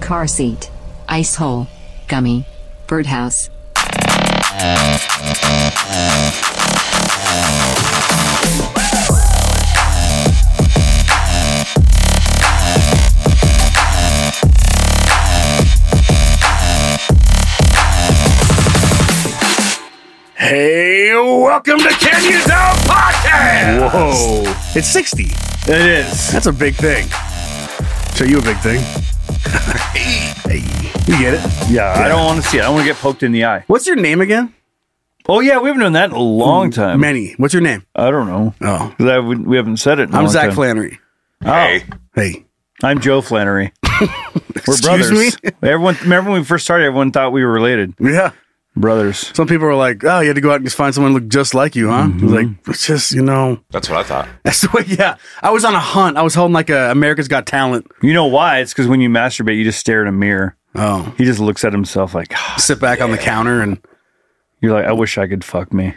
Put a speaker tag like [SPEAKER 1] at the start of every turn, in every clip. [SPEAKER 1] car seat, ice hole, gummy, birdhouse.
[SPEAKER 2] Hey, welcome to Can You Tell Podcast.
[SPEAKER 3] Whoa. It's 60.
[SPEAKER 2] It is.
[SPEAKER 3] That's a big thing. Show you a big thing. You get it?
[SPEAKER 2] Yeah, I don't want to see it. I want to get poked in the eye.
[SPEAKER 3] What's your name again?
[SPEAKER 2] Oh yeah, we haven't done that in a long time.
[SPEAKER 3] Mm, Many. What's your name?
[SPEAKER 2] I don't know.
[SPEAKER 3] Oh.
[SPEAKER 2] 'Cause I wouldn't- we haven't said it. In a
[SPEAKER 3] I'm
[SPEAKER 2] long
[SPEAKER 3] Zach
[SPEAKER 2] time.
[SPEAKER 3] Flannery.
[SPEAKER 2] Hey.
[SPEAKER 3] Hey.
[SPEAKER 2] I'm Joe Flannery. We're
[SPEAKER 3] Excuse
[SPEAKER 2] brothers.
[SPEAKER 3] me?
[SPEAKER 2] Everyone remember when we first started? Everyone thought we were related.
[SPEAKER 3] Yeah.
[SPEAKER 2] Brothers.
[SPEAKER 3] Some people were like, oh, you had to go out and just find someone who looked just like you, huh? I was like, it's just, you know.
[SPEAKER 4] That's what I thought.
[SPEAKER 3] That's the way, yeah. I was on a hunt. I was holding like a America's Got Talent.
[SPEAKER 2] You know why? It's because when you masturbate, you just stare in a mirror.
[SPEAKER 3] Oh.
[SPEAKER 2] He just looks at himself like "Ah."
[SPEAKER 3] Sit back on the counter and,
[SPEAKER 2] you're like, I wish I could fuck me.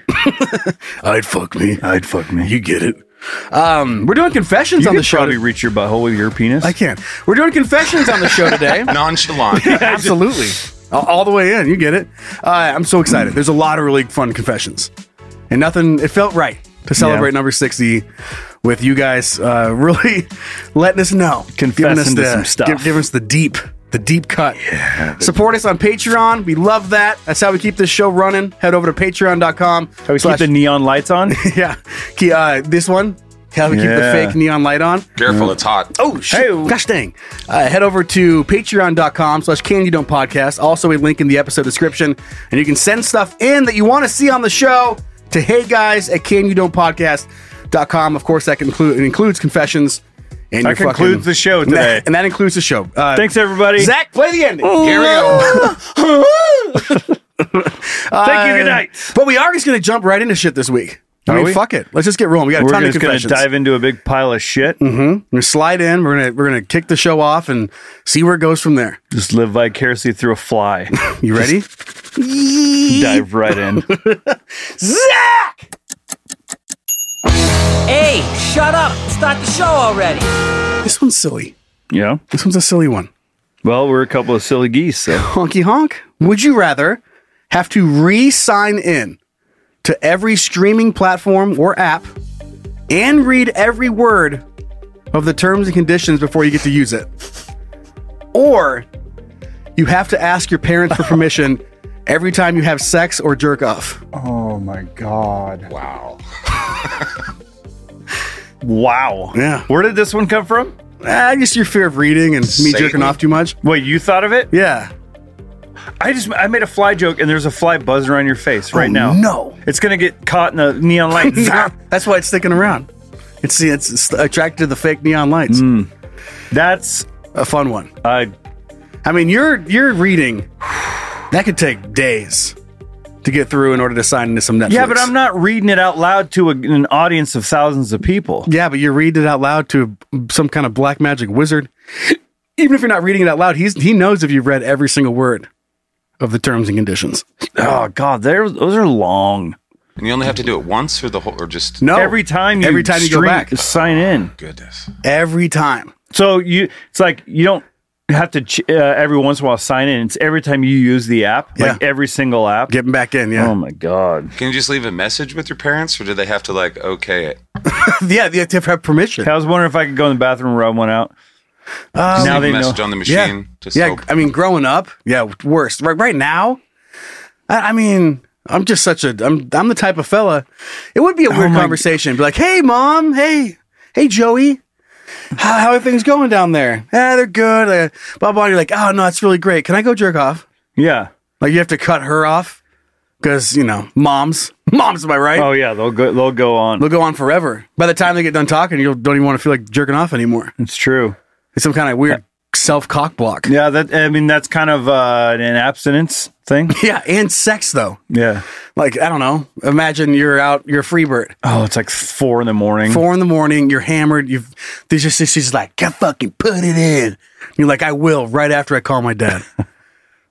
[SPEAKER 3] I'd fuck me.
[SPEAKER 2] I'd fuck me.
[SPEAKER 3] You get it. Um, we're doing confessions
[SPEAKER 2] You
[SPEAKER 3] on
[SPEAKER 2] could
[SPEAKER 3] the show.
[SPEAKER 2] probably
[SPEAKER 3] to-
[SPEAKER 2] reach your butthole with your penis.
[SPEAKER 3] I can't. We're doing confessions on the show today.
[SPEAKER 4] Nonchalant.
[SPEAKER 3] Absolutely. All- All the way in. You get it. Uh, I'm so excited. There's a lot of really fun confessions. And nothing, it felt right to celebrate
[SPEAKER 2] Yeah.
[SPEAKER 3] number 60 with you guys uh, really letting us know.
[SPEAKER 2] Confessing to
[SPEAKER 3] the,
[SPEAKER 2] some stuff.
[SPEAKER 3] Give, giving us the deep, the deep cut. Support us on Patreon. We love that. That's how we keep this show running. Head over to patreon.com.
[SPEAKER 2] How we Oh, keep the neon lights on?
[SPEAKER 3] yeah. Ke- Uh, this one. How we keep the
[SPEAKER 2] Yeah.
[SPEAKER 3] fake neon light on.
[SPEAKER 4] Careful, it's hot.
[SPEAKER 3] Oh, shit.
[SPEAKER 2] Hey.
[SPEAKER 3] Gosh dang. Uh, head over to patreon.com slash candy don't podcast. Also, a link in the episode description. And you can send stuff in that you want to see on the show to hey guys at candydon'tpodcast.com. Of course, that can include, it includes confessions. And
[SPEAKER 2] That
[SPEAKER 3] your fucking-
[SPEAKER 2] concludes the show
[SPEAKER 3] And that-
[SPEAKER 2] today.
[SPEAKER 3] And that includes the show. Uh,
[SPEAKER 2] Thanks, everybody.
[SPEAKER 3] Zach, play the ending.
[SPEAKER 4] Here we go.
[SPEAKER 2] Thank you. Good
[SPEAKER 3] Uh,
[SPEAKER 2] night.
[SPEAKER 3] But we are just going to jump right into shit this week. I
[SPEAKER 2] Are
[SPEAKER 3] mean,
[SPEAKER 2] we?
[SPEAKER 3] fuck it. Let's just get rolling. We got a
[SPEAKER 2] We're
[SPEAKER 3] ton of
[SPEAKER 2] just going to
[SPEAKER 3] confessions. Mm. Mm-hmm.
[SPEAKER 2] dive into a big pile of shit.
[SPEAKER 3] We're gonna slide in. We're gonna we're gonna kick the show off and see where it goes from there.
[SPEAKER 2] Just live vicariously through a fly.
[SPEAKER 3] You ready?
[SPEAKER 2] dive right in.
[SPEAKER 3] Zach!
[SPEAKER 5] Hey, shut up! Start the show already!
[SPEAKER 3] This one's silly.
[SPEAKER 2] Yeah.
[SPEAKER 3] This one's a silly one.
[SPEAKER 2] Well, we're a couple of silly geese. So.
[SPEAKER 3] Honky honk. Would you rather have to re sign in to every streaming platform or app and read every word of the terms and conditions before you get to use it? Or you have to ask your parents for permission every time you have sex or jerk off?
[SPEAKER 2] Oh my god.
[SPEAKER 4] Wow.
[SPEAKER 2] Wow.
[SPEAKER 3] Yeah.
[SPEAKER 2] Where did this one come from?
[SPEAKER 3] Ah, just your fear of reading and me
[SPEAKER 4] Satan.
[SPEAKER 3] jerking off too much.
[SPEAKER 2] Wait, you thought of it?
[SPEAKER 3] Yeah.
[SPEAKER 2] I just I made a fly joke and there's a fly buzzing around your face right
[SPEAKER 3] Oh,
[SPEAKER 2] now.
[SPEAKER 3] No.
[SPEAKER 2] It's gonna get caught in the neon light. Zap.
[SPEAKER 3] That's why it's sticking around. It's see, it's it's attracted to the fake neon lights.
[SPEAKER 2] Mm. That's
[SPEAKER 3] A fun one.
[SPEAKER 2] uh
[SPEAKER 3] I mean, you're you're reading. That could take days to get through in order to sign into some Netflix.
[SPEAKER 2] yeah, but I'm not reading it out loud to a, an audience of thousands of people.
[SPEAKER 3] Yeah, but you're reading it out loud to some kind of black magic wizard. Even if you're not reading it out loud, he's he knows if you've read every single word of the terms and conditions.
[SPEAKER 2] Oh god, they're, those are long.
[SPEAKER 4] And you only have to do it once or the whole, or just.
[SPEAKER 3] No,
[SPEAKER 2] every time you Oh,
[SPEAKER 3] every time you go
[SPEAKER 2] stream-
[SPEAKER 3] back,
[SPEAKER 2] sign in.
[SPEAKER 4] Goodness.
[SPEAKER 3] every time.
[SPEAKER 2] So you it's like you don't have to ch- uh, every once in a while sign in. It's every time you use the app, like
[SPEAKER 3] Yeah.
[SPEAKER 2] every single app.
[SPEAKER 3] Get them back in, yeah.
[SPEAKER 2] Oh my god!
[SPEAKER 4] Can you just leave a message with your parents, or do they have to like
[SPEAKER 3] Um,
[SPEAKER 4] okay it?
[SPEAKER 3] yeah, you have to have permission.
[SPEAKER 2] I was wondering if I could go in the bathroom and rub one out.
[SPEAKER 3] Um,
[SPEAKER 4] Just
[SPEAKER 2] now
[SPEAKER 4] leave
[SPEAKER 2] they
[SPEAKER 4] a
[SPEAKER 2] know.
[SPEAKER 4] message on the machine.
[SPEAKER 3] yeah,
[SPEAKER 4] Just
[SPEAKER 3] yeah.
[SPEAKER 4] hope-
[SPEAKER 3] I mean, growing up, yeah, worst. Right, right now, I, I mean, I'm just such a, I'm, I'm the type of fella. It would be
[SPEAKER 2] Oh
[SPEAKER 3] a weird conversation. Be like, hey, mom, hey, hey, Joey, how, how are things going down there? Yeah, they're good. Uh, blah blah. You're like, oh no, it's really great. Can I go jerk off?
[SPEAKER 2] Yeah.
[SPEAKER 3] Like, you have to cut her off because you know, moms, moms. Am I right?
[SPEAKER 2] Oh yeah, they'll go. They'll go on.
[SPEAKER 3] They'll go on forever. By the time they get done talking, you don't even want to feel like jerking off anymore.
[SPEAKER 2] It's true.
[SPEAKER 3] It's some kind of weird self cock block.
[SPEAKER 2] Yeah, that I mean that's kind of uh, an abstinence thing.
[SPEAKER 3] Yeah, and sex though.
[SPEAKER 2] Yeah.
[SPEAKER 3] Like I don't know. Imagine you're out, you're a free bird.
[SPEAKER 2] Oh, it's like four in the morning.
[SPEAKER 3] Four in the morning, you're hammered. You've there's just she's just like, "Can fucking put it in." You're like, "I will." Right after I call my dad.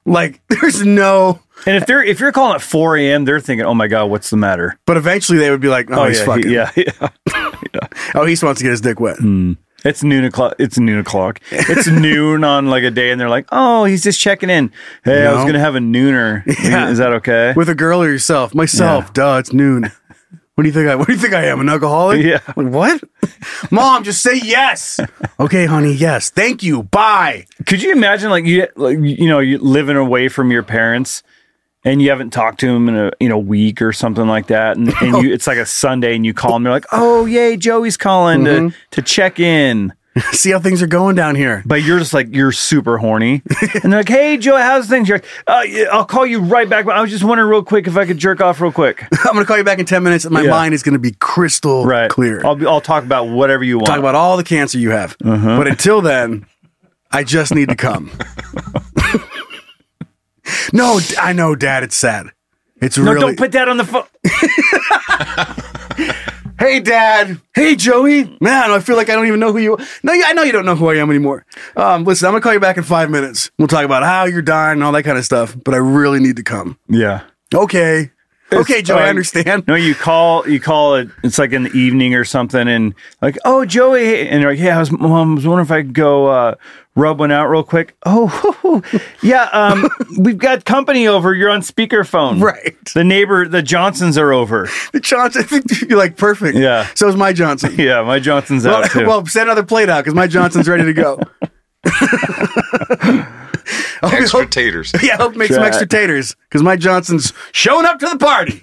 [SPEAKER 3] like there's no.
[SPEAKER 2] And if they're if you're calling at four a.m., they're thinking, "Oh my god, what's the matter?"
[SPEAKER 3] But eventually they would be like, "Oh, he's
[SPEAKER 2] yeah,
[SPEAKER 3] fucking.
[SPEAKER 2] he- yeah, Hmm. yeah.
[SPEAKER 3] Oh, he just wants to get his dick wet."
[SPEAKER 2] It's noon o'clock. It's noon o'clock. It's noon on like a day, and they're like, "Oh, he's just checking in. Hey, I was
[SPEAKER 3] No.
[SPEAKER 2] gonna have a nooner.
[SPEAKER 3] Yeah.
[SPEAKER 2] Is that okay?"
[SPEAKER 3] With a girl or yourself? Myself. Duh. It's noon. What do you think I? What do you think I am? An alcoholic?
[SPEAKER 2] Yeah.
[SPEAKER 3] Like, what? Mom, just say yes. okay, honey. Yes. Thank you. Bye.
[SPEAKER 2] Could you imagine like you like you know you living away from your parents and you haven't talked to them in a in a week or something like that and, and you it's like a Sunday and you call them they're like oh yay Joey's calling
[SPEAKER 3] Mm-hmm.
[SPEAKER 2] to to check in
[SPEAKER 3] See how things are going down here.
[SPEAKER 2] but you're just like you're super horny and they're like hey Joey how's things you're like uh, yeah, I'll call you right back but I was just wondering real quick if I could jerk off real quick
[SPEAKER 3] I'm gonna call you back in ten minutes, and my
[SPEAKER 2] Yeah.
[SPEAKER 3] mind is gonna be crystal
[SPEAKER 2] right
[SPEAKER 3] clear.
[SPEAKER 2] I'll be, I'll talk about whatever you want
[SPEAKER 3] Talk about all the cancer you have,
[SPEAKER 2] Uh-huh.
[SPEAKER 3] but until then, I just need to come. no, d- I know, Dad. It's sad. It's
[SPEAKER 2] no
[SPEAKER 3] really.
[SPEAKER 2] don't put that on the phone
[SPEAKER 3] hey, Dad. Hey, Joey. Man, I feel like I don't even know who you. No, you- I know you don't know who I am anymore. Um, listen, I'm gonna call you back in five minutes. We'll talk about how you're dying and all that kind of stuff. But I really need to come.
[SPEAKER 2] yeah
[SPEAKER 3] Okay. Okay, Joey. I
[SPEAKER 2] Like,
[SPEAKER 3] understand.
[SPEAKER 2] No, you call you call it. It's like in the evening or something, and like, oh, Joey, hey," and you're like, yeah, I was, mom, I was wondering if I could go uh, rub one out real quick. Oh, yeah, um, we've got company over. You're on speakerphone,
[SPEAKER 3] Right.
[SPEAKER 2] The neighbor, the Johnsons are over.
[SPEAKER 3] Johnson, you're like perfect.
[SPEAKER 2] Yeah.
[SPEAKER 3] So is my Johnson.
[SPEAKER 2] Yeah, my Johnson's out too.
[SPEAKER 3] Well, well, set another plate out because my Johnson's ready to go. I hope-
[SPEAKER 4] extra taters.
[SPEAKER 3] yeah, hope make some
[SPEAKER 2] Try.
[SPEAKER 3] extra taters because my Johnson's showing up to the party.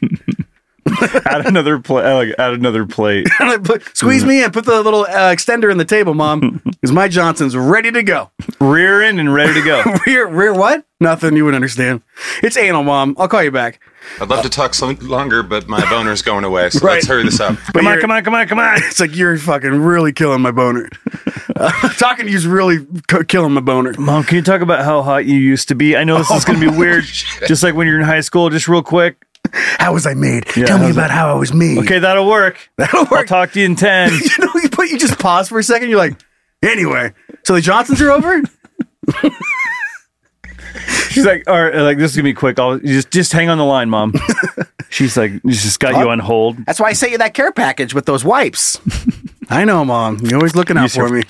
[SPEAKER 2] add another plate. Like, add another plate.
[SPEAKER 3] Put- Squeeze me in, put the little uh, extender in the table, mom, because my Johnson's ready to go.
[SPEAKER 2] Rear end and ready to go.
[SPEAKER 3] Rear, rear, what? Nothing. You would understand. It's anal, mom. I'll call you back.
[SPEAKER 4] I'd love to talk so longer, but my boner's going away, so
[SPEAKER 3] Right.
[SPEAKER 4] let's hurry this up.
[SPEAKER 2] Come on,
[SPEAKER 3] you're-
[SPEAKER 2] come on, come on, come on.
[SPEAKER 3] It's like you're fucking really killing my boner. Uh, talking to you's really c- killing my boner.
[SPEAKER 2] Mom, can you talk about how hot you used to be? I know this is
[SPEAKER 3] Oh,
[SPEAKER 2] going to be weird, just like when you're in high school. Just real quick.
[SPEAKER 3] How was I made?
[SPEAKER 2] Yeah,
[SPEAKER 3] Tell me
[SPEAKER 2] how's
[SPEAKER 3] about how I was made.
[SPEAKER 2] Okay, that'll work.
[SPEAKER 3] That'll
[SPEAKER 2] I'll
[SPEAKER 3] work.
[SPEAKER 2] talk to you in 10.
[SPEAKER 3] you know, you, put, you just pause for a second. You're like, anyway. So the Johnsons are over.
[SPEAKER 2] She's like, all right, like this is gonna be quick. I'll just just hang on the line, mom. She's like, just got you on hold.
[SPEAKER 3] That's why I sent you that care package with those wipes. I know, mom. You're always looking out for
[SPEAKER 2] sure-
[SPEAKER 3] me.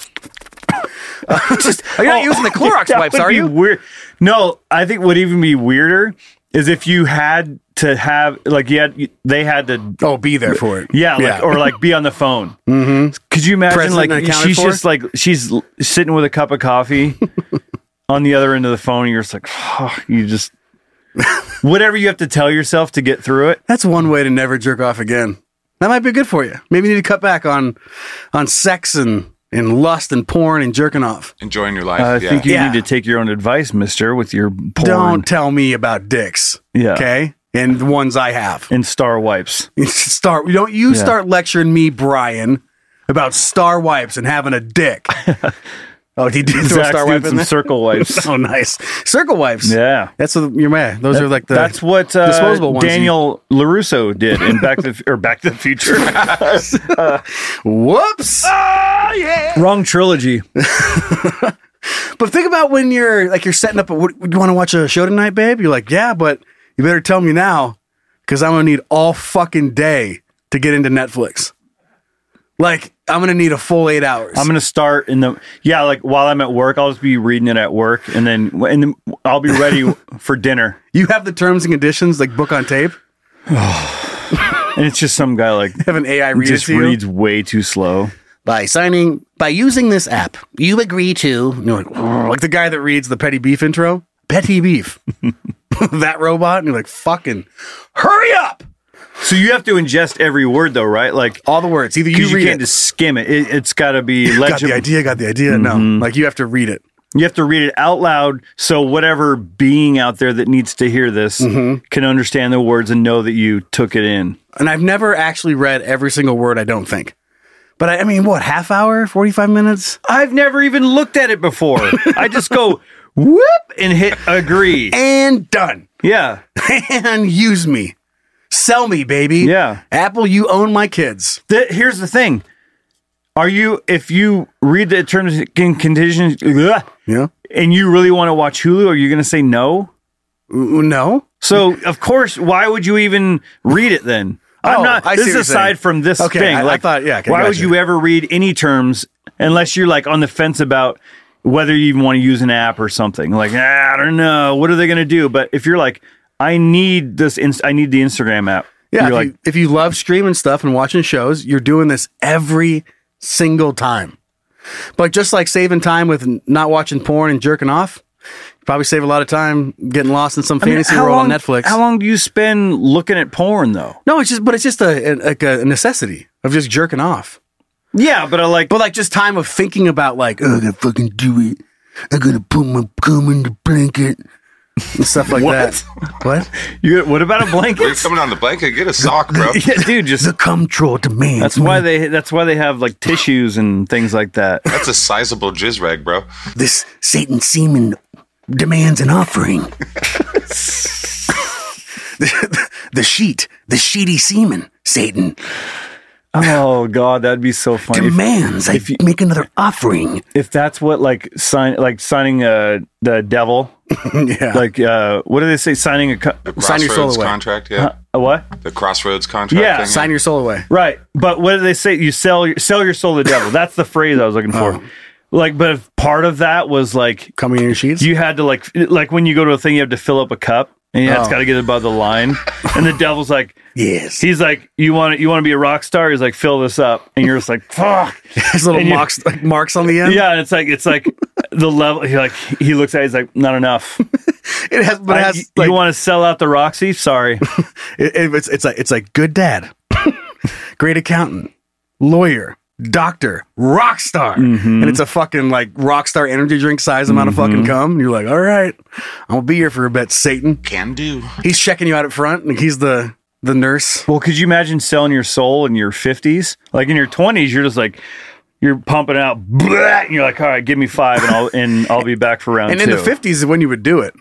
[SPEAKER 3] just, are you not
[SPEAKER 2] Oh,
[SPEAKER 3] using the Clorox
[SPEAKER 2] that
[SPEAKER 3] wipes?
[SPEAKER 2] would
[SPEAKER 3] Are
[SPEAKER 2] be
[SPEAKER 3] you?
[SPEAKER 2] Weird. No, I think would even be weirder is if you had to have like you had they had to
[SPEAKER 3] Oh, be there for it.
[SPEAKER 2] yeah, like, or like be on the phone. Mm-hmm. Could you imagine
[SPEAKER 3] Present and
[SPEAKER 2] like
[SPEAKER 3] accounted
[SPEAKER 2] she's
[SPEAKER 3] for?
[SPEAKER 2] just like she's l- sitting with a cup of coffee on the other end of the phone? And you're just like, you just whatever you have to tell yourself to get through it.
[SPEAKER 3] That's one way to never jerk off again. That might be good for you. Maybe you need to cut back on on sex and and lust and porn and jerking off.
[SPEAKER 4] Enjoying your life.
[SPEAKER 2] Uh,
[SPEAKER 3] Uh,
[SPEAKER 2] I
[SPEAKER 4] yeah.
[SPEAKER 2] think you
[SPEAKER 3] Yeah.
[SPEAKER 2] need to take your own advice, mister, with your porn
[SPEAKER 3] Don't tell me about dicks.
[SPEAKER 2] Yeah.
[SPEAKER 3] Okay. And the ones I have.
[SPEAKER 2] and star wipes.
[SPEAKER 3] start don't you start lecturing me brian about star wipes and having a dick oh did you throw a
[SPEAKER 2] Zach's
[SPEAKER 3] star
[SPEAKER 2] doing
[SPEAKER 3] wipe in
[SPEAKER 2] some
[SPEAKER 3] there
[SPEAKER 2] circle wipes.
[SPEAKER 3] oh nice circle wipes
[SPEAKER 2] Yeah.
[SPEAKER 3] that's what you're mad those are like the
[SPEAKER 2] That's what uh,
[SPEAKER 3] disposable ones you-
[SPEAKER 2] Daniel LaRusso did in Back to the, or Back to the Future.
[SPEAKER 3] whoops
[SPEAKER 2] Ah! Wrong trilogy.
[SPEAKER 3] but think about when you're like you're setting up a, what, you want to watch a show tonight babe you're like yeah but you better tell me now because i'm gonna need all fucking day to get into netflix Like I'm gonna need a full eight hours.
[SPEAKER 2] I'm gonna start in the yeah, like while I'm at work, I'll just be reading it at work, and then and then I'll be ready for dinner.
[SPEAKER 3] you have the terms and conditions like book on tape.
[SPEAKER 2] And it's just some guy like
[SPEAKER 3] Have an AI read
[SPEAKER 2] just
[SPEAKER 3] it to you.
[SPEAKER 2] reads way too slow.
[SPEAKER 3] by signing by using this app, you agree to you're like, "Oh," like the guy that reads the petty beef intro, petty beef. that robot, and you're like, fucking, hurry up!
[SPEAKER 2] So you have to ingest every word though, right? Like
[SPEAKER 3] All the words. Either
[SPEAKER 2] 'cause
[SPEAKER 3] you
[SPEAKER 2] you,
[SPEAKER 3] read
[SPEAKER 2] can't
[SPEAKER 3] it.
[SPEAKER 2] just skim it. it it's got to be
[SPEAKER 3] got the
[SPEAKER 2] legible.
[SPEAKER 3] idea, got the idea. No, like you have to read it.
[SPEAKER 2] You have to read it out loud, so whatever being out there that needs to hear this can understand the words and know that you took it in.
[SPEAKER 3] And I've never actually read every single word. I don't think. But I, I mean, what half hour, forty five minutes,
[SPEAKER 2] I've never even looked at it before. I just go whoop and hit agree.
[SPEAKER 3] and done.
[SPEAKER 2] Yeah.
[SPEAKER 3] And use me, sell me, baby.
[SPEAKER 2] Yeah.
[SPEAKER 3] Apple, you own my kids.
[SPEAKER 2] Th- here's the thing. Are you if you read the terms and conditions ugh,
[SPEAKER 3] Yeah.
[SPEAKER 2] and you really want to watch Hulu, are you going to say no?
[SPEAKER 3] No.
[SPEAKER 2] So of course, why would you even read it then? I'm
[SPEAKER 3] Oh,
[SPEAKER 2] not.
[SPEAKER 3] I see
[SPEAKER 2] this
[SPEAKER 3] what
[SPEAKER 2] is
[SPEAKER 3] you're
[SPEAKER 2] aside
[SPEAKER 3] saying.
[SPEAKER 2] from this
[SPEAKER 3] Okay,
[SPEAKER 2] thing.
[SPEAKER 3] I- I
[SPEAKER 2] like,
[SPEAKER 3] thought- yeah, okay,
[SPEAKER 2] why would
[SPEAKER 3] gotcha.
[SPEAKER 2] you ever read any terms unless you're like on the fence about whether you even want to use an app or something? Like, "Ah, I don't know. What are they going to do? But if you're like, I need this. Inst- I need the Instagram app.
[SPEAKER 3] Yeah,
[SPEAKER 2] You're
[SPEAKER 3] if,
[SPEAKER 2] like,
[SPEAKER 3] you, if you love streaming stuff and watching shows, you're doing this every single time. But just like saving time with n- not watching porn and jerking off, you probably save a lot of time getting lost in some
[SPEAKER 2] I mean,
[SPEAKER 3] fantasy
[SPEAKER 2] how
[SPEAKER 3] world
[SPEAKER 2] long-
[SPEAKER 3] on Netflix.
[SPEAKER 2] How long do you spend looking at porn though?
[SPEAKER 3] No, it's just, but it's just a, a like a necessity of just jerking off.
[SPEAKER 2] Yeah, but I like.
[SPEAKER 3] But like just time of thinking about like, oh, I gotta fucking do it. I gotta put my cum in the blanket and stuff like that. What?
[SPEAKER 2] You, what about a
[SPEAKER 4] You're
[SPEAKER 2] blanket?
[SPEAKER 4] coming on the blanket. Get a sock, bro.
[SPEAKER 2] yeah, dude, just
[SPEAKER 3] The cum troll demands.
[SPEAKER 2] that's
[SPEAKER 3] me.
[SPEAKER 2] why they that's why they have like tissues and things like that.
[SPEAKER 4] That's a sizable jizz rag, bro.
[SPEAKER 3] this Satan semen demands an offering. the, the sheet, the sheety semen, Satan
[SPEAKER 2] Oh god, that'd be so funny. If,
[SPEAKER 3] demands I make another offering.
[SPEAKER 2] if that's what like sign like signing uh the devil,
[SPEAKER 3] yeah,
[SPEAKER 2] like uh what do they say? Signing a, co-
[SPEAKER 4] The
[SPEAKER 3] Sign your soul
[SPEAKER 4] crossroads
[SPEAKER 3] away. Uh-huh.
[SPEAKER 4] contract, yeah.
[SPEAKER 2] a what?
[SPEAKER 4] The crossroads contract.
[SPEAKER 2] Yeah,
[SPEAKER 4] thing,
[SPEAKER 3] sign your soul away.
[SPEAKER 2] Right, but what do they say? You sell your sell your soul to the devil. That's the phrase I was looking for.
[SPEAKER 3] Uh-huh.
[SPEAKER 2] Like, but if part of that was like
[SPEAKER 3] Coming in your sheets.
[SPEAKER 2] you had to like like when you go to a thing you have to fill up a cup and yeah, it's
[SPEAKER 3] Oh.
[SPEAKER 2] got to get above the line and the devil's like
[SPEAKER 3] yes,
[SPEAKER 2] he's like you want you want to be a rock star he's like fill this up and you're just like fuck
[SPEAKER 3] his little
[SPEAKER 2] and you-
[SPEAKER 3] marks, like marks on the end.
[SPEAKER 2] yeah and it's like it's like the level he like he looks at it, he's like not enough
[SPEAKER 3] it has, but it
[SPEAKER 2] I-
[SPEAKER 3] has.
[SPEAKER 2] you-
[SPEAKER 3] like,
[SPEAKER 2] you want to sell out the Roxy sorry
[SPEAKER 3] it- it- it's, it's like it's like good dad, great accountant, lawyer. Doctor, rock star, and it's a fucking like rock star energy drink size amount of fucking cum. And you're like, all right, I'm gonna be here for a bit, Satan.
[SPEAKER 4] Can do.
[SPEAKER 3] he's checking you out at front and he's the the nurse
[SPEAKER 2] well could you imagine selling your soul in your 50s like in your 20s you're just like you're pumping out blah, and you're like all right give me five and I'll and I'll be back for round
[SPEAKER 3] and
[SPEAKER 2] two
[SPEAKER 3] in the 50s is when you would do it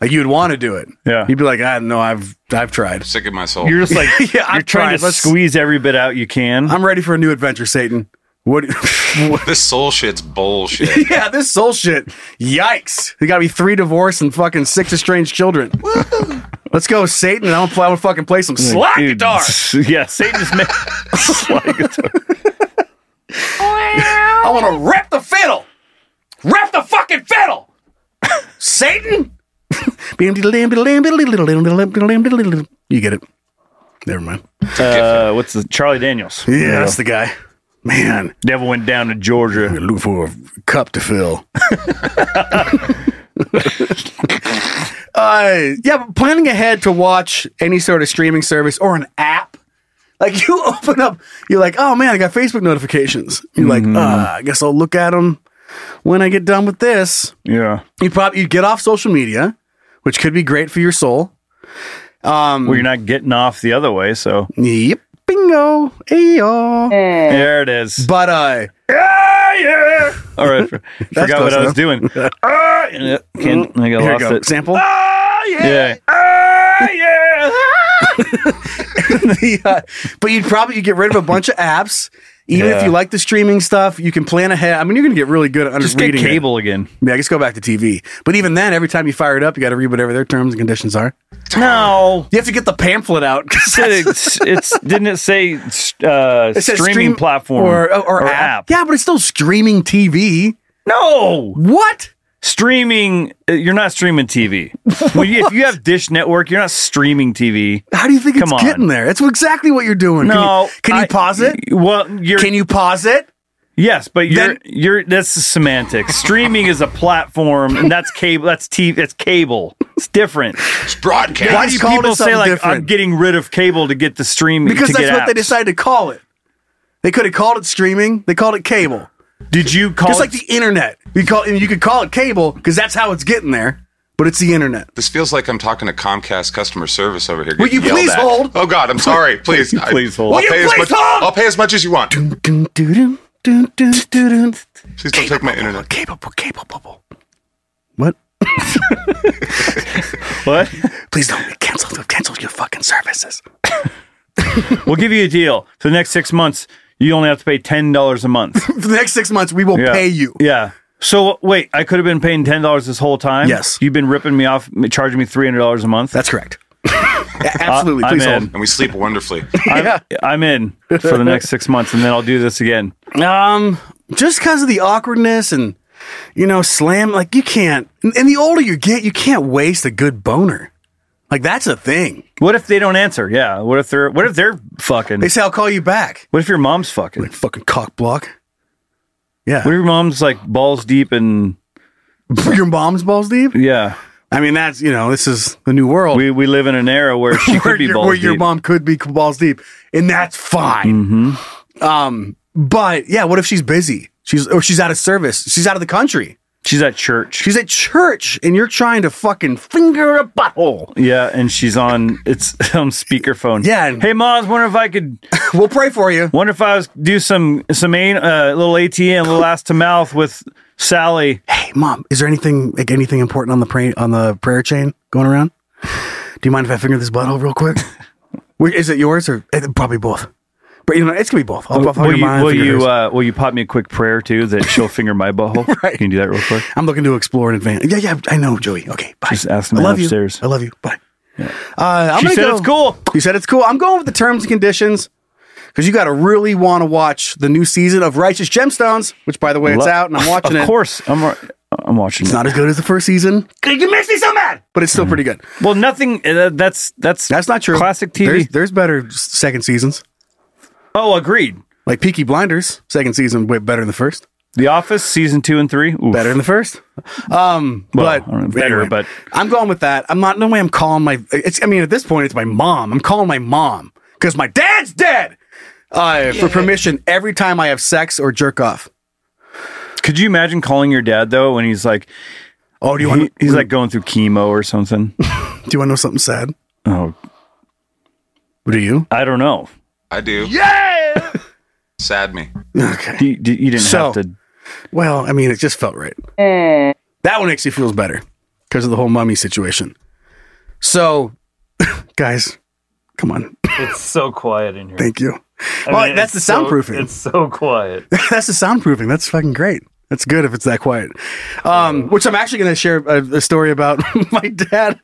[SPEAKER 3] like you'd want to do it
[SPEAKER 2] Yeah.
[SPEAKER 3] you'd be like i know i've i've tried
[SPEAKER 4] Sick of my soul.
[SPEAKER 2] you're just like
[SPEAKER 3] Yeah, I've
[SPEAKER 2] you're trying
[SPEAKER 3] tried.
[SPEAKER 2] to
[SPEAKER 3] Let's-
[SPEAKER 2] squeeze every bit out you can
[SPEAKER 3] i'm ready for a new adventure satan what, what
[SPEAKER 4] this soul shit's bullshit.
[SPEAKER 3] yeah this soul shit yikes there gotta be three divorce and fucking six estranged children let's go satan and i'm gonna, play, I'm gonna fucking play some slot
[SPEAKER 2] Dude,
[SPEAKER 3] guitar
[SPEAKER 2] Yeah, Satan just made slide guitar.
[SPEAKER 3] i want to rip the fiddle rip the fucking fiddle satan you get it never mind
[SPEAKER 2] Uh, what's the Charlie Daniels?
[SPEAKER 3] Yeah, that's the guy. Man,
[SPEAKER 2] Devil went down to Georgia.
[SPEAKER 3] looking for a cup to fill. uh, yeah, but planning ahead to watch any sort of streaming service or an app. Like you open up, you're like, oh man, I got Facebook notifications. You're like, uh, I guess I'll look at them when I get done with this.
[SPEAKER 2] Yeah.
[SPEAKER 3] You probably you get off social media, which could be great for your soul.
[SPEAKER 2] Well, you're not getting off the other way, so
[SPEAKER 3] Yep, bingo, ayo.
[SPEAKER 2] there it is.
[SPEAKER 3] But uh,
[SPEAKER 2] Ah, yeah. All right, for- forgot
[SPEAKER 3] close
[SPEAKER 2] what I
[SPEAKER 3] enough.
[SPEAKER 2] was
[SPEAKER 3] Mm.
[SPEAKER 2] doing. Ah, yeah, can't- I got
[SPEAKER 3] here we
[SPEAKER 2] lost
[SPEAKER 3] go.
[SPEAKER 2] it.
[SPEAKER 3] Sample.
[SPEAKER 2] Ah, yeah. yeah.
[SPEAKER 3] Ah.
[SPEAKER 2] yeah.
[SPEAKER 3] Yeah. But you'd probably you get rid of a bunch of apps. Even if
[SPEAKER 2] Yeah.
[SPEAKER 3] you like the streaming stuff, you can plan ahead. I mean, you're going to get really good at under-
[SPEAKER 2] Just get
[SPEAKER 3] reading it.
[SPEAKER 2] cable again.
[SPEAKER 3] Yeah, just go back to TV. But even then, every time you fire it up, you got to read whatever their terms and conditions are.
[SPEAKER 2] No.
[SPEAKER 3] You have to get the pamphlet out.
[SPEAKER 2] Said it's, it's didn't it say uh,
[SPEAKER 3] It says
[SPEAKER 2] streaming
[SPEAKER 3] stream-
[SPEAKER 2] platform
[SPEAKER 3] or, or, app. Yeah, but it's still streaming TV.
[SPEAKER 2] No,
[SPEAKER 3] What?
[SPEAKER 2] streaming. uh, You're not streaming TV. when you, if you have Dish Network, you're not streaming TV.
[SPEAKER 3] How do you think it's
[SPEAKER 2] Come on.
[SPEAKER 3] getting there? That's exactly what you're doing. Can you-
[SPEAKER 2] No,
[SPEAKER 3] Can you,
[SPEAKER 2] I-
[SPEAKER 3] pause it?
[SPEAKER 2] Well, you're
[SPEAKER 3] Can you pause it?
[SPEAKER 2] yes, but you're
[SPEAKER 3] Then-
[SPEAKER 2] you're that's the semantics. streaming is a platform, and that's cable. That's TV. That's cable. It's different.
[SPEAKER 4] It's broadcast.
[SPEAKER 3] Why
[SPEAKER 2] Why do
[SPEAKER 3] called it
[SPEAKER 2] people say
[SPEAKER 3] something
[SPEAKER 2] like I'm
[SPEAKER 3] different.
[SPEAKER 2] getting rid of cable to get the streaming?
[SPEAKER 3] Because
[SPEAKER 2] to
[SPEAKER 3] that's
[SPEAKER 2] get
[SPEAKER 3] what they
[SPEAKER 2] apps"?
[SPEAKER 3] decided to call it. They could have called it streaming. They called it cable.
[SPEAKER 2] Did you call
[SPEAKER 3] Just
[SPEAKER 2] it
[SPEAKER 3] like the internet. You call you could call it cable because that's how it's getting there. But it's the internet.
[SPEAKER 4] This feels like I'm talking to Comcast customer service over here.
[SPEAKER 3] Will
[SPEAKER 4] getting
[SPEAKER 3] you
[SPEAKER 4] yelled
[SPEAKER 3] please
[SPEAKER 4] at.
[SPEAKER 3] hold?
[SPEAKER 4] Oh God, I'm sorry. Please, I-
[SPEAKER 2] Please hold.
[SPEAKER 4] I'll
[SPEAKER 3] Will you
[SPEAKER 4] pay as
[SPEAKER 3] please
[SPEAKER 4] much-
[SPEAKER 3] hold?
[SPEAKER 4] I'll pay as much as you want.
[SPEAKER 3] Dun, dun, dun, dun, dun, dun, dun.
[SPEAKER 4] Please don't take my internet.
[SPEAKER 3] Cable bubble, cable bubble. What?
[SPEAKER 2] what?
[SPEAKER 3] Please don't cancel cancel your fucking services.
[SPEAKER 2] We'll give you a deal. For the next six months, you only have to pay ten dollars a month.
[SPEAKER 3] For the next six months, we will
[SPEAKER 2] Yeah.
[SPEAKER 3] pay you.
[SPEAKER 2] Yeah. So wait, I could have been paying ten dollars this whole time.
[SPEAKER 3] Yes.
[SPEAKER 2] You've been ripping me off, m- charging me three hundred dollars a month.
[SPEAKER 3] That's correct. Yeah, Absolutely.
[SPEAKER 2] Uh, I'm
[SPEAKER 3] Please
[SPEAKER 2] in.
[SPEAKER 3] hold.
[SPEAKER 4] And we sleep wonderfully.
[SPEAKER 2] I'm, I'm in for the next six months, and then I'll do this again.
[SPEAKER 3] Um, just because of the awkwardness and you know, slam like you can't. And and the older you get, you can't waste a good boner. Like that's a thing.
[SPEAKER 2] What if they don't answer? Yeah. What if they're What if they're fucking?
[SPEAKER 3] They say I'll call you back.
[SPEAKER 2] What if your mom's fucking?
[SPEAKER 3] Like fucking cock block. Yeah,
[SPEAKER 2] What if your mom's like balls deep and
[SPEAKER 3] your mom's balls deep.
[SPEAKER 2] yeah?
[SPEAKER 3] I mean, that's you know, this is the new world
[SPEAKER 2] We we live in an era where she
[SPEAKER 3] where,
[SPEAKER 2] could be
[SPEAKER 3] your,
[SPEAKER 2] balls
[SPEAKER 3] where
[SPEAKER 2] deep.
[SPEAKER 3] your mom could be balls deep, and that's fine.
[SPEAKER 2] Mm-hmm.
[SPEAKER 3] Um, but yeah, what if she's busy? She's or she's out of service. She's out of the country.
[SPEAKER 2] She's at church.
[SPEAKER 3] She's at church, and you're trying to fucking finger a butthole.
[SPEAKER 2] yeah, and she's on it's on speakerphone.
[SPEAKER 3] Yeah, and-
[SPEAKER 2] Hey, mom, I was wondering if I could
[SPEAKER 3] We'll pray for you.
[SPEAKER 2] Wonder if I was do some some ain, uh, little ATM, little ass to mouth with Sally.
[SPEAKER 3] Hey, mom, is there anything like anything important on the pray on the prayer chain going around? Do you mind if I finger this butthole real quick? Wait, is it yours or eh, probably both? But you know, it's gonna be both. I'll, I'll finger
[SPEAKER 2] Will you
[SPEAKER 3] mine,
[SPEAKER 2] will
[SPEAKER 3] finger hers.
[SPEAKER 2] you, uh, will you pop me a quick prayer too that she'll finger my butthole?
[SPEAKER 3] Right.
[SPEAKER 2] Can you do that real quick?
[SPEAKER 3] I'm looking to explore in advance. Yeah, yeah, I know, Joey. Okay, bye.
[SPEAKER 2] Just ask
[SPEAKER 3] I
[SPEAKER 2] the man
[SPEAKER 3] love
[SPEAKER 2] upstairs.
[SPEAKER 3] You. I love you. Bye. Uh, I'm
[SPEAKER 2] She
[SPEAKER 3] gonna
[SPEAKER 2] said
[SPEAKER 3] go-
[SPEAKER 2] it's cool.
[SPEAKER 3] You said it's cool. I'm going with the terms and conditions because you got to really want to watch the new season of Righteous Gemstones, which, by the way, it's
[SPEAKER 2] Lo-
[SPEAKER 3] out and I'm watching
[SPEAKER 2] of
[SPEAKER 3] it.
[SPEAKER 2] course, I'm wa- I'm watching.
[SPEAKER 3] It's
[SPEAKER 2] it.
[SPEAKER 3] not as good as the first season. You makes me so mad, but it's still
[SPEAKER 2] Mm-hmm.
[SPEAKER 3] pretty good.
[SPEAKER 2] well, nothing. Uh, that's that's
[SPEAKER 3] That's not true.
[SPEAKER 2] Classic TV.
[SPEAKER 3] There's, there's better s- second seasons,
[SPEAKER 2] oh, agreed.
[SPEAKER 3] like Peaky Blinders. Second season way better than the first.
[SPEAKER 2] The Office season two and three. Oof.
[SPEAKER 3] Better than the first. Um,
[SPEAKER 2] Well,
[SPEAKER 3] but
[SPEAKER 2] I don't know, better, but-
[SPEAKER 3] I'm going with that. I'm not. No way. I'm calling my. It's. I mean, at this point, it's my mom. I'm calling my mom because my dad's dead. Uh, for permission every time I have sex or jerk off.
[SPEAKER 2] Could you imagine calling your dad though when he's like
[SPEAKER 3] Oh, do you
[SPEAKER 2] he,
[SPEAKER 3] want?
[SPEAKER 2] he's like going through chemo or something?
[SPEAKER 3] Do you want to know something sad?
[SPEAKER 2] oh,
[SPEAKER 3] Do you?
[SPEAKER 2] I don't know.
[SPEAKER 4] I do. Yeah. Sad me.
[SPEAKER 3] Okay.
[SPEAKER 2] You, you didn't
[SPEAKER 3] So-
[SPEAKER 2] have to.
[SPEAKER 3] Well, I mean, it just felt right. That one actually feels better because of the whole mummy situation. So, guys, come on.
[SPEAKER 2] It's so quiet in here.
[SPEAKER 3] Thank you. well, that's the soundproofing.
[SPEAKER 2] so quiet.
[SPEAKER 3] that's the soundproofing. That's fucking great. That's good if it's that quiet. Um, which I'm actually going to share a, a story about my dad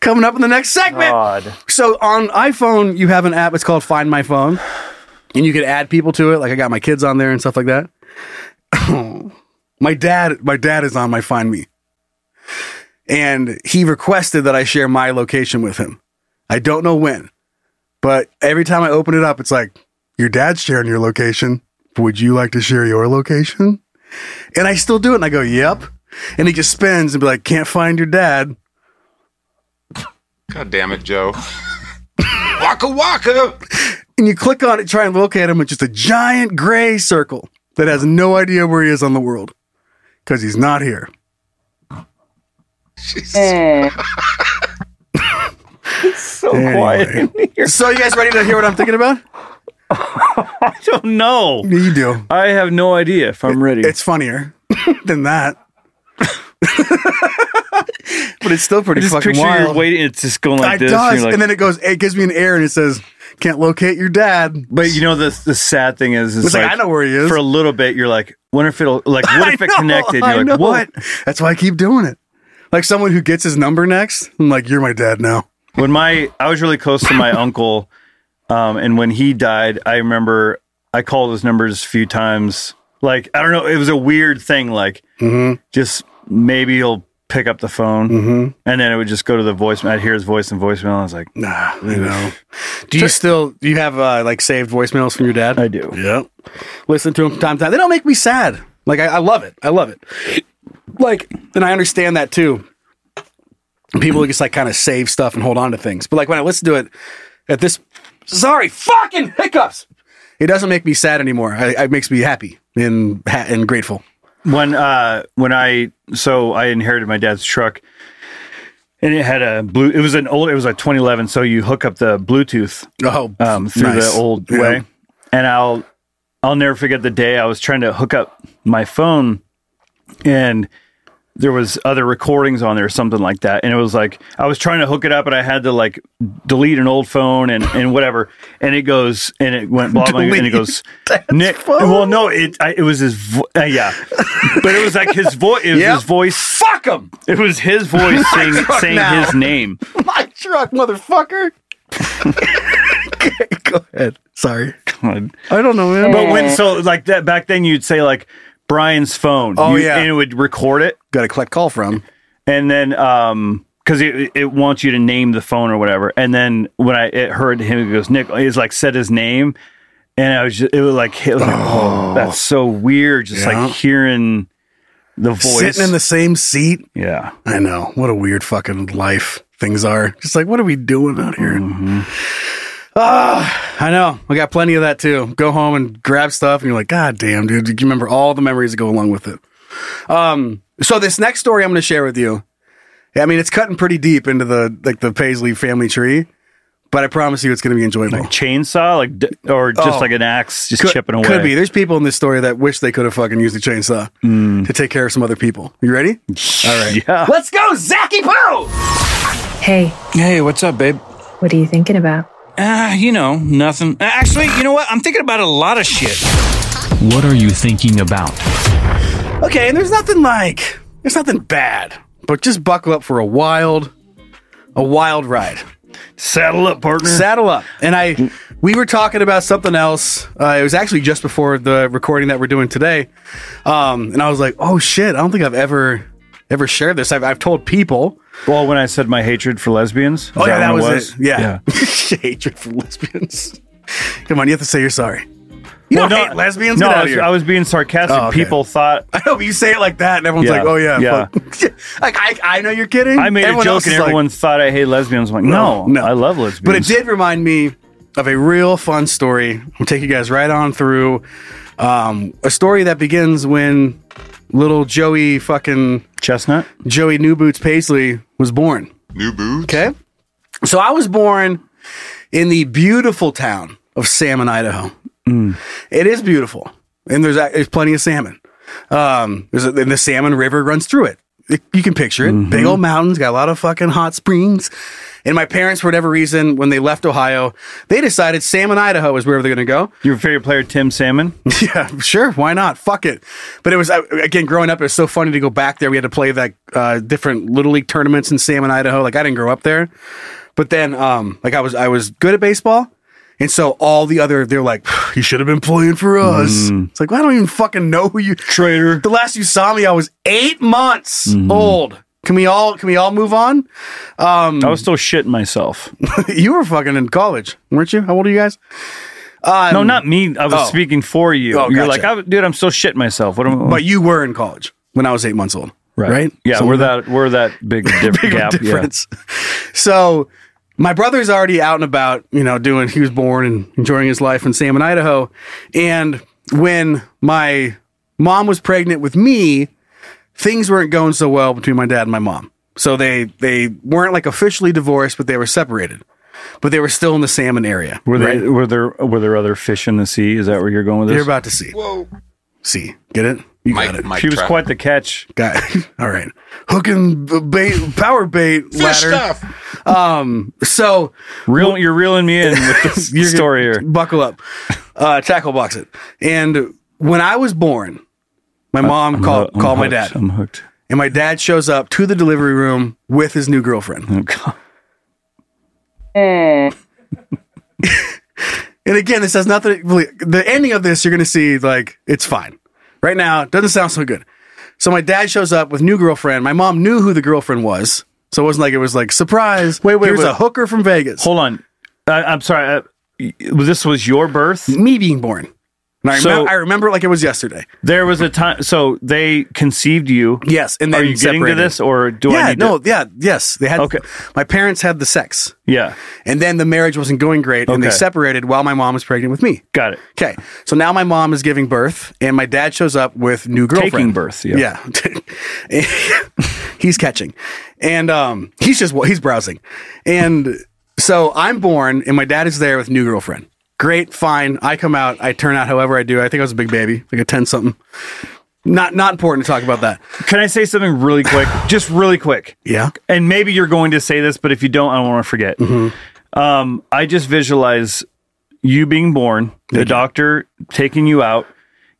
[SPEAKER 3] coming up in the next segment.
[SPEAKER 2] God.
[SPEAKER 3] So on iPhone, you have an app. It's called Find My Phone, and you can add people to it. Like I got my kids on there and stuff like that. my dad, my dad is on my Find Me, and he requested that I share my location with him. I don't know when, but every time I open it up, it's like your dad's sharing your location. Would you like to share your location? And I still do it, and I go, "Yep." And he just spins and be like, "Can't find your dad."
[SPEAKER 4] God damn it, Joe. waka waka.
[SPEAKER 3] and you click on it, try and locate him, it's just a giant gray circle that has no idea where he is on the world because he's not here.
[SPEAKER 2] So quiet in here.
[SPEAKER 3] So, you guys ready to hear what I'm thinking about?
[SPEAKER 2] I don't know.
[SPEAKER 3] Yeah, you do.
[SPEAKER 2] I have no idea if I'm ready.
[SPEAKER 3] It's funnier than that, but it's still pretty
[SPEAKER 2] just
[SPEAKER 3] fucking
[SPEAKER 2] picture
[SPEAKER 3] wild.
[SPEAKER 2] you're waiting. It's just going like
[SPEAKER 3] it
[SPEAKER 2] this.
[SPEAKER 3] does,
[SPEAKER 2] and you're like-
[SPEAKER 3] and then it goes. It gives me an error, and it says, "Can't locate your dad."
[SPEAKER 2] but you know the the sad thing is, is
[SPEAKER 3] It's like, I know where he is.
[SPEAKER 2] For a little bit, you're like, wonder if it'll like, what if
[SPEAKER 3] I
[SPEAKER 2] it
[SPEAKER 3] know,
[SPEAKER 2] connected?
[SPEAKER 3] I
[SPEAKER 2] You're
[SPEAKER 3] know.
[SPEAKER 2] like, what?
[SPEAKER 3] That's why I keep doing it. Like someone who gets his number next, I'm like, "You're my dad now."
[SPEAKER 2] when my I was really close to my uncle, um, and when he died, I remember I called his numbers a few times. Like I don't know, it was a weird thing. Like
[SPEAKER 3] Mm-hmm.
[SPEAKER 2] just maybe he'll pick up the phone, and then it would just go to the voicemail. I'd hear his voice in voicemail. And I was like,
[SPEAKER 3] Nah, you know. Do you still do you have uh, like saved voicemails from your dad?
[SPEAKER 2] I do.
[SPEAKER 3] Yep. Listen to them from time to time. They don't make me sad. Like I, I love it. I love it. Like, and I understand that too. People just like kind of save stuff and hold on to things. But like when I listen to it at this, sorry, fucking hiccups. It doesn't make me sad anymore. I, it makes me happy and ha- and grateful.
[SPEAKER 2] when uh when I so I inherited my dad's truck and it had a blue it was an old it was a 2011 so you hook up the bluetooth
[SPEAKER 3] Oh,
[SPEAKER 2] um through
[SPEAKER 3] nice.
[SPEAKER 2] the old
[SPEAKER 3] Yeah.
[SPEAKER 2] way and I'll I'll never forget the day I was trying to hook up my phone and there was other recordings on there or something like that and it was like I was trying to hook it up and I had to like delete an old phone and and whatever and it goes and it went blah blah and it
[SPEAKER 3] Delete.
[SPEAKER 2] goes Nick, well, no, it I, it was his, vo- uh, yeah, but it was like his voice. It was
[SPEAKER 3] Yep.
[SPEAKER 2] his voice.
[SPEAKER 3] Fuck him.
[SPEAKER 2] It was his voice saying
[SPEAKER 3] truck
[SPEAKER 2] saying
[SPEAKER 3] now.
[SPEAKER 2] his name.
[SPEAKER 3] My truck, motherfucker. okay, go ahead. Sorry. I don't know, man.
[SPEAKER 2] But when so like that back then, you'd say like Brian's phone.
[SPEAKER 3] Oh,
[SPEAKER 2] You-
[SPEAKER 3] yeah.
[SPEAKER 2] and it would record it,
[SPEAKER 3] got to collect call from.
[SPEAKER 2] and then um because it it wants you to name the phone or whatever. And then when I it heard him, it goes Nick. It's like said his name, and I was just it was like, it was like, oh. that's so weird. Just
[SPEAKER 3] Yeah.
[SPEAKER 2] like hearing the voice
[SPEAKER 3] Sitting in the same seat.
[SPEAKER 2] yeah.
[SPEAKER 3] I know. What a weird fucking life things are. Just like, what are we doing out here? Ah, I know. I got plenty of that too. Go home and grab stuff, and you're like, God damn, dude. You remember all the memories that go along with it. Um, so this next story I'm going to share with you. I mean, it's cutting pretty deep into the like the Paisley family tree, but I promise you, it's going to be enjoyable.
[SPEAKER 2] Like chainsaw, like d- or just
[SPEAKER 3] Oh.
[SPEAKER 2] like an axe, just chipping away.
[SPEAKER 3] Could be. There's people in this story that wish they could have fucking used a chainsaw
[SPEAKER 2] Mm.
[SPEAKER 3] to take care of some other people. You ready?
[SPEAKER 2] All right. Yeah.
[SPEAKER 3] Let's go, Zacky Poo!
[SPEAKER 6] Hey,
[SPEAKER 7] Hey, what's up, babe?
[SPEAKER 6] what are you thinking about?
[SPEAKER 7] Ah, you know, nothing. Uh, Actually, you know what? I'm thinking about a lot of shit. What are you thinking about?
[SPEAKER 3] Okay, and there's nothing like there's nothing bad, but just buckle up for a wild, a wild ride.
[SPEAKER 2] Saddle up, partner.
[SPEAKER 3] Saddle up. And I, we were talking about something else. Uh, it was actually just before the recording that we're doing today, um, and I was like, oh shit, I don't think I've ever ever shared this. I've, I've told people.
[SPEAKER 2] well, when I said my hatred for lesbians, is
[SPEAKER 3] Oh yeah, that
[SPEAKER 2] what
[SPEAKER 3] was, it. Yeah, hatred for lesbians. Come on, you have to say you're sorry. You
[SPEAKER 2] Well,
[SPEAKER 3] don't hate lesbians.
[SPEAKER 2] No,
[SPEAKER 3] Get out
[SPEAKER 2] I
[SPEAKER 3] of
[SPEAKER 2] was,
[SPEAKER 3] here.
[SPEAKER 2] I was being sarcastic.
[SPEAKER 3] Oh, okay.
[SPEAKER 2] People thought
[SPEAKER 3] I know, but you say it like that, and everyone's
[SPEAKER 2] Yeah,
[SPEAKER 3] like, "Oh yeah,
[SPEAKER 2] yeah.
[SPEAKER 3] fuck." like I, I know you're kidding.
[SPEAKER 2] I made
[SPEAKER 3] Everyone
[SPEAKER 2] a
[SPEAKER 3] else
[SPEAKER 2] joke, and
[SPEAKER 3] is like,
[SPEAKER 2] everyone thought I hate lesbians. I'm like, no, I love lesbians.
[SPEAKER 3] But it did remind me of a real fun story. I'll take you guys right on through um, a story that begins when little Joey fucking
[SPEAKER 2] Chestnut.
[SPEAKER 3] Joey New Boots Paisley was born.
[SPEAKER 4] New boots.
[SPEAKER 3] Okay. So I was born in the beautiful town of Salmon, Idaho. It is beautiful, and there's there's plenty of salmon. Um, there's a, and the Salmon River runs through it. It- You can picture it. Big old mountains, got a lot of fucking hot springs. And my parents, for whatever reason, when they left Ohio, they decided Salmon, Idaho is where they're going to go.
[SPEAKER 2] Your favorite player, Tim Salmon.
[SPEAKER 3] Yeah, sure. Why not? Fuck it. But it was uh, again growing up. It was so funny to go back there. We had to play like uh, different little league tournaments in Salmon, Idaho. Like I didn't grow up there, but then um, like I was I was good at baseball, and so all the other they're like, you should have been playing for us. It's like well, I don't even fucking know who you.
[SPEAKER 2] Mm-hmm. Traitor. Mm-hmm.
[SPEAKER 3] The last you saw me, I was eight months old. Can we all can we all move on? Hmm.
[SPEAKER 2] I was still shitting myself.
[SPEAKER 3] you were fucking in college, weren't you? How old are you guys?
[SPEAKER 2] Hmm. no, not me. I was
[SPEAKER 3] oh.
[SPEAKER 2] speaking for you.
[SPEAKER 3] Oh,
[SPEAKER 2] You're
[SPEAKER 3] gotcha.
[SPEAKER 2] like, I, dude, I'm still shitting myself. What am I?
[SPEAKER 3] But you were in college when I was eight months old, right?
[SPEAKER 2] Yeah,
[SPEAKER 3] Something
[SPEAKER 2] we're
[SPEAKER 3] like that.
[SPEAKER 2] that. We're that big, diff-
[SPEAKER 3] big of a
[SPEAKER 2] gap. Yeah.
[SPEAKER 3] difference. So my brother's already out and about, you know, doing he was born and enjoying his life in Salmon, Idaho. And when my mom was pregnant with me, things weren't going so well between my dad and my mom. So they they weren't like officially divorced, but they were separated. But they were still in the salmon area.
[SPEAKER 2] Were there, were there were there other fish in the sea? Is that where you're going with this?
[SPEAKER 3] You're about to see.
[SPEAKER 4] Whoa.
[SPEAKER 3] See. Get it? You got
[SPEAKER 4] Mike,
[SPEAKER 3] it.
[SPEAKER 4] Mike
[SPEAKER 2] she was
[SPEAKER 4] Trout.
[SPEAKER 2] quite the catch.
[SPEAKER 3] Got it. All right. Hooking b- bait power bait
[SPEAKER 4] Fish
[SPEAKER 3] ladder.
[SPEAKER 4] stuff.
[SPEAKER 3] So
[SPEAKER 2] Reel, you're reeling me in with this
[SPEAKER 3] You're gonna-
[SPEAKER 2] story here.
[SPEAKER 3] Buckle up. Uh, tackle box it. And when I was born, my mom called
[SPEAKER 2] Uh, I'm
[SPEAKER 3] called my
[SPEAKER 2] hooked.
[SPEAKER 3] dad,
[SPEAKER 2] I'm hooked.
[SPEAKER 3] and my dad shows up to the delivery room with his new girlfriend.
[SPEAKER 2] Oh, God.
[SPEAKER 3] And again, this has nothing really. The ending of this, you're going to see, like, it's fine. Right now, it doesn't sound so good. So my dad shows up with new girlfriend. My mom knew who the girlfriend was. So it wasn't like it was like, surprise.
[SPEAKER 2] Wait, wait,
[SPEAKER 3] Here's
[SPEAKER 2] wait.
[SPEAKER 3] a hooker from Vegas.
[SPEAKER 2] Hold on. I, I'm sorry. I, this was your birth.
[SPEAKER 3] Me being born. And I,
[SPEAKER 2] So-
[SPEAKER 3] remem- I remember it like it was yesterday.
[SPEAKER 2] There was a time. So they conceived you.
[SPEAKER 3] Yes. And then
[SPEAKER 2] Are you getting
[SPEAKER 3] separated.
[SPEAKER 2] to this, or do
[SPEAKER 3] yeah,
[SPEAKER 2] I need
[SPEAKER 3] no,
[SPEAKER 2] To,
[SPEAKER 3] yeah, yes. They had,
[SPEAKER 2] Okay.
[SPEAKER 3] my parents had the sex.
[SPEAKER 2] yeah.
[SPEAKER 3] And then the marriage wasn't going great, and they
[SPEAKER 2] Okay.
[SPEAKER 3] separated while my mom was pregnant with me.
[SPEAKER 2] Got it.
[SPEAKER 3] Okay, so now my mom is giving birth, and my dad shows up with new girlfriend.
[SPEAKER 2] Taking birth, yeah.
[SPEAKER 3] Yeah. he's catching, and um, he's just he's browsing, and so I'm born, and my dad is there with new girlfriend. Great, fine. I come out. I turn out however I do. I think I was a big baby, like a ten something. Not not important to talk about that.
[SPEAKER 2] Can I say something really quick? Just really quick.
[SPEAKER 3] Yeah.
[SPEAKER 2] And maybe you're going to say this, but if you don't, I don't want to forget.
[SPEAKER 3] Mm-hmm.
[SPEAKER 2] Um, I just visualize you being born, the doctor taking you out,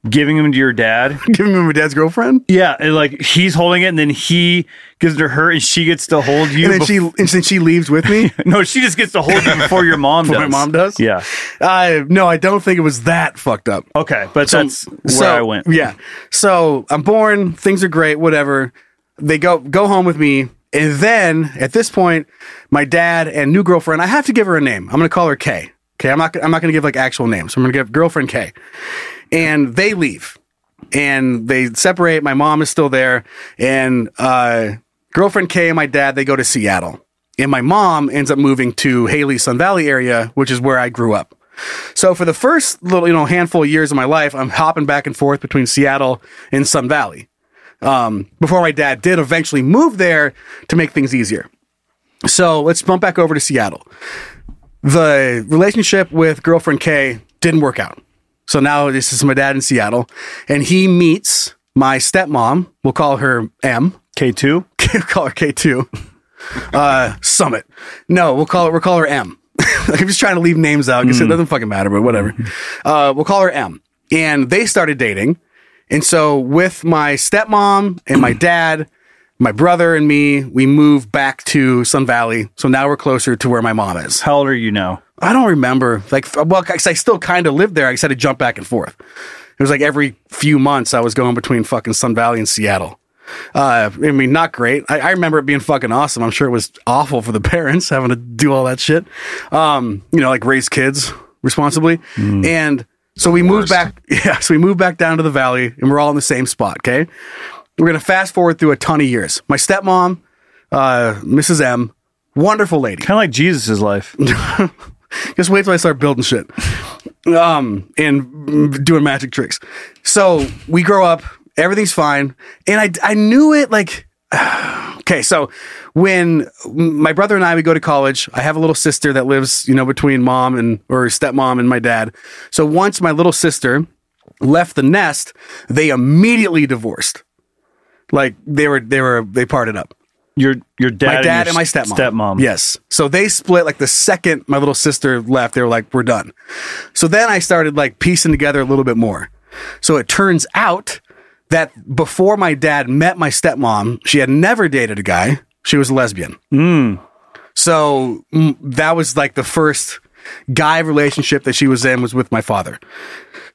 [SPEAKER 2] giving him to your dad.
[SPEAKER 3] Give him my dad's girlfriend,
[SPEAKER 2] Yeah, and like he's holding it, and then he gives it to her, and she gets to hold you.
[SPEAKER 3] and then she and then she leaves with me.
[SPEAKER 2] bef- no, she just gets to hold you before your mom
[SPEAKER 3] Before
[SPEAKER 2] does.
[SPEAKER 3] my mom does?
[SPEAKER 2] Yeah.
[SPEAKER 3] I no, I don't think it was that fucked up.
[SPEAKER 2] Okay, but that's where
[SPEAKER 3] so,
[SPEAKER 2] I went.
[SPEAKER 3] Yeah. So I'm born. Things are great. Whatever. They go go home with me, and then at this point, my dad and new girlfriend. I have to give her a name. I'm going to call her K. Okay. I'm not. I'm not going to give like actual names. I'm going to give girlfriend K. And they leave, and they separate. My mom is still there, and uh, girlfriend K and my dad they go to Seattle, and my mom ends up moving to Haley Sun Valley area, which is where I grew up. So for the first little, you know, handful of years of my life, I'm hopping back and forth between Seattle and Sun Valley. Um, before my dad did eventually move there to make things easier. So let's bump back over to Seattle. The relationship with girlfriend K didn't work out. So now this is my dad in Seattle, and he meets my stepmom. We'll call her M.
[SPEAKER 2] K two.
[SPEAKER 3] We'll call her K two. Uh, Summit. No, we'll call it. We'll call her M. like I'm just trying to leave names out
[SPEAKER 2] Hmm.
[SPEAKER 3] because it doesn't fucking matter. But whatever.
[SPEAKER 2] Mm-hmm.
[SPEAKER 3] Uh, we'll call her M. And they started dating. And so with my stepmom and my dad, my brother and me, we moved back to Sun Valley. So now we're closer to where my mom is.
[SPEAKER 2] How old are you now?
[SPEAKER 3] I don't remember. Like, f- well, 'cause I still kind of lived there. I just had to jump back and forth. It was like every few months I was going between fucking Sun Valley and Seattle. Uh, I mean, not great. I, I remember it being fucking awesome. I'm sure it was awful for the parents having to do all that shit. Um, you know, like raise kids responsibly. And so we moved back. Yeah. So we moved back down to the valley and we're all in the same spot. Okay. We're going to fast forward through a ton of years. My stepmom, uh, Mrs. M, wonderful lady
[SPEAKER 2] Kind of like Jesus' life.
[SPEAKER 3] just wait till I start building shit, um, and doing magic tricks. So we grow up, everything's fine, and I I knew it like. Okay, so when my brother and I would go to college, I have a little sister that lives, you know, between mom and or stepmom and my dad. So once my little sister left the nest, they immediately divorced. Like they were, they were, they parted up
[SPEAKER 2] Your your dad.
[SPEAKER 3] my dad and,
[SPEAKER 2] your
[SPEAKER 3] my stepmom.
[SPEAKER 2] Stepmom.
[SPEAKER 3] Yes. So they split like the second my little sister left, they were like, we're done. So then I started like piecing together a little bit more. So it turns out that before my dad met my stepmom, she had never dated a guy. She was a lesbian.
[SPEAKER 2] Mm.
[SPEAKER 3] So mm, that was like the first guy relationship that she was in was with my father.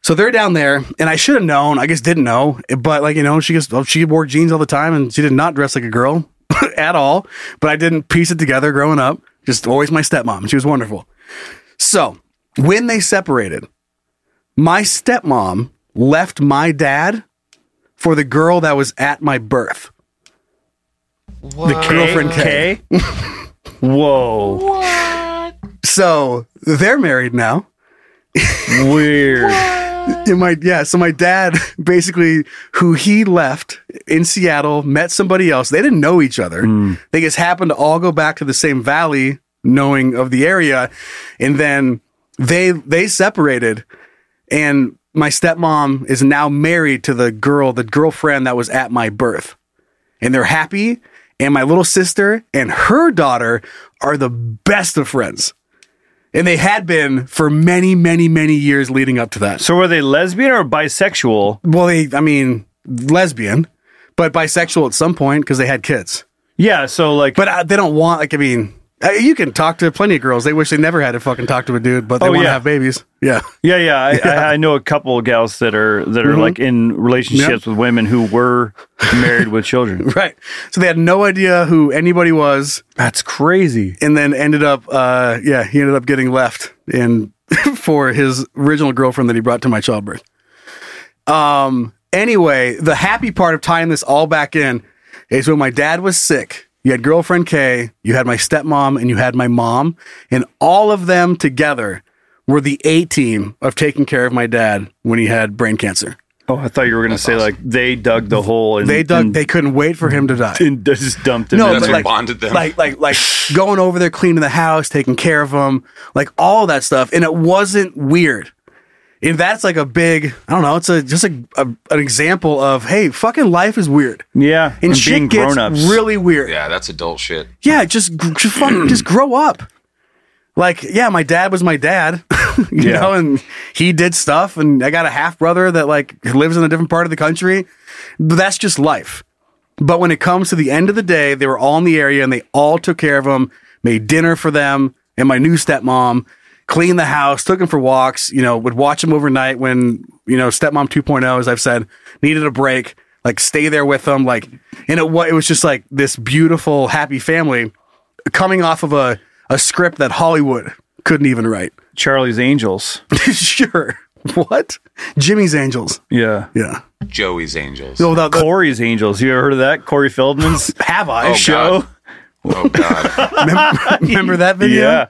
[SPEAKER 3] So they're down there, and I should have known. I guess didn't know, but like you know, she just she wore jeans all the time, and she did not dress like a girl at all. But I didn't piece it together growing up. Just always my stepmom. She was wonderful. So when they separated, my stepmom left my dad for the girl that was at my birth.
[SPEAKER 2] The girlfriend K. Whoa.
[SPEAKER 3] So they're married now.
[SPEAKER 2] Weird.
[SPEAKER 3] Yeah, my yeah. So my dad basically, who he left in Seattle, met somebody else. They didn't know each other. They just happened to all go back to the same valley, knowing of the area, and then they they separated. And my stepmom is now married to the girl, the girlfriend that was at my birth, and they're happy. And my little sister and her daughter are the best of friends. And they had been for many, many, many years leading up to that.
[SPEAKER 2] So were they lesbian or bisexual?
[SPEAKER 3] Well, they, I mean, lesbian, but bisexual at some point because they had kids.
[SPEAKER 2] Yeah. So like,
[SPEAKER 3] But uh, they don't want, like, I mean, Uh, You can talk to plenty of girls. They wish they never had to fucking talk to a dude, but they
[SPEAKER 2] Oh,
[SPEAKER 3] want to
[SPEAKER 2] yeah.
[SPEAKER 3] have babies. Yeah.
[SPEAKER 2] Yeah, yeah. I, I, I know a couple of gals that are that are
[SPEAKER 3] Mhm.
[SPEAKER 2] like in relationships with women who were married with children.
[SPEAKER 3] Right. So they had no idea who anybody was,
[SPEAKER 2] That's crazy.
[SPEAKER 3] and then ended up, uh, yeah, he ended up getting left in for his original girlfriend that he brought to my childbirth. Um. Anyway, the happy part of tying this all back in is when my dad was sick. You had girlfriend K, you had my stepmom, and you had my mom, and all of them together were the A team of taking care of my dad when he had brain cancer.
[SPEAKER 2] Oh, I thought you were gonna say like they dug the hole and
[SPEAKER 3] They dug.
[SPEAKER 2] and,
[SPEAKER 3] They couldn't wait for him to die.
[SPEAKER 2] and just dumped him.
[SPEAKER 3] No,
[SPEAKER 2] in.
[SPEAKER 3] but
[SPEAKER 4] That's what
[SPEAKER 3] like-
[SPEAKER 4] bonded them.
[SPEAKER 3] Like, like, like going over there, cleaning the house, taking care of them, like all that stuff. And it wasn't weird. And that's like a big, I don't know, it's a just a, a an example of hey, fucking life is weird.
[SPEAKER 2] yeah,
[SPEAKER 3] And, shit gets really weird. Yeah,
[SPEAKER 4] yeah, that's adult shit.
[SPEAKER 3] just gr- just fucking just grow up. Like, yeah, my dad was my dad, you
[SPEAKER 2] Yeah.
[SPEAKER 3] know, and he did stuff, and I got a half brother that like lives in a different part of the country. But that's just life. But when it comes to the end of the day, they were all in the area and they all took care of them, made dinner for them and my new stepmom, cleaned the house, took them for walks, you know, would watch them overnight when, you know, stepmom 2.0, as I've said, needed a break, like stay there with them. Like, and it, wa- it was just like this beautiful, happy family coming off of a, a script that Hollywood couldn't even write.
[SPEAKER 2] Charlie's Angels.
[SPEAKER 3] sure. What? Jimmy's Angels.
[SPEAKER 2] Yeah.
[SPEAKER 3] Yeah.
[SPEAKER 4] Joey's Angels.
[SPEAKER 3] No, the- the-
[SPEAKER 2] Corey's Angels. You ever heard of that? Corey Feldman's
[SPEAKER 3] have I?
[SPEAKER 4] Oh,
[SPEAKER 2] show.
[SPEAKER 4] Oh God.
[SPEAKER 3] Remember that video?
[SPEAKER 2] Yeah.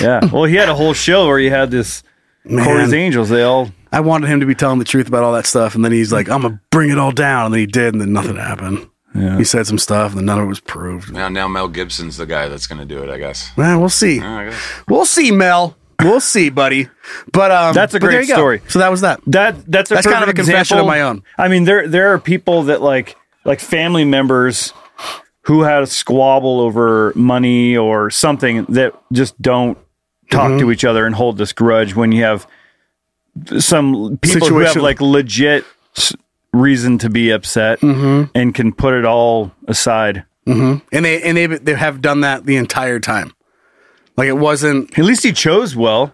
[SPEAKER 2] Yeah. Well, he had a whole show where he had this Corey's Angels. They all
[SPEAKER 3] I wanted him to be telling the truth about all that stuff, and then he's like, "I'm gonna bring it all down," and then he did, and then nothing happened. He said some stuff, and then none of it was proved.
[SPEAKER 4] now, now Mel Gibson's the guy that's going to do it, I guess.
[SPEAKER 3] Man, we'll see.
[SPEAKER 4] I guess.
[SPEAKER 3] We'll see, Mel. We'll see, buddy. But um,
[SPEAKER 2] That's a
[SPEAKER 3] but
[SPEAKER 2] great
[SPEAKER 3] there you go.
[SPEAKER 2] story.
[SPEAKER 3] So that was that.
[SPEAKER 2] That that's a
[SPEAKER 3] That's kind of
[SPEAKER 2] perfect
[SPEAKER 3] a confession of
[SPEAKER 2] example.
[SPEAKER 3] my own.
[SPEAKER 2] I mean, there there are people that like like family members who had a squabble over money or something that just don't talk
[SPEAKER 3] Mm-hmm.
[SPEAKER 2] to each other and hold this grudge when you have some people who have
[SPEAKER 3] Situation.
[SPEAKER 2] like legit s- reason to be upset
[SPEAKER 3] Mm-hmm.
[SPEAKER 2] and can put it all aside.
[SPEAKER 3] And they and they they have done that the entire time. Like it wasn't
[SPEAKER 2] At least he chose well.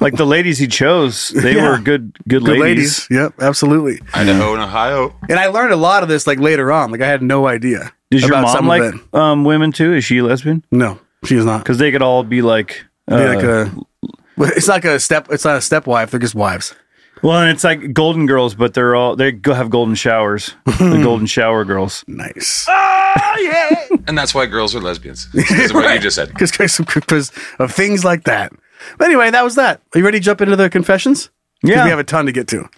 [SPEAKER 2] like the ladies he chose, they
[SPEAKER 3] Yeah.
[SPEAKER 2] were good good,
[SPEAKER 3] good ladies.
[SPEAKER 2] ladies.
[SPEAKER 3] Yep, absolutely.
[SPEAKER 4] Idaho and Ohio.
[SPEAKER 3] And I learned a lot of this like later on. Like I had no idea.
[SPEAKER 2] Does your
[SPEAKER 3] about some
[SPEAKER 2] mom
[SPEAKER 3] of
[SPEAKER 2] like
[SPEAKER 3] it.
[SPEAKER 2] um, women too? Is she a lesbian?
[SPEAKER 3] No, she is not.
[SPEAKER 2] Because they could all be like, uh,
[SPEAKER 3] Be like a, it's like a step. It's not a step wife. They're just wives.
[SPEAKER 2] well, and it's like Golden Girls, but they're all they go have golden showers, the Golden Shower Girls.
[SPEAKER 3] Nice. Ah,
[SPEAKER 4] And that's why girls are lesbians. Because of what you just said.
[SPEAKER 3] because because of things like that. But anyway, that was that. Are you ready to jump into the confessions? 'Cause
[SPEAKER 2] Yeah.
[SPEAKER 3] we have a ton to get to.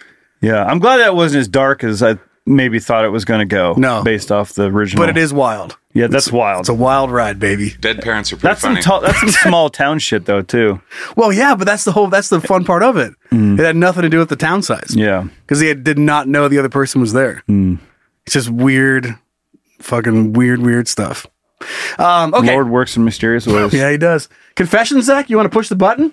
[SPEAKER 2] Yeah, I'm glad that wasn't as dark as I maybe thought it was going to go.
[SPEAKER 3] No.
[SPEAKER 2] based off the original,
[SPEAKER 3] But it is wild.
[SPEAKER 2] Yeah, that's wild.
[SPEAKER 3] It's a wild ride, baby.
[SPEAKER 4] Dead parents are pretty
[SPEAKER 2] that's some
[SPEAKER 4] funny.
[SPEAKER 2] ta- that's some small town shit though too.
[SPEAKER 3] Well, yeah, but that's the whole. That's the fun part of it. It had nothing to do with the town size
[SPEAKER 2] Mm. Yeah, Mm.
[SPEAKER 3] because they did not know the other person was there. It's just weird, fucking weird, weird stuff. Um, okay.
[SPEAKER 2] Lord works in mysterious ways.
[SPEAKER 3] Yeah, he does. Confessions, Zach. You want to push the button?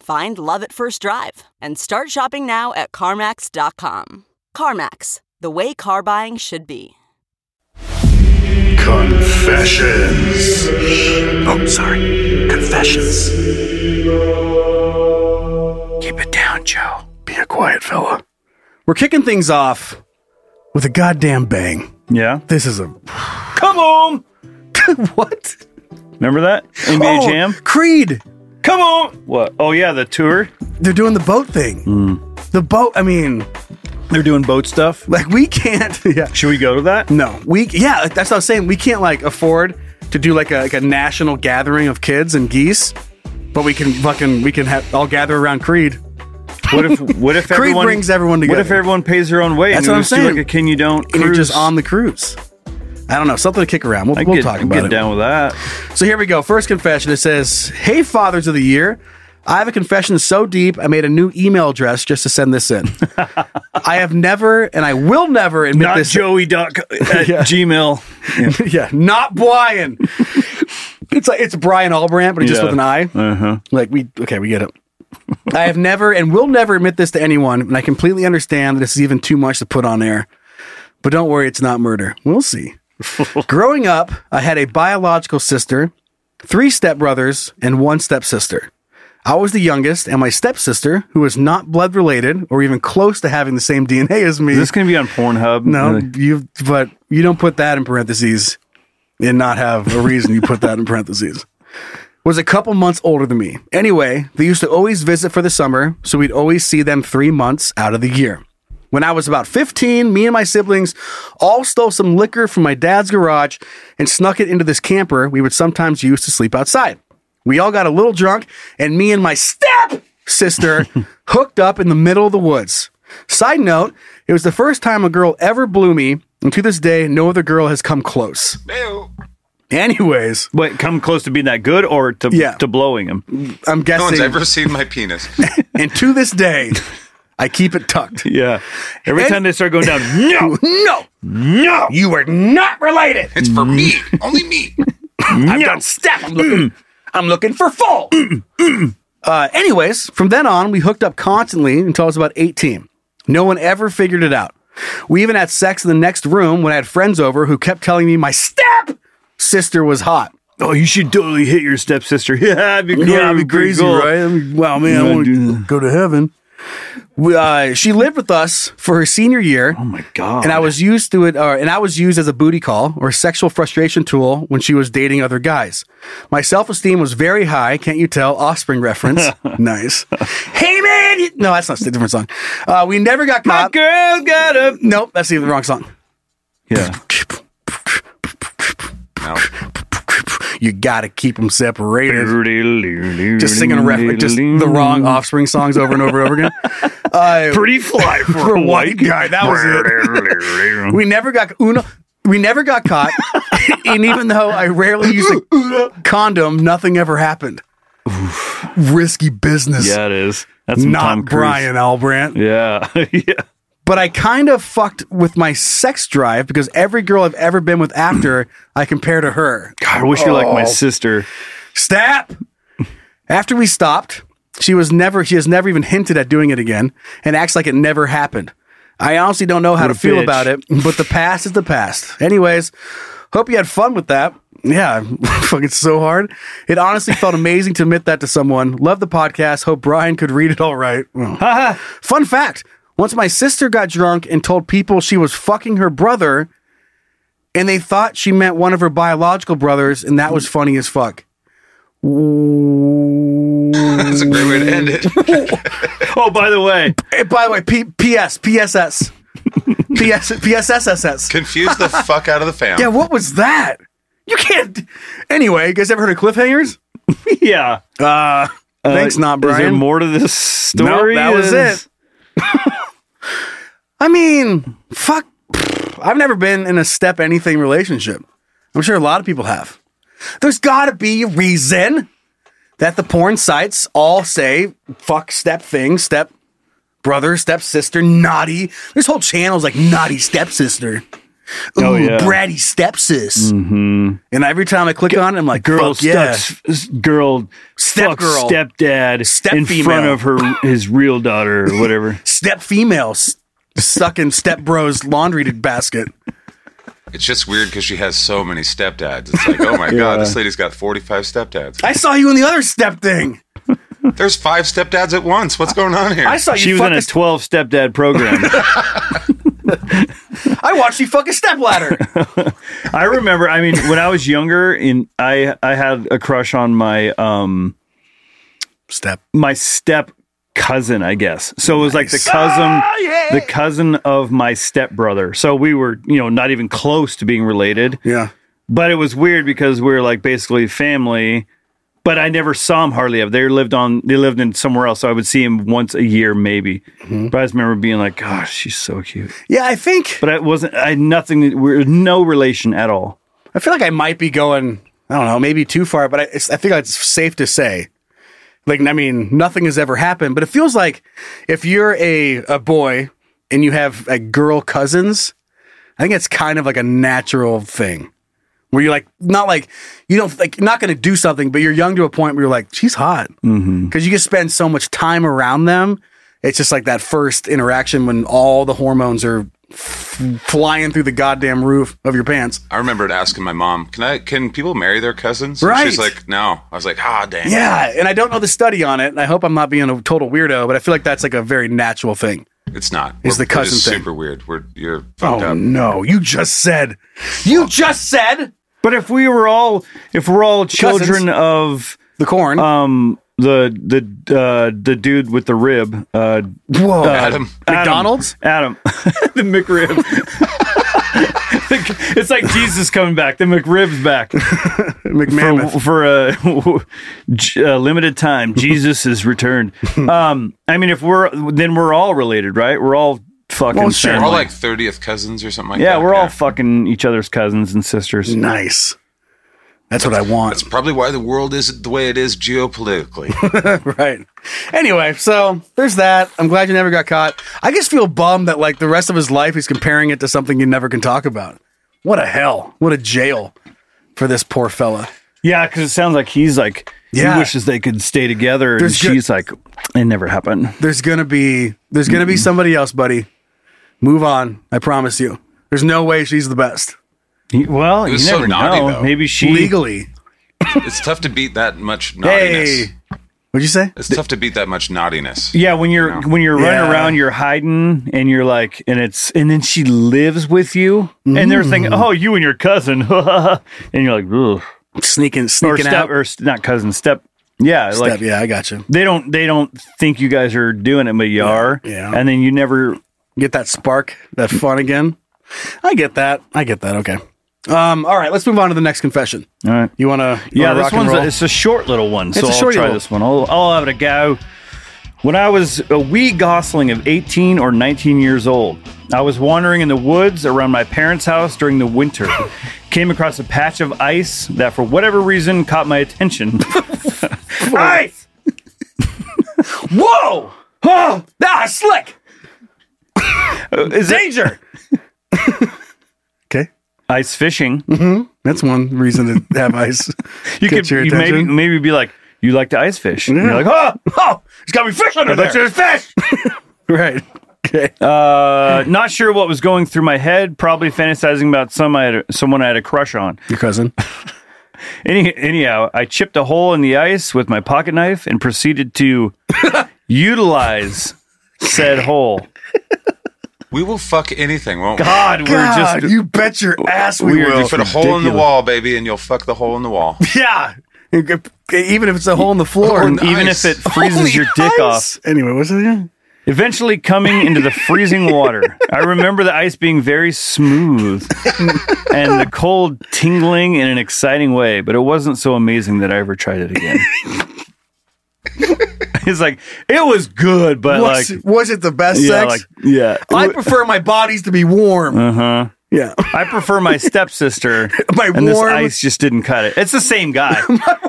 [SPEAKER 8] Find love at first drive and start shopping now at CarMax.com. CarMax, the way car buying should be.
[SPEAKER 9] Confessions. Oh, sorry. Confessions. Keep it down, Joe.
[SPEAKER 3] Be a quiet fella. We're kicking things off with a goddamn bang.
[SPEAKER 2] Yeah.
[SPEAKER 3] This is a
[SPEAKER 2] Come on.
[SPEAKER 3] what?
[SPEAKER 2] Remember that NBA
[SPEAKER 3] Oh,
[SPEAKER 2] Jam?
[SPEAKER 3] Creed.
[SPEAKER 2] Come on. What? Oh yeah, the tour.
[SPEAKER 3] They're doing the boat thing.
[SPEAKER 2] Mm.
[SPEAKER 3] The boat. I mean,
[SPEAKER 2] they're doing boat stuff.
[SPEAKER 3] Like we can't. Yeah.
[SPEAKER 2] Should we go to that?
[SPEAKER 3] No. We. Yeah. That's what I was saying. We can't like afford to do like a, like a national gathering of kids and geese, but we can fucking we can have all gather around Creed.
[SPEAKER 2] What if what if
[SPEAKER 3] Creed
[SPEAKER 2] everyone
[SPEAKER 3] brings everyone together?
[SPEAKER 2] What if everyone pays their own way?
[SPEAKER 3] That's
[SPEAKER 2] and
[SPEAKER 3] what
[SPEAKER 2] we
[SPEAKER 3] I'm
[SPEAKER 2] just do
[SPEAKER 3] saying.
[SPEAKER 2] Like a can you don't
[SPEAKER 3] And
[SPEAKER 2] cruise?
[SPEAKER 3] you're just on the cruise. I don't know. Something to kick around. We'll,
[SPEAKER 2] I
[SPEAKER 3] we'll
[SPEAKER 2] get-
[SPEAKER 3] talk
[SPEAKER 2] I'm
[SPEAKER 3] about
[SPEAKER 2] getting
[SPEAKER 3] it.
[SPEAKER 2] down with that.
[SPEAKER 3] So here we go. First confession. It says, "Hey, fathers of the year." I have a confession so deep, I made a new email address just to send this in. I have never, and I will never admit
[SPEAKER 2] Not
[SPEAKER 3] this.
[SPEAKER 2] Joey Duck uh, at
[SPEAKER 3] Yeah.
[SPEAKER 2] Gmail.
[SPEAKER 3] Yeah, not Brian. it's like it's Brian Albrandt, but he's just
[SPEAKER 2] Yeah.
[SPEAKER 3] with an I.
[SPEAKER 2] Uh-huh.
[SPEAKER 3] Like we okay, we get it. I have never and will never admit this to anyone, and I completely understand that this is even too much to put on air. But don't worry, it's not murder. We'll see. Growing up, I had a biological sister, three stepbrothers, and one stepsister. I was the youngest, and my stepsister, who is not blood related or even close to having the same DNA as me.
[SPEAKER 2] Is this going to be on Pornhub?
[SPEAKER 3] No,
[SPEAKER 2] Really?
[SPEAKER 3] you. But you don't put that in parentheses, and not have a reason you put that in parentheses. Was a couple months older than me. Anyway, they used to always visit for the summer, so we'd always see them three months out of the year. When I was about 15, me and my siblings all stole some liquor from my dad's garage and snuck it into this camper we would sometimes use to sleep outside. We all got a little drunk, and me and my step sister hooked up in the middle of the woods. Side note, it was the first time a girl ever blew me, and to this day, no other girl has come close. Anyways,
[SPEAKER 2] Wait, come close to being that good or to
[SPEAKER 3] Yeah.
[SPEAKER 2] to blowing him?
[SPEAKER 3] I'm
[SPEAKER 4] No one's
[SPEAKER 3] guessing,
[SPEAKER 4] ever seen my penis.
[SPEAKER 3] and to this day, I keep it tucked.
[SPEAKER 2] Yeah. Every
[SPEAKER 3] And-
[SPEAKER 2] time they start going down, no,
[SPEAKER 3] No,
[SPEAKER 2] no,
[SPEAKER 3] you are not related.
[SPEAKER 4] It's for me, only me.
[SPEAKER 3] I'm done step. I'm looking. I'm looking for full. Uh, anyways, from then on, we hooked up constantly until I was about 18. No one ever figured it out. We even had sex in the next room when I had friends over who kept telling me my step sister was hot.
[SPEAKER 2] oh, you should totally hit your stepsister. Yeah, that'd be, cool.
[SPEAKER 3] Yeah, I'd be
[SPEAKER 2] That'd pretty
[SPEAKER 3] crazy,
[SPEAKER 2] cool.
[SPEAKER 3] right? I mean, wow, man, I
[SPEAKER 2] Yeah,
[SPEAKER 3] want to
[SPEAKER 2] dude.
[SPEAKER 3] go to heaven. We, uh, she lived with us for her senior year.
[SPEAKER 2] Oh my god!
[SPEAKER 3] and I was used to it, or, and I was used as a booty call or sexual frustration tool when she was dating other guys. My self esteem was very high. Can't you tell? Offspring reference. nice. hey man, you- no, that's not that's a different song. Uh, we never got
[SPEAKER 2] my
[SPEAKER 3] caught.
[SPEAKER 2] girl got a
[SPEAKER 3] Nope, that's even the wrong song.
[SPEAKER 2] yeah.
[SPEAKER 4] No.
[SPEAKER 3] You gotta keep them separated. Just singing a reference, just the wrong offspring songs over and over and over again. Uh,
[SPEAKER 2] Pretty fly for,
[SPEAKER 3] for a white guy, that was it.
[SPEAKER 2] it.
[SPEAKER 3] We never got uno. We never got caught, and even though I rarely used a condom, nothing ever happened. Risky business.
[SPEAKER 2] yeah, it is. That's some Tom
[SPEAKER 3] Not
[SPEAKER 2] Cruise.
[SPEAKER 3] Brian Albrandt.
[SPEAKER 2] Yeah, yeah.
[SPEAKER 3] But I kind of fucked with my sex drive because every girl I've ever been with after I compare to her.
[SPEAKER 2] God, I wish you were like my
[SPEAKER 3] Oh.
[SPEAKER 2] sister.
[SPEAKER 3] Stop. After we stopped, she was never she has never even hinted at doing it again and acts like it never happened. I honestly don't know how
[SPEAKER 2] What a
[SPEAKER 3] to feel
[SPEAKER 2] bitch.
[SPEAKER 3] about it, but the past is the past. Anyways, hope you had fun with that. Yeah, fucking so hard. It honestly felt amazing to admit that to someone. Love the podcast. Hope Brian could read it all right. Well, Fun fact once my sister got drunk and told people she was fucking her brother, and they thought she meant one of her biological brothers, and that was funny as fuck.
[SPEAKER 4] That's a great way to end it.
[SPEAKER 2] Oh, by the way,
[SPEAKER 3] Hey, by the way, P- PS, PSS, PS, PSSSS.
[SPEAKER 4] Confuse the fuck out of the family.
[SPEAKER 3] Yeah, what was that? You can't. Anyway, you guys ever heard of cliffhangers?
[SPEAKER 2] yeah.
[SPEAKER 3] Uh, thanks, not Brian.
[SPEAKER 2] Is there more to this story?
[SPEAKER 3] Nope, that was
[SPEAKER 2] Is-
[SPEAKER 3] it. I mean, fuck. I've never been in a step anything relationship. I'm sure a lot of people have. There's got to be a reason that the porn sites all say fuck step thing, step brother, step sister, naughty. There's whole channels like naughty stepsister.
[SPEAKER 2] Oh,
[SPEAKER 3] Ooh,
[SPEAKER 2] yeah.
[SPEAKER 3] bratty stepsis.
[SPEAKER 2] Mm-hmm.
[SPEAKER 3] And every time I click on it, I'm like,
[SPEAKER 2] Girl
[SPEAKER 3] girl, yeah.
[SPEAKER 2] steps, girl,
[SPEAKER 3] Step
[SPEAKER 2] fucks
[SPEAKER 3] girl.
[SPEAKER 2] stepdad
[SPEAKER 3] Step
[SPEAKER 2] in
[SPEAKER 3] female.
[SPEAKER 2] front of her, his real daughter or whatever.
[SPEAKER 3] Step females sucking step bro's laundry basket.
[SPEAKER 4] It's just weird because she has so many stepdads. It's like, oh my god, this lady's got forty-five stepdads.
[SPEAKER 3] I saw you in the other step thing.
[SPEAKER 4] There's five stepdads at once. What's going on here?
[SPEAKER 3] I saw Oh, you
[SPEAKER 2] she was
[SPEAKER 3] fuck
[SPEAKER 2] in a
[SPEAKER 3] this-
[SPEAKER 2] twelve stepdad program.
[SPEAKER 3] I watched you fuck a step ladder.
[SPEAKER 2] I remember. I mean, when I was younger, in I I had a crush on my um
[SPEAKER 3] step
[SPEAKER 2] my step cousin, I guess. So it was like the cousin,
[SPEAKER 3] Ah,
[SPEAKER 2] the cousin of my stepbrother. So we were, you know, not even close to being related.
[SPEAKER 3] Yeah.
[SPEAKER 2] But it was weird because we were like basically family. But I never saw him hardly. ever. They lived on. They lived in somewhere else. So I would see him once a year, maybe.
[SPEAKER 3] Mm-hmm.
[SPEAKER 2] But I just remember being like, "Gosh, she's so cute."
[SPEAKER 3] Yeah, I think.
[SPEAKER 2] But I wasn't. I had nothing. We are no relation at all.
[SPEAKER 3] I feel like I might be going, I don't know, maybe too far, but I, it's, I think it's safe to say. Like, I mean, nothing has ever happened, but it feels like if you're a, a boy and you have like girl cousins, I think it's kind of like a natural thing where you're like, not like, you don't, like, you're not going to do something, but you're young to a point where you're like, she's hot.
[SPEAKER 2] Mm-hmm.
[SPEAKER 3] Because you can spend so much time around them. It's just like that first interaction when all the hormones are f- flying through the goddamn roof of your pants.
[SPEAKER 4] I remembered asking my mom, "Can I? Can people marry their cousins?" And She's
[SPEAKER 3] Right.
[SPEAKER 4] like, "No." I was like, "Ah, damn."
[SPEAKER 3] Yeah, and I don't know the study on it, and I hope I'm not being a total weirdo, but I feel like that's like a very natural thing.
[SPEAKER 4] It's not.
[SPEAKER 3] It's the
[SPEAKER 4] We're-
[SPEAKER 3] cousin
[SPEAKER 4] we're just
[SPEAKER 3] thing.
[SPEAKER 4] Super weird. We're you're fucked
[SPEAKER 3] Oh
[SPEAKER 4] up.
[SPEAKER 3] no, you just said, you just said.
[SPEAKER 2] But if we were all, if we're all
[SPEAKER 3] Cousins.
[SPEAKER 2] children of
[SPEAKER 3] the corn,
[SPEAKER 2] um, the the uh, the dude with the rib, uh,
[SPEAKER 3] Whoa,
[SPEAKER 2] uh,
[SPEAKER 3] Adam. McDonald's?
[SPEAKER 2] Adam, the McRib. it's like Jesus coming back. The McRib's back for,
[SPEAKER 3] McMammoth.
[SPEAKER 2] for a j- uh, limited time. Jesus is returned. Um, I mean, if we're then we're all related, right? We're all fucking.
[SPEAKER 4] Well, sure. We're
[SPEAKER 2] family.
[SPEAKER 4] all like thirtieth cousins or something like
[SPEAKER 2] yeah,
[SPEAKER 4] that.
[SPEAKER 2] we're all fucking each other's cousins and sisters.
[SPEAKER 3] Nice. That's what I want.
[SPEAKER 4] That's probably why the world is the way it is geopolitically.
[SPEAKER 3] right. Anyway, so there's that. I'm glad you never got caught. I just feel bummed that like the rest of his life he's comparing it to something you never can talk about. What a hell. What a jail for this poor fella.
[SPEAKER 2] Yeah, because it sounds like he's like
[SPEAKER 3] Yeah.
[SPEAKER 2] he wishes they could stay together,
[SPEAKER 3] There's
[SPEAKER 2] and
[SPEAKER 3] good-
[SPEAKER 2] she's like, it never happened.
[SPEAKER 3] There's gonna be there's gonna be somebody else, buddy. Move on. I promise you. There's no way she's the best.
[SPEAKER 2] He- well,
[SPEAKER 4] It
[SPEAKER 2] you
[SPEAKER 4] was so
[SPEAKER 2] never
[SPEAKER 4] naughty,
[SPEAKER 2] know.
[SPEAKER 4] though.
[SPEAKER 2] Maybe she
[SPEAKER 3] legally.
[SPEAKER 4] it's tough to beat that much naughtiness.
[SPEAKER 3] What'd you say?
[SPEAKER 4] It's tough to beat that much naughtiness.
[SPEAKER 2] Yeah, when you're when you're
[SPEAKER 4] Yeah.
[SPEAKER 2] running around, you're hiding, and you're like, and it's and then she lives with you, and they're thinking,
[SPEAKER 3] Mm.
[SPEAKER 2] oh, you and your cousin, and you're like, Ugh.
[SPEAKER 3] Sneaking,
[SPEAKER 2] or
[SPEAKER 3] sneaking
[SPEAKER 2] step,
[SPEAKER 3] out.
[SPEAKER 2] or s- not cousin, step, yeah,
[SPEAKER 3] Step,
[SPEAKER 2] like
[SPEAKER 3] yeah, I got you.
[SPEAKER 2] they don't they don't think you guys are doing it, but you are,
[SPEAKER 3] yeah.
[SPEAKER 2] and then you never
[SPEAKER 3] Get that spark, that fun again. I get that. I get that. Okay. Um, all right, let's move on to the next confession.
[SPEAKER 2] All right.
[SPEAKER 3] You want to?
[SPEAKER 2] Yeah, this
[SPEAKER 3] rock and
[SPEAKER 2] one's a,
[SPEAKER 3] roll?
[SPEAKER 2] it's a short little one, so
[SPEAKER 3] It's a
[SPEAKER 2] I'll
[SPEAKER 3] shorty
[SPEAKER 2] try
[SPEAKER 3] little-
[SPEAKER 2] this one. I'll, I'll have it a go. When I was a wee gosling of 18 or 19 years old, I was wandering in the woods around my parents' house during the winter. Came across a patch of ice that, for whatever reason, caught my attention.
[SPEAKER 3] ice. Whoa! Oh, ah, slick.
[SPEAKER 2] Is
[SPEAKER 3] Danger. okay,
[SPEAKER 2] ice fishing?
[SPEAKER 3] that's one reason to have ice.
[SPEAKER 2] You
[SPEAKER 3] Get
[SPEAKER 2] could
[SPEAKER 3] your
[SPEAKER 2] you maybe
[SPEAKER 3] attention.
[SPEAKER 2] maybe be like, you like to ice fish? And you're like, oh,
[SPEAKER 3] oh, it's got me fish under
[SPEAKER 2] I bet
[SPEAKER 3] there.
[SPEAKER 2] there's fish.
[SPEAKER 3] Right. Okay.
[SPEAKER 2] Uh, not sure what was going through my head. Probably fantasizing about some I had, someone I had a crush on.
[SPEAKER 3] Your cousin.
[SPEAKER 2] Any, anyhow, I chipped a hole in the ice with my pocket knife and proceeded to utilize said hole.
[SPEAKER 4] We will fuck anything, won't we?
[SPEAKER 2] God, we we're
[SPEAKER 3] God,
[SPEAKER 2] just
[SPEAKER 3] you bet your ass we,
[SPEAKER 2] We are
[SPEAKER 3] will.
[SPEAKER 4] You put a hole in the
[SPEAKER 2] ridiculous.
[SPEAKER 4] wall, baby, and you'll fuck the hole in the wall.
[SPEAKER 3] yeah. Even if it's a hole in the floor.
[SPEAKER 4] Or the
[SPEAKER 2] Oh, even
[SPEAKER 4] ice.
[SPEAKER 2] if it freezes
[SPEAKER 3] Holy
[SPEAKER 2] your dick
[SPEAKER 3] ice.
[SPEAKER 2] off.
[SPEAKER 3] Anyway, what's it again?
[SPEAKER 2] Eventually coming into the freezing water. I remember the ice being very smooth and the cold tingling in an exciting way, but it wasn't so amazing that I ever tried it again. it's like it was good, but
[SPEAKER 3] was,
[SPEAKER 2] like
[SPEAKER 3] was it the best sex?
[SPEAKER 2] yeah, like yeah.
[SPEAKER 3] I prefer my bodies to be warm.
[SPEAKER 2] uh huh.
[SPEAKER 3] yeah.
[SPEAKER 2] I prefer my stepsister.
[SPEAKER 3] My
[SPEAKER 2] and this
[SPEAKER 3] warm-
[SPEAKER 2] ice just didn't cut it. It's the same guy.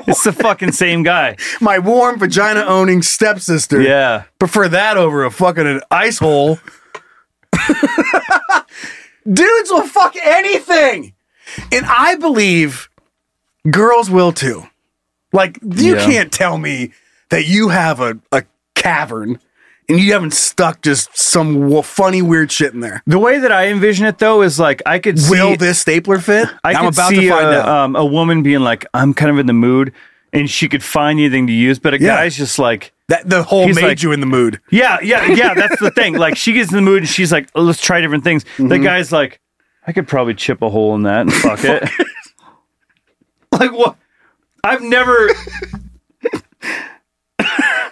[SPEAKER 2] it's the fucking same guy.
[SPEAKER 3] My warm vagina owning stepsister.
[SPEAKER 2] Yeah.
[SPEAKER 3] Prefer that over a fucking an ice hole. Dudes will fuck anything. And I believe girls will too. Like, you
[SPEAKER 10] Yeah.
[SPEAKER 3] can't tell me that you have a, a cavern and you haven't stuck just some w- funny, weird shit in there.
[SPEAKER 2] The way that I envision it though is like I could see
[SPEAKER 3] Will this stapler fit?
[SPEAKER 2] I
[SPEAKER 3] I'm
[SPEAKER 2] could
[SPEAKER 3] about to
[SPEAKER 2] see
[SPEAKER 3] find
[SPEAKER 2] a,
[SPEAKER 3] out.
[SPEAKER 2] Um, a woman being like, I'm kind of in the mood, and she could find anything to use, but a
[SPEAKER 3] Yeah.
[SPEAKER 2] guy's just like
[SPEAKER 3] that the whole made you in the mood.
[SPEAKER 2] Yeah, yeah, yeah. That's the thing. Like she gets in the mood and she's like, let's try different things. The
[SPEAKER 3] Mhm.
[SPEAKER 2] guy's like, I could probably chip a hole in that and fuck it. like what? I've never.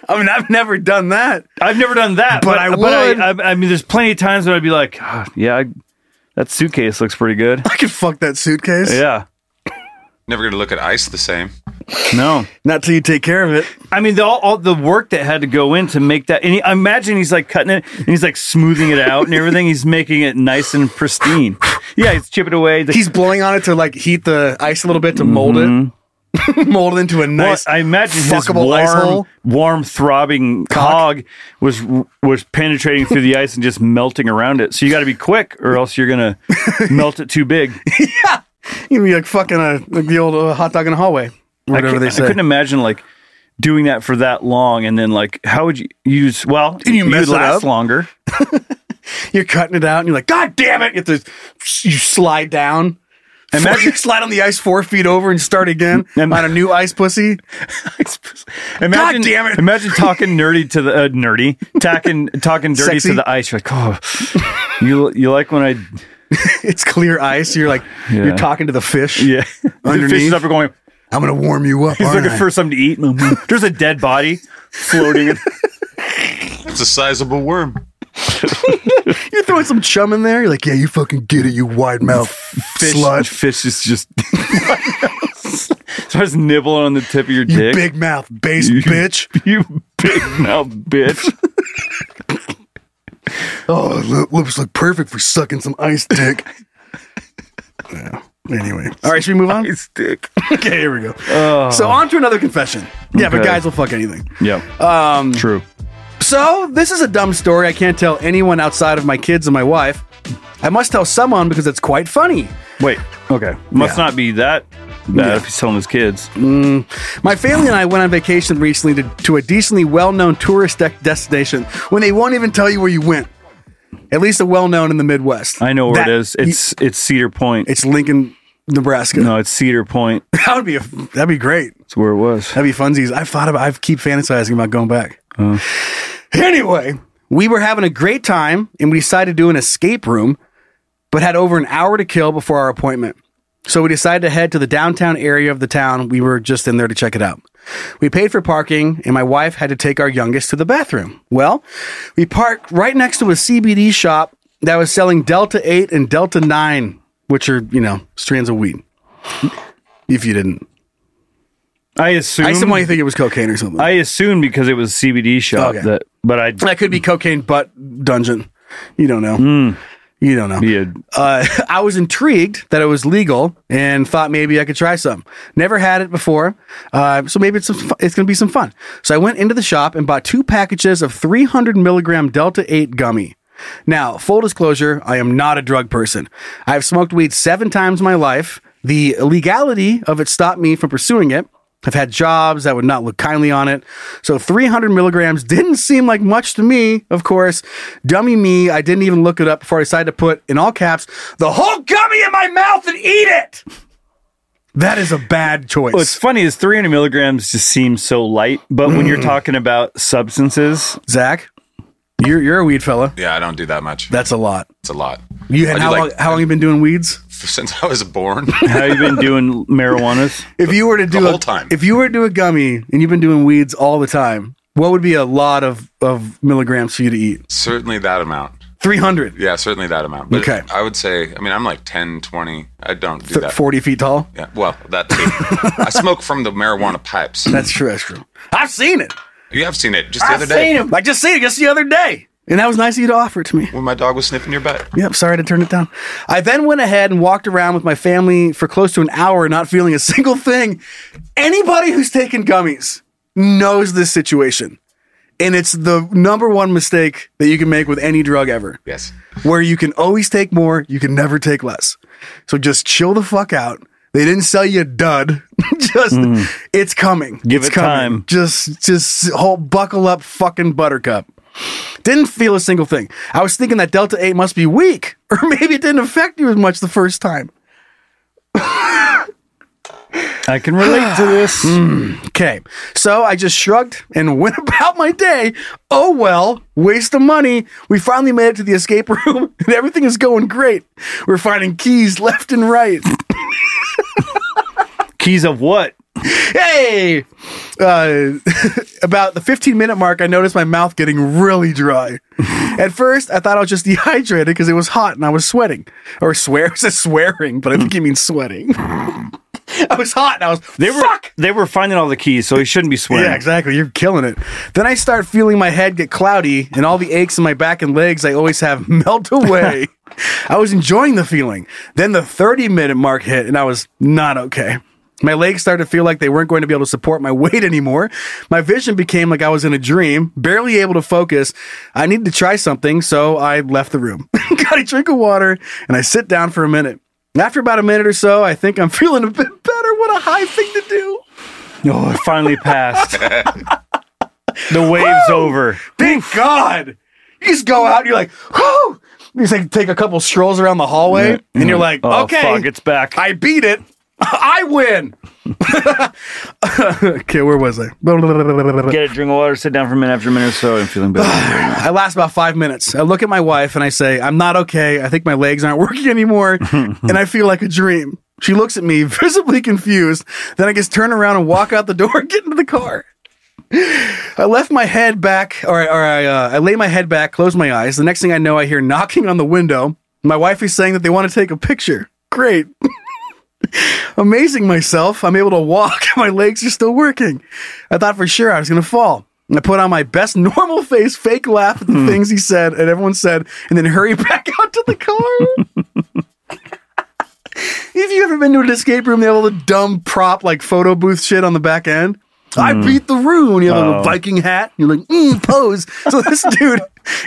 [SPEAKER 3] I mean, I've never done that.
[SPEAKER 2] I've never done that,
[SPEAKER 3] But I would.
[SPEAKER 2] I, I, I mean, there's plenty of times where I'd be like, "Ah, yeah, I, that suitcase looks pretty good.
[SPEAKER 3] I could fuck that suitcase.
[SPEAKER 2] Yeah.
[SPEAKER 4] Never going to look at ice the same.
[SPEAKER 2] No,
[SPEAKER 3] not till you take care of it.
[SPEAKER 2] I mean, the, all, all the work that had to go in to make that. And he, I imagine he's like cutting it and he's like smoothing it out and everything. He's making it nice and pristine. Yeah, he's chipping away. The,
[SPEAKER 3] He's blowing on it to like heat the ice a little bit to mold it, mold it into a
[SPEAKER 2] well,
[SPEAKER 3] nice.
[SPEAKER 2] I imagine his
[SPEAKER 3] fuckable ice
[SPEAKER 2] warm,
[SPEAKER 3] hole.
[SPEAKER 2] warm throbbing cog was was penetrating through the ice and just melting around it. So you got to be quick, or else you're gonna melt it too big.
[SPEAKER 3] You'd be like fucking a like the old uh, hot dog in the hallway, or
[SPEAKER 2] I,
[SPEAKER 3] whatever
[SPEAKER 2] cou-
[SPEAKER 3] they
[SPEAKER 2] I
[SPEAKER 3] say.
[SPEAKER 2] couldn't imagine like doing that for that long, and then like how would you use? Well,
[SPEAKER 3] Didn't you
[SPEAKER 2] would
[SPEAKER 3] mess it
[SPEAKER 2] last
[SPEAKER 3] up?
[SPEAKER 2] longer.
[SPEAKER 3] You're cutting it out, and you're like, God damn it! You have to you slide down. Imagine slide on the ice four feet over and start again on a new ice pussy.
[SPEAKER 2] Imagine,
[SPEAKER 3] God damn it!
[SPEAKER 2] Imagine talking nerdy to the uh, nerdy, talking talking dirty
[SPEAKER 3] Sexy.
[SPEAKER 2] to the ice. You're like, oh, you you like when I
[SPEAKER 3] it's clear ice. You're like
[SPEAKER 2] Yeah.
[SPEAKER 3] you're talking to the fish.
[SPEAKER 2] yeah the
[SPEAKER 3] underneath.
[SPEAKER 2] fish is up and going.
[SPEAKER 3] I'm gonna warm you up.
[SPEAKER 2] He's
[SPEAKER 3] aren't
[SPEAKER 2] looking
[SPEAKER 3] I?
[SPEAKER 2] for something to eat. Mm-hmm. There's a dead body floating. in-
[SPEAKER 4] It's a sizable worm.
[SPEAKER 3] You're throwing some chum in there. You're like, yeah, you fucking get it, you wide mouth
[SPEAKER 2] Fish,
[SPEAKER 3] slut.
[SPEAKER 2] fish is just starts nibbling on the tip of your
[SPEAKER 3] You
[SPEAKER 2] dick.
[SPEAKER 3] big mouth base
[SPEAKER 2] You-
[SPEAKER 3] bitch.
[SPEAKER 2] You big mouth bitch.
[SPEAKER 3] Oh, li- lips look perfect for sucking some ice dick. yeah. Anyway. All right, should we move on?
[SPEAKER 2] Ice dick.
[SPEAKER 3] okay, here we go.
[SPEAKER 2] Oh.
[SPEAKER 3] So on to another confession. Yeah, but
[SPEAKER 2] Okay.
[SPEAKER 3] guys will fuck anything.
[SPEAKER 2] Yeah.
[SPEAKER 3] Um,
[SPEAKER 2] True.
[SPEAKER 3] So this is a dumb story. I can't tell anyone outside of my kids and my wife. I must tell someone because it's quite funny.
[SPEAKER 2] Wait. Okay. Must not be that bad
[SPEAKER 3] Yeah.
[SPEAKER 2] if he's telling his kids.
[SPEAKER 3] Mm. My family and I went on vacation recently to, to a decently well known tourist de- destination when they won't even tell you where you went. At least a well known in the Midwest.
[SPEAKER 2] I know where
[SPEAKER 3] That-
[SPEAKER 2] it is. It's it's Cedar Point.
[SPEAKER 3] It's Lincoln, Nebraska.
[SPEAKER 2] No, it's Cedar Point.
[SPEAKER 3] That would be a, that'd be great.
[SPEAKER 2] That's where it was.
[SPEAKER 3] That'd be funsies. I've thought about. I keep fantasizing about going back. Uh. Anyway, we were having a great time, and we decided to do an escape room, but had over an hour to kill before our appointment. So we decided to head to the downtown area of the town. We were just in there to check it out. We paid for parking, and my wife had to take our youngest to the bathroom. Well, we parked right next to a CBD shop that was selling Delta 8 and Delta 9, which are, you know, strands of weed. If you didn't.
[SPEAKER 2] I assume.
[SPEAKER 3] I somebody think it was cocaine or something.
[SPEAKER 2] I assume because it was a CBD shop
[SPEAKER 3] Okay.
[SPEAKER 2] that, but I
[SPEAKER 3] that could be cocaine butt dungeon. You don't know. You don't know.
[SPEAKER 2] Yeah.
[SPEAKER 3] Uh, I was intrigued that it was legal and thought maybe I could try some. Never had it before, uh, so maybe it's some fu- it's going to be some fun. So I went into the shop and bought two packages of 300 milligram Delta 8 gummy. Now, full disclosure, I am not a drug person. I've smoked weed seven times in my life. The legality of it stopped me from pursuing it. I've had jobs that would not look kindly on it. So 300 milligrams didn't seem like much to me, of course. Dummy me, I didn't even look it up before I decided to put, in all caps, the whole gummy in my mouth and eat it. That is a bad choice.
[SPEAKER 2] What's funny is 300 milligrams just seems so light, but when
[SPEAKER 3] Mm.
[SPEAKER 2] you're talking about substances,
[SPEAKER 3] Zach, you're, you're a weed fella.
[SPEAKER 4] Yeah, I don't do that much.
[SPEAKER 3] That's a lot.
[SPEAKER 4] It's a lot.
[SPEAKER 3] You
[SPEAKER 4] I
[SPEAKER 3] had
[SPEAKER 4] do
[SPEAKER 3] how,
[SPEAKER 4] like-
[SPEAKER 3] long, how long you been doing weeds?
[SPEAKER 4] Since I was born.
[SPEAKER 2] how you been doing marijuanas?
[SPEAKER 3] If you were to do
[SPEAKER 4] the
[SPEAKER 3] a,
[SPEAKER 4] whole time.
[SPEAKER 3] if you were to do a gummy and you've been doing weeds all the time, what would be a lot of, of milligrams for you to eat?
[SPEAKER 4] Certainly that amount.
[SPEAKER 3] 300,
[SPEAKER 4] Yeah, certainly that amount. But
[SPEAKER 3] Okay.
[SPEAKER 4] I would say, I mean, I'm like 10, 20. I don't do
[SPEAKER 3] th-
[SPEAKER 4] that.
[SPEAKER 3] 40 feet tall.
[SPEAKER 4] Yeah, well, that too. I smoke from the marijuana pipes.
[SPEAKER 3] That's true. That's true. I've seen it.
[SPEAKER 4] You have seen it just the
[SPEAKER 3] I've
[SPEAKER 4] other day
[SPEAKER 3] seen him. I just seen it just the other day. And that was nice of you to offer it to me.
[SPEAKER 4] when my dog was sniffing your butt.
[SPEAKER 3] Yep, sorry to turn it down. I then went ahead and walked around with my family for close to an hour, not feeling a single thing. Anybody who's taken gummies knows this situation. And it's the number one mistake that you can make with any drug ever.
[SPEAKER 4] Yes.
[SPEAKER 3] Where you can always take more, you can never take less. So just chill the fuck out. They didn't sell you a dud. just it's coming.
[SPEAKER 2] Give
[SPEAKER 3] it's
[SPEAKER 2] it
[SPEAKER 3] coming.
[SPEAKER 2] time.
[SPEAKER 3] Just just hold buckle up fucking buttercup. Didn't feel a single thing. I was thinking that Delta 8 must be weak, or maybe it didn't affect you as much the first time.
[SPEAKER 2] I can relate to this.
[SPEAKER 3] Mm. Okay. So I just shrugged and went about my day. Oh, well, waste of money. We finally made it to the escape room and everything is going great. We're finding keys left and right.
[SPEAKER 2] Keys of what?
[SPEAKER 3] Hey! Uh, about the 15 minute mark, I noticed my mouth getting really dry. At first, I thought I was just dehydrated because it was hot and I was sweating. Or swear, I said swearing, but I think he means sweating. I was hot and I was,
[SPEAKER 2] They were they were finding all the keys, so he shouldn't be swearing.
[SPEAKER 3] Yeah, exactly. You're killing it. Then I start feeling my head get cloudy and all the aches in my back and legs I always have melt away. I was enjoying the feeling. Then the 30 minute mark hit and I was not okay. My legs started to feel like they weren't going to be able to support my weight anymore. My vision became like I was in a dream, barely able to focus. I needed to try something, so I left the room. Got a drink of water and I sit down for a minute. After about a minute or so, I think I'm feeling a bit better. What a high thing to do.
[SPEAKER 2] Oh, it finally passed. the wave's over.
[SPEAKER 3] Thank God. You just go out and you're like, whoo! You just like, take a couple strolls around the hallway
[SPEAKER 2] Yeah.
[SPEAKER 3] and you're like,
[SPEAKER 2] Oh,
[SPEAKER 3] okay,
[SPEAKER 2] fuck, it's back.
[SPEAKER 3] I beat it. I win. okay, where was I?
[SPEAKER 2] Get a drink of water, sit down for a minute after a minute or so. I'm feeling better.
[SPEAKER 3] I last about five minutes. I look at my wife and I say, I'm not okay. I think my legs aren't working anymore and I feel like a dream. She looks at me, visibly confused. Then I just turn around and walk out the door and get into the car. I left my head back, or, I- or I, uh, I lay my head back, close my eyes. The next thing I know, I hear knocking on the window. My wife is saying that they want to take a picture. Great. Amazing myself. I'm able to walk. My legs are still working. I thought for sure I was going to fall. I put on my best normal face, fake laugh at the things he said, and everyone said, and then hurry back out to the car. Have you ever been to an escape room? They have all the dumb prop, like photo booth shit on the back end. I beat the room. You have a
[SPEAKER 2] Oh.
[SPEAKER 3] little Viking hat. You're like, mm, pose. So this dude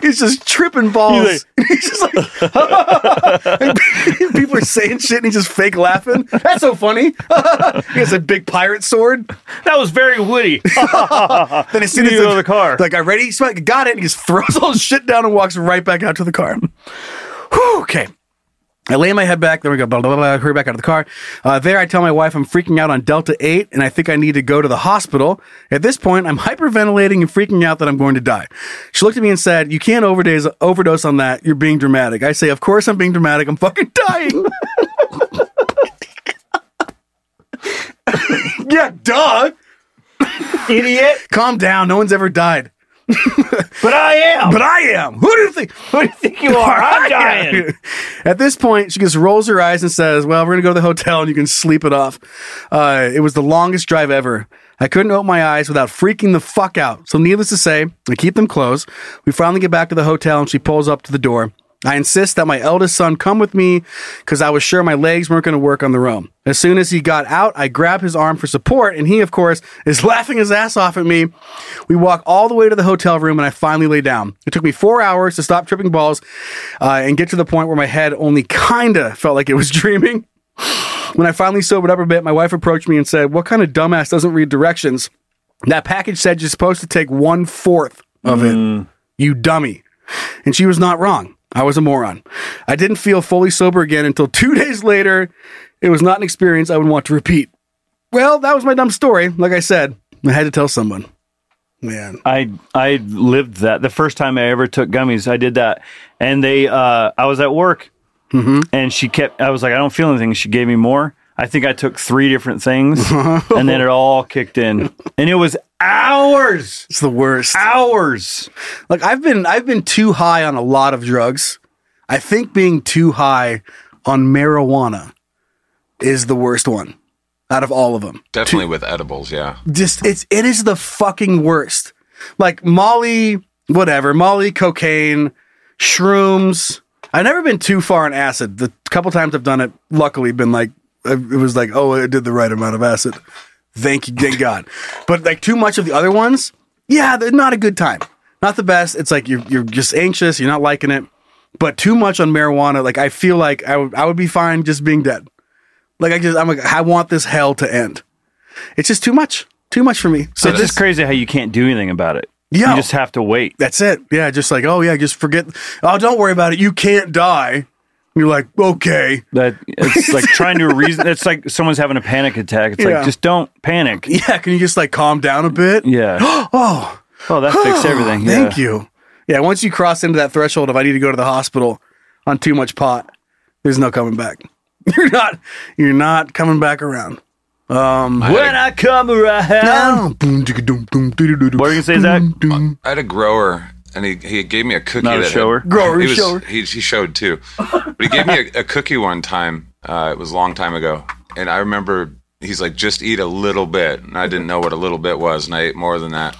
[SPEAKER 3] is just tripping balls. He's just like, people are saying shit and he's just fake laughing. That's so funny. he has a big pirate sword.
[SPEAKER 2] That was very woody.
[SPEAKER 3] Then as soon as
[SPEAKER 2] You go to the car.
[SPEAKER 3] like I ready, he's like, got it, and he just throws all his shit down and walks right back out to the car. Whew, okay. I lay my head back. There we go. Blah, blah, blah, hurry back out of the car. Uh, there, I tell my wife I'm freaking out on Delta 8 and I think I need to go to the hospital. At this point, I'm hyperventilating and freaking out that I'm going to die. She looked at me and said, You can't overdose, overdose on that. You're being dramatic. I say, Of course I'm being dramatic. I'm fucking dying. yeah, duh.
[SPEAKER 2] Idiot.
[SPEAKER 3] Calm down. No one's ever died.
[SPEAKER 2] But I am.
[SPEAKER 3] But I am. Who do you think?
[SPEAKER 2] Who do you think you are? I'm dying.
[SPEAKER 3] At this point, she just rolls her eyes and says, Well, we're going to go to the hotel and you can sleep it off. Uh, it was the longest drive ever. I couldn't open my eyes without freaking the fuck out. So, needless to say, I keep them closed. We finally get back to the hotel and she pulls up to the door. I insist that my eldest son come with me because I was sure my legs weren't going to work on their own. As soon as he got out, I grab his arm for support, and he, of course, is laughing his ass off at me. We walk all the way to the hotel room, and I finally lay down. It took me four hours to stop tripping balls uh, and get to the point where my head only kinda felt like it was dreaming. When I finally sobered up a bit, my wife approached me and said, What kind of dumbass doesn't read directions? That package said you're supposed to take one fourth of it. You dummy. And she was not wrong. I was a moron. I didn't feel fully sober again until two days later. It was not an experience I would want to repeat. Well, that was my dumb story. Like I said, I had to tell someone. Man.
[SPEAKER 2] I I lived that the first time I ever took gummies. I did that, and they uh, I was at work, and she kept. I was like, I don't feel anything. She gave me more. I think I took three different things, and then it all kicked in, and it was hours,
[SPEAKER 3] It's the worst.
[SPEAKER 2] hours.
[SPEAKER 3] Like I've been I've been too high on a lot of drugs. I think being too high on marijuana is the worst one out of all of them.
[SPEAKER 4] Definitely with edibles, yeah.
[SPEAKER 3] Just it's it is the fucking worst. Like Molly, whatever, Molly, cocaine, shrooms. I've never been too far on acid. The couple times I've done it, luckily been like it was like, oh, it did the right amount of acid. Thank you, thank God. But like too much of the other ones, yeah, they're not a good time. Not the best. It's like you're you're just anxious. You're not liking it. But too much on marijuana, like I feel like I would I would be fine just being dead. Like I just I'm like I want this hell to end. It's just too much, too much for me.
[SPEAKER 2] So
[SPEAKER 3] So
[SPEAKER 2] it's
[SPEAKER 3] this
[SPEAKER 2] just crazy how you can't do anything about it.
[SPEAKER 3] Yeah.
[SPEAKER 2] You just have to wait.
[SPEAKER 3] that's it. Yeah, just like oh yeah, just forget. Oh, don't worry about it. You can't die. You're like okay.
[SPEAKER 2] That it's like trying to reason. It's like someone's having a panic attack. It's
[SPEAKER 3] Yeah.
[SPEAKER 2] like just don't panic.
[SPEAKER 3] Yeah, can you just like calm down a bit?
[SPEAKER 2] Yeah.
[SPEAKER 3] oh,
[SPEAKER 2] oh, that fixed everything.
[SPEAKER 3] Thank
[SPEAKER 2] Yeah.
[SPEAKER 3] you. Yeah, once you cross into that threshold of I need to go to the hospital on too much pot, there's no coming back. You're not. You're not coming back around. Um,
[SPEAKER 2] When I come around. Mm,
[SPEAKER 3] What
[SPEAKER 2] are you gonna say, Zach?
[SPEAKER 4] I had a grower, and he, he gave me a cookie.
[SPEAKER 2] Not a
[SPEAKER 4] that had-
[SPEAKER 2] shower.
[SPEAKER 3] Grower,
[SPEAKER 4] he was,
[SPEAKER 3] shower.
[SPEAKER 4] He, he showed too, but he gave me a, a cookie one time. Uh, it was a long time ago, and I remember he's like, "Just eat a little bit," and I didn't know what a little bit was, and I ate more than that.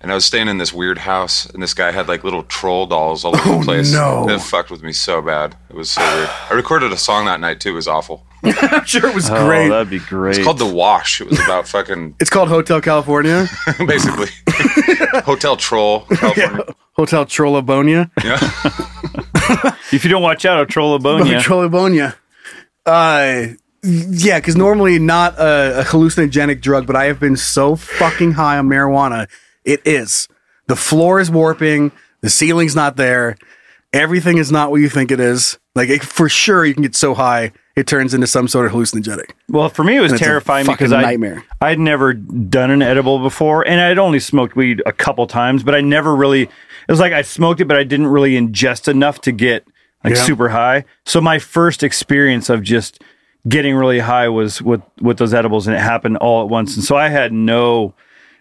[SPEAKER 4] And I was staying in this weird house, and this guy had like little troll dolls all over the place.
[SPEAKER 3] Oh, no.
[SPEAKER 4] It fucked with me so bad. It was so weird. I recorded a song that night too. It was awful.
[SPEAKER 3] I'm sure it was
[SPEAKER 2] Oh,
[SPEAKER 3] great.
[SPEAKER 2] that'd be great.
[SPEAKER 4] It's called The Wash. It was about fucking
[SPEAKER 3] it's called Hotel California,
[SPEAKER 4] basically hotel troll. California.
[SPEAKER 3] Hotel Trollobonia.
[SPEAKER 4] yeah.
[SPEAKER 2] if you don't watch out, I'll troll a bone ya.
[SPEAKER 3] Trollobonia. Uh, yeah, because normally not a, a hallucinogenic drug, but I have been so fucking high on marijuana. It is. The floor is warping. The ceiling's not there. Everything is not what you think it is. Like it, for sure, you can get so high it turns into some sort of hallucinogenic.
[SPEAKER 2] Well, for me, it was
[SPEAKER 3] And it's a
[SPEAKER 2] terrifying
[SPEAKER 3] fucking
[SPEAKER 2] because I
[SPEAKER 3] nightmare.
[SPEAKER 2] I'd never done an edible before, and I'd only smoked weed a couple times, but I never really. It was like I smoked it, but I didn't really ingest enough to get like
[SPEAKER 3] Yeah.
[SPEAKER 2] super high. So my first experience of just getting really high was with with those edibles, and it happened all at once. And so I had no,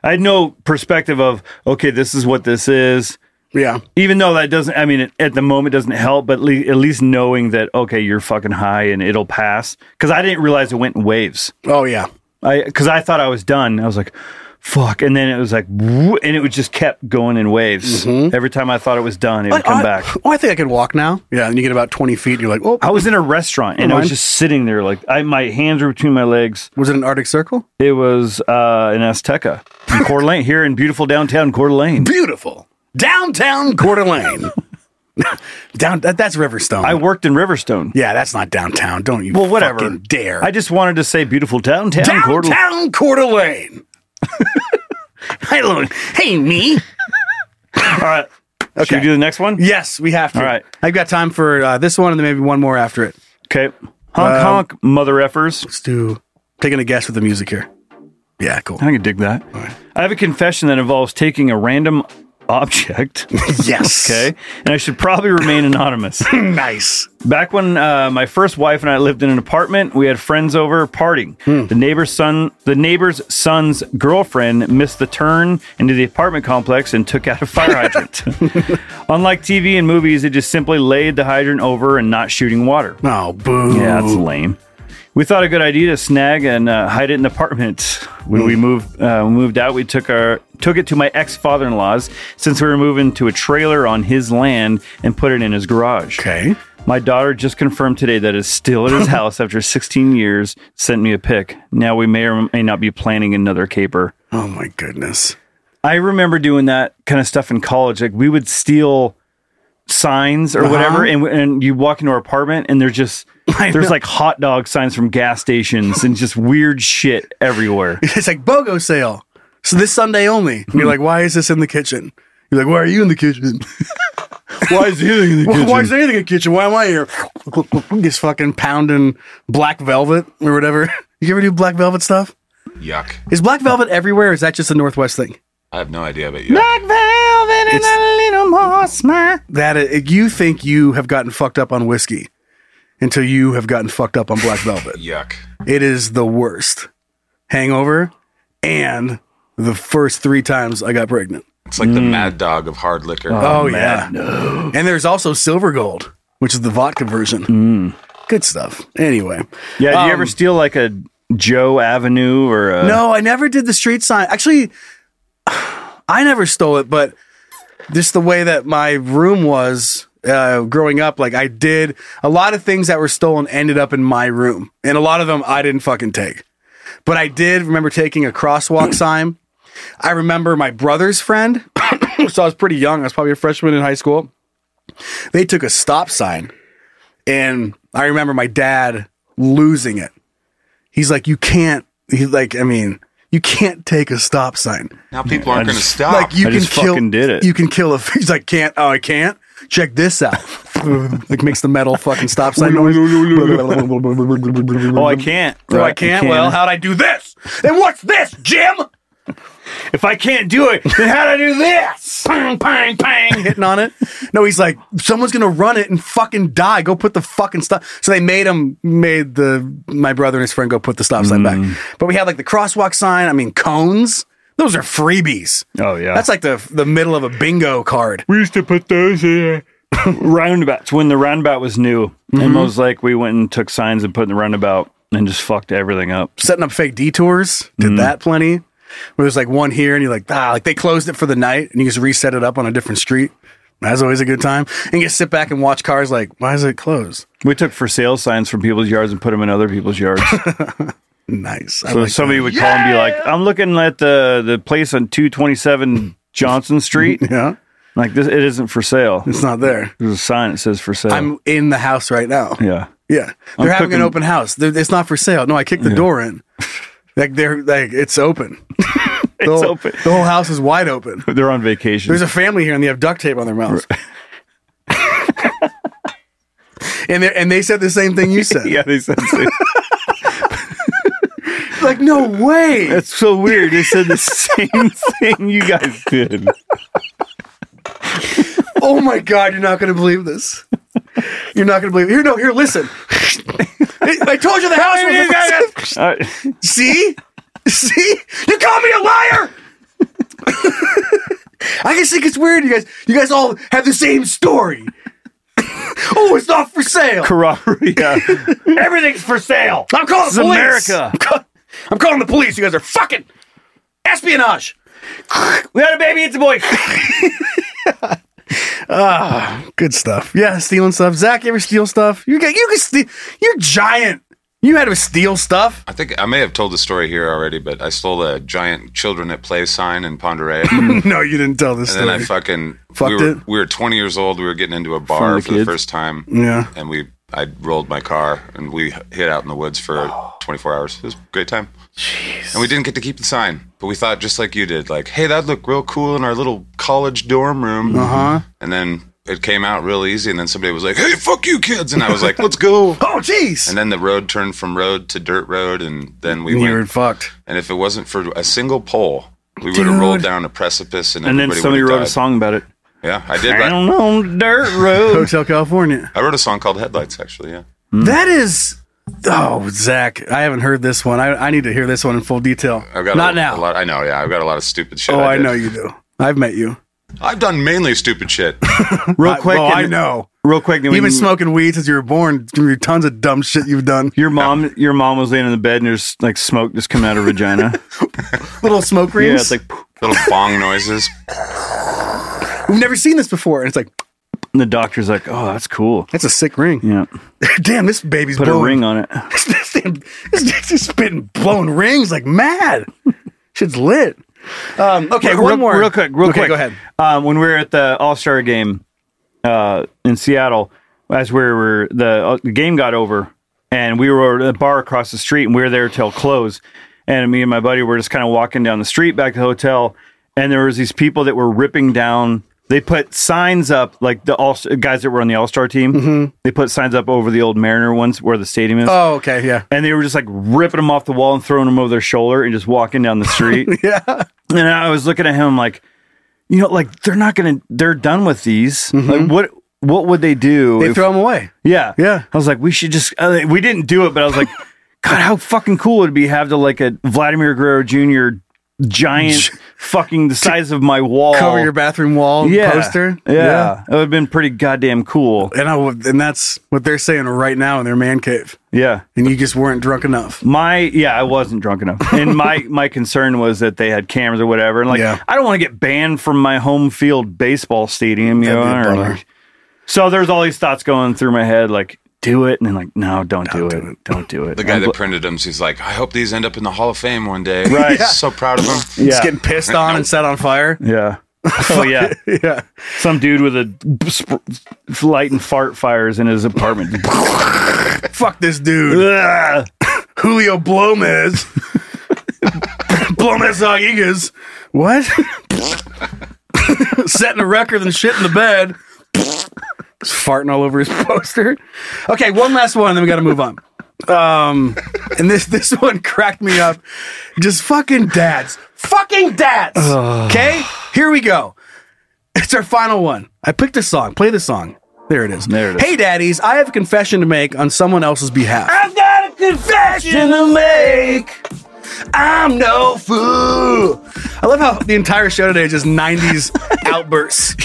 [SPEAKER 2] I had no perspective of okay, this is what this is.
[SPEAKER 3] Yeah.
[SPEAKER 2] Even though that doesn't, I mean, it, at the moment doesn't help, but le- at least knowing that okay, you're fucking high and it'll pass. Because I didn't realize it went in waves.
[SPEAKER 3] Oh yeah.
[SPEAKER 2] I because I thought I was done. I was like, fuck, and then it was like, woo, and it was just kept going in waves. Every time I thought it was done, it would come
[SPEAKER 3] Mm-hmm. I-
[SPEAKER 2] back.
[SPEAKER 3] Oh, I think I could walk now. Yeah, and you get about twenty feet, and you're like, oh,
[SPEAKER 2] I was in a restaurant and I
[SPEAKER 3] Never
[SPEAKER 2] was
[SPEAKER 3] mind.
[SPEAKER 2] just sitting there, like I, my hands were between my legs.
[SPEAKER 3] was it an Arctic Circle?
[SPEAKER 2] It was uh, in Azteca, in Coeur d'Alene, here in beautiful downtown Coeur d'Alene.
[SPEAKER 3] Beautiful downtown Coeur d'Alene. Down that, that's Riverstone.
[SPEAKER 2] I worked in Riverstone.
[SPEAKER 3] yeah, that's not downtown. Don't you?
[SPEAKER 2] Well, whatever.
[SPEAKER 3] fucking dare.
[SPEAKER 2] I just wanted to say beautiful downtown, Coeur d'Alene.
[SPEAKER 3] downtown Coeur d'Alene. Hi, Lone. Hey, me.
[SPEAKER 2] All right. Should we
[SPEAKER 3] Okay.
[SPEAKER 2] do the next one?
[SPEAKER 3] Yes, we have to.
[SPEAKER 2] All right.
[SPEAKER 3] I've got time for uh, this one and then maybe one more after it.
[SPEAKER 2] Okay. Honk
[SPEAKER 3] Um,
[SPEAKER 2] honk, mother effers.
[SPEAKER 3] Let's do taking a guess with the music here. Yeah, cool.
[SPEAKER 2] I can dig that. I have a confession that involves taking a random object.
[SPEAKER 3] yes.
[SPEAKER 2] Okay. And I should probably remain anonymous.
[SPEAKER 3] nice.
[SPEAKER 2] Back when uh, my first wife and I lived in an apartment, we had friends over partying.
[SPEAKER 3] Hmm.
[SPEAKER 2] The neighbor's son, the neighbor's son's girlfriend, missed the turn into the apartment complex and took out a fire hydrant. Unlike TV and movies, it just simply laid the hydrant over and not shooting water.
[SPEAKER 3] Oh, boo.
[SPEAKER 2] Yeah, that's lame. We thought a good idea to snag and uh, hide it in the apartment. When we moved uh, moved out, we took our took it to my ex father in law's since we were moving to a trailer on his land and put it in his garage.
[SPEAKER 3] Okay.
[SPEAKER 2] My daughter just confirmed today that it's still at his house after 16 years. Sent me a pic. Now we may or may not be planning another caper.
[SPEAKER 3] Oh my goodness.
[SPEAKER 2] I remember doing that kind of stuff in college. Like we would steal signs or whatever, and and you walk into our apartment and there's just
[SPEAKER 3] Uh-huh. I
[SPEAKER 2] there's
[SPEAKER 3] know.
[SPEAKER 2] like hot dog signs from gas stations and just weird shit everywhere.
[SPEAKER 3] It's like BOGO sale. So this Sunday only. And you're like, why is this in the kitchen? You're like, why are you in the kitchen?
[SPEAKER 2] Why is anything in the
[SPEAKER 3] Why- Why is anything in the kitchen? Why am I here? Just fucking pounding black velvet or whatever. You ever do black velvet stuff?
[SPEAKER 4] Yuck.
[SPEAKER 3] Is black velvet everywhere or is that just a Northwest thing?
[SPEAKER 4] I have no idea, but yeah.
[SPEAKER 2] velvet
[SPEAKER 3] and a
[SPEAKER 2] little more smile.
[SPEAKER 3] That i- you think you have gotten fucked up on whiskey until you have gotten fucked up on black velvet.
[SPEAKER 4] Yuck.
[SPEAKER 3] It is the worst hangover and the first three times I got pregnant.
[SPEAKER 4] It's like the
[SPEAKER 3] Mm.
[SPEAKER 4] mad dog of hard liquor.
[SPEAKER 3] Oh, yeah. And there's also silver gold, which is the vodka version. Good stuff. Anyway.
[SPEAKER 2] Yeah, do you ever
[SPEAKER 3] Um,
[SPEAKER 2] steal like a Joe Avenue or a
[SPEAKER 3] No, I never did the street sign. Actually, I never stole it, but just the way that my room was uh, growing up, like I did a lot of things that were stolen ended up in my room, and a lot of them I didn't fucking take. But I did remember taking a crosswalk sign I remember my brother's friend. so I was pretty young. I was probably a freshman in high school. They took a stop sign. And I remember my dad losing it. He's like, you can't, he's like, I mean, you can't take a stop sign.
[SPEAKER 4] Now people aren't
[SPEAKER 3] Ah, I
[SPEAKER 4] going to
[SPEAKER 3] just-
[SPEAKER 4] stop.
[SPEAKER 3] Like you can kill, You can kill a. He's like, can't. Oh, I can't. Check this out. like makes the metal fucking stop sign noise. oh,
[SPEAKER 2] I can't.
[SPEAKER 3] Oh, I
[SPEAKER 2] Right, you
[SPEAKER 3] can't.
[SPEAKER 2] can't.
[SPEAKER 3] Well, how'd I do this? And what's this, Jim? If I can't do it, then how'd I do this? Pang, pang, pang, hitting on it. No, he's like, someone's gonna run it and fucking die. Go put the fucking stuff. So they made him, made the my brother and his friend go put the stop sign back. But we had like the crosswalk sign. I mean, cones. Those are freebies.
[SPEAKER 2] Oh yeah,
[SPEAKER 3] that's like the the middle of a bingo card.
[SPEAKER 2] We used to put those in roundabouts when the roundabout was new,
[SPEAKER 3] Mm-hmm.
[SPEAKER 2] and it was like we went and took signs and put in the roundabout and just fucked everything up.
[SPEAKER 3] setting up fake detours.
[SPEAKER 2] Mm.
[SPEAKER 3] Did that plenty. Where there's like one here, and you're like, ah, like they closed it for the night, and you just reset it up on a different street. That's always a good time. And you just sit back and watch cars. Like, why is it closed?
[SPEAKER 2] We took for sale signs from people's yards and put them in other people's yards.
[SPEAKER 3] nice. I
[SPEAKER 2] So
[SPEAKER 3] like
[SPEAKER 2] somebody
[SPEAKER 3] that.
[SPEAKER 2] would call and be like, "I'm looking at the the place on 227 Johnson Street.
[SPEAKER 3] yeah,
[SPEAKER 2] like this, it isn't for sale.
[SPEAKER 3] It's not there.
[SPEAKER 2] There's a sign that says for sale.
[SPEAKER 3] I'm in the house right now.
[SPEAKER 2] yeah,
[SPEAKER 3] Yeah,
[SPEAKER 2] I'm
[SPEAKER 3] they're having an
[SPEAKER 2] cooking-
[SPEAKER 3] open house. They're, it's not for sale. No, I kicked the door in. Like they're like it's open. it's open. The whole house is wide open.
[SPEAKER 2] they're on vacation.
[SPEAKER 3] There's a family here, and they have duct tape on their mouths. and they and they said the same thing you said.
[SPEAKER 2] yeah, they said. The
[SPEAKER 3] same. like no way.
[SPEAKER 2] That's so weird. They said the same thing you guys did.
[SPEAKER 3] oh my god, you're not going to believe this. You're not going to believe. Here, no, here, listen. I I told you the house was.
[SPEAKER 2] Uh,
[SPEAKER 3] See? See? You call me a liar! I just think it's weird you guys you guys all have the same story. oh, it's not for sale.
[SPEAKER 2] Corroborate.
[SPEAKER 3] Everything's for sale. I'm calling
[SPEAKER 2] This
[SPEAKER 3] the
[SPEAKER 2] is
[SPEAKER 3] police.
[SPEAKER 2] America.
[SPEAKER 3] I'm, ca- I'm calling the police. You guys are fucking espionage.
[SPEAKER 2] we had a baby, it's a boy.
[SPEAKER 3] Ah, good stuff. Yeah, stealing stuff. Zach, you ever steal stuff? You get you can steal you're giant. You had to steal stuff.
[SPEAKER 4] I think I may have told the story here already, but I stole a giant children at play sign in Ponderay.
[SPEAKER 3] no, you didn't tell this
[SPEAKER 4] and then I
[SPEAKER 3] story.
[SPEAKER 4] fucking
[SPEAKER 3] Fucked
[SPEAKER 4] we were,
[SPEAKER 3] it?
[SPEAKER 4] We were 20 years old. We were getting into a bar
[SPEAKER 3] the
[SPEAKER 4] for the
[SPEAKER 3] kids.
[SPEAKER 4] first time.
[SPEAKER 3] Yeah.
[SPEAKER 4] and we I rolled my car and we hid out in the woods for 24 hours. It was a great time. Jeez. And we didn't get to keep the sign, but we thought just like you did, like, hey, that'd look real cool in our little college dorm room.
[SPEAKER 3] Uh-huh.
[SPEAKER 4] And then it came out real easy. And then somebody was like, hey, fuck you, kids. And I was like, let's go.
[SPEAKER 3] oh, jeez.
[SPEAKER 4] And then the road turned from road to dirt road, and then we
[SPEAKER 3] You
[SPEAKER 4] went
[SPEAKER 3] were fucked.
[SPEAKER 4] And if it wasn't for a single pole, we would have rolled
[SPEAKER 3] Dude.
[SPEAKER 4] down a precipice, and,
[SPEAKER 2] And then
[SPEAKER 4] everybody
[SPEAKER 2] somebody
[SPEAKER 4] would've
[SPEAKER 2] wrote a
[SPEAKER 4] died.
[SPEAKER 2] song about it.
[SPEAKER 4] Yeah, I did.
[SPEAKER 2] I
[SPEAKER 4] Write,
[SPEAKER 2] don't know, dirt road.
[SPEAKER 3] Hotel California.
[SPEAKER 4] I wrote a song called Headlights, actually. Yeah.
[SPEAKER 3] That is Hmm. Oh, Zach, I haven't heard this one. I, I need to hear this one in full detail.
[SPEAKER 4] I've got
[SPEAKER 3] Not
[SPEAKER 4] a,
[SPEAKER 3] now.
[SPEAKER 4] A lot, I know. Yeah, I've got a lot of stupid shit.
[SPEAKER 3] oh, I,
[SPEAKER 4] did.
[SPEAKER 3] know you do. I've met you.
[SPEAKER 4] I've done mainly stupid shit.
[SPEAKER 2] Real
[SPEAKER 3] I-
[SPEAKER 2] quick.
[SPEAKER 3] well, I
[SPEAKER 2] and-
[SPEAKER 3] know.
[SPEAKER 2] Real quick.
[SPEAKER 3] You've been smoking weed since you were born. There's gonna be tons of dumb shit you've done.
[SPEAKER 2] Your mom, your mom was laying in the bed and there's like smoke just coming out of her vagina.
[SPEAKER 3] Little smoke
[SPEAKER 2] yeah,
[SPEAKER 3] rings.
[SPEAKER 2] it's like
[SPEAKER 4] little bong noises.
[SPEAKER 3] We've never seen this before. And it's like,
[SPEAKER 2] And the doctor's like, "Oh, that's cool.
[SPEAKER 3] That's a sick ring."
[SPEAKER 2] Yeah,
[SPEAKER 3] damn, this baby's
[SPEAKER 2] put
[SPEAKER 3] blowing.
[SPEAKER 2] a ring on it.
[SPEAKER 3] this damn- this dude's just been blowing rings like mad. Shit's lit. Um, okay,
[SPEAKER 2] real,
[SPEAKER 3] one more.
[SPEAKER 2] real quick, real
[SPEAKER 3] Okay,
[SPEAKER 2] quick.
[SPEAKER 3] Go ahead.
[SPEAKER 2] Um, when we were at the All Star game uh, in Seattle, as we were the, uh, the game got over, and we were at a bar across the street, and we were there till close. And me and my buddy were just kind of walking down the street back to the hotel, and there was these people that were ripping down. They put signs up, like the all guys that were on the All Star team.
[SPEAKER 3] Mm-hmm.
[SPEAKER 2] They put signs up over the old Mariner ones where the stadium is.
[SPEAKER 3] Oh, okay, yeah.
[SPEAKER 2] And they were just like ripping them off the wall and throwing them over their shoulder and just walking down the street.
[SPEAKER 3] yeah.
[SPEAKER 2] And I was looking at him like, you know, like they're not gonna, they're done with these. Like what, what would they do?
[SPEAKER 3] Mm-hmm. They
[SPEAKER 2] if-
[SPEAKER 3] throw him away.
[SPEAKER 2] Yeah,
[SPEAKER 3] Yeah.
[SPEAKER 2] I was like, we should just. Uh, we didn't do it, but I was like, God, how fucking cool would it be have to like a Vladimir Guerrero Jr. giant, fucking the size of my wall,
[SPEAKER 3] Cover your bathroom wall
[SPEAKER 2] yeah.
[SPEAKER 3] poster.
[SPEAKER 2] Yeah. it would have been pretty goddamn cool.
[SPEAKER 3] And I would, and that's what they're saying right now in their man cave.
[SPEAKER 2] Yeah.
[SPEAKER 3] And you just weren't drunk enough.
[SPEAKER 2] My yeah, I wasn't drunk enough, and my my concern was that they had cameras or whatever, and like
[SPEAKER 3] Yeah.
[SPEAKER 2] I don't want to get banned from my home field baseball stadium, you
[SPEAKER 3] That'd be a
[SPEAKER 2] know. or,
[SPEAKER 3] bummer.
[SPEAKER 2] like- so there's all these thoughts going through my head, like do it, and then like, no, don't, do, it. don't do it.
[SPEAKER 4] The guy
[SPEAKER 2] I'm
[SPEAKER 4] that
[SPEAKER 2] gl-
[SPEAKER 4] printed them, he's like, I hope these end up in the Hall of Fame one day.
[SPEAKER 2] Right.
[SPEAKER 4] So proud of them.
[SPEAKER 2] Yeah.
[SPEAKER 3] Just getting pissed on and set on fire.
[SPEAKER 2] yeah, oh yeah,
[SPEAKER 3] yeah,
[SPEAKER 2] some dude with a sp- light and fart fires in his apartment. Ah,
[SPEAKER 3] Fuck this dude. Julio Blomez. Blomez Rodriguez. What? Setting a record and shit in the bed. Just farting all over his poster. Okay, one last one, then we gotta move on. Um, and this this one cracked me up. Just fucking dads. Fucking dads. Okay? Here we go. It's our final one. I picked a song. Play the song. There it is. There it is. Hey daddies, I have a confession to make on someone else's behalf.
[SPEAKER 5] I've got a confession to make.
[SPEAKER 3] I'm no fool. I love how the entire show today is just 90s outbursts.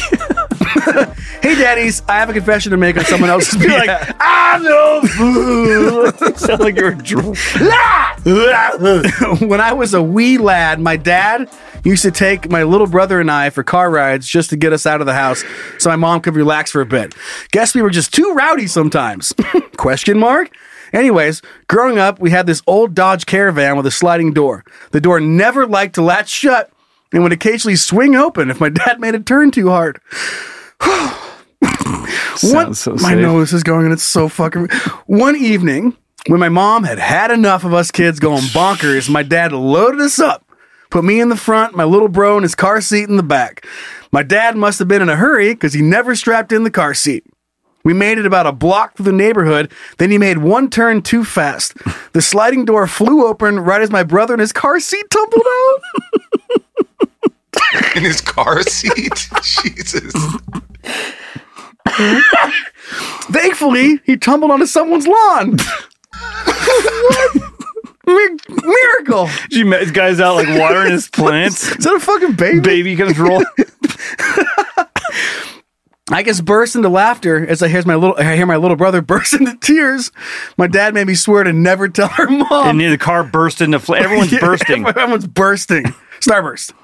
[SPEAKER 3] hey, daddies, I have a confession to make on someone else's
[SPEAKER 5] You're
[SPEAKER 3] behalf.
[SPEAKER 5] like,
[SPEAKER 3] I'm no fool.
[SPEAKER 2] Sound like you're drunk.
[SPEAKER 3] when I was a wee lad, my dad used to take my little brother and I for car rides just to get us out of the house so my mom could relax for a bit. Guess we were just too rowdy sometimes. Question mark? Anyways, growing up, we had this old Dodge Caravan with a sliding door. The door never liked to latch shut and would occasionally swing open if my dad made it turn too hard. One,
[SPEAKER 2] Sounds so
[SPEAKER 3] my
[SPEAKER 2] safe.
[SPEAKER 3] nose is going and it's so fucking. One evening, when my mom had had enough of us kids going bonkers, my dad loaded us up, put me in the front, my little bro in his car seat in the back. My dad must have been in a hurry because he never strapped in the car seat. We made it about a block through the neighborhood, then he made one turn too fast. The sliding door flew open right as my brother in his car seat tumbled out.
[SPEAKER 4] In his car seat. Jesus.
[SPEAKER 3] Thankfully, he tumbled onto someone's lawn. Mi- Miracle.
[SPEAKER 2] She met this guy's out like watering his plants.
[SPEAKER 3] Is that a fucking baby?
[SPEAKER 2] Baby comes rolling.
[SPEAKER 3] I just burst into laughter as I hear my little I hear my little brother burst into tears. My dad made me swear to never tell her mom.
[SPEAKER 2] and the car burst into flames. Everyone's
[SPEAKER 3] Yeah,
[SPEAKER 2] bursting.
[SPEAKER 3] Everyone's bursting. Starburst.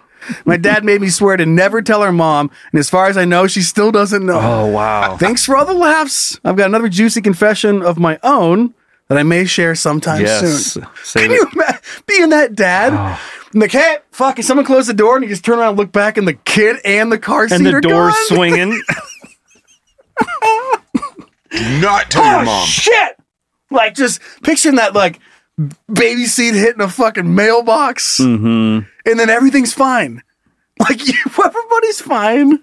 [SPEAKER 3] My dad made me swear to never tell her mom, and as far as I know, she still doesn't know.
[SPEAKER 2] Oh wow.
[SPEAKER 3] Thanks for all the laughs. I've got another juicy confession of my own that I may share sometime
[SPEAKER 2] Yes. Oh.
[SPEAKER 3] soon.
[SPEAKER 2] Save
[SPEAKER 3] Can
[SPEAKER 2] it.
[SPEAKER 3] you imagine being that dad? And like, hey, fuck, if someone closed the door and you just turn around and look back and the kid and the car seat
[SPEAKER 2] And the
[SPEAKER 3] are
[SPEAKER 2] door's
[SPEAKER 3] gone?
[SPEAKER 2] swinging.
[SPEAKER 4] Not
[SPEAKER 3] Oh,
[SPEAKER 4] tell your mom.
[SPEAKER 3] Shit! Like, just picturing that, like, baby seat hitting a fucking mailbox
[SPEAKER 2] mm-hmm.
[SPEAKER 3] and then everything's fine. Like, you, everybody's fine.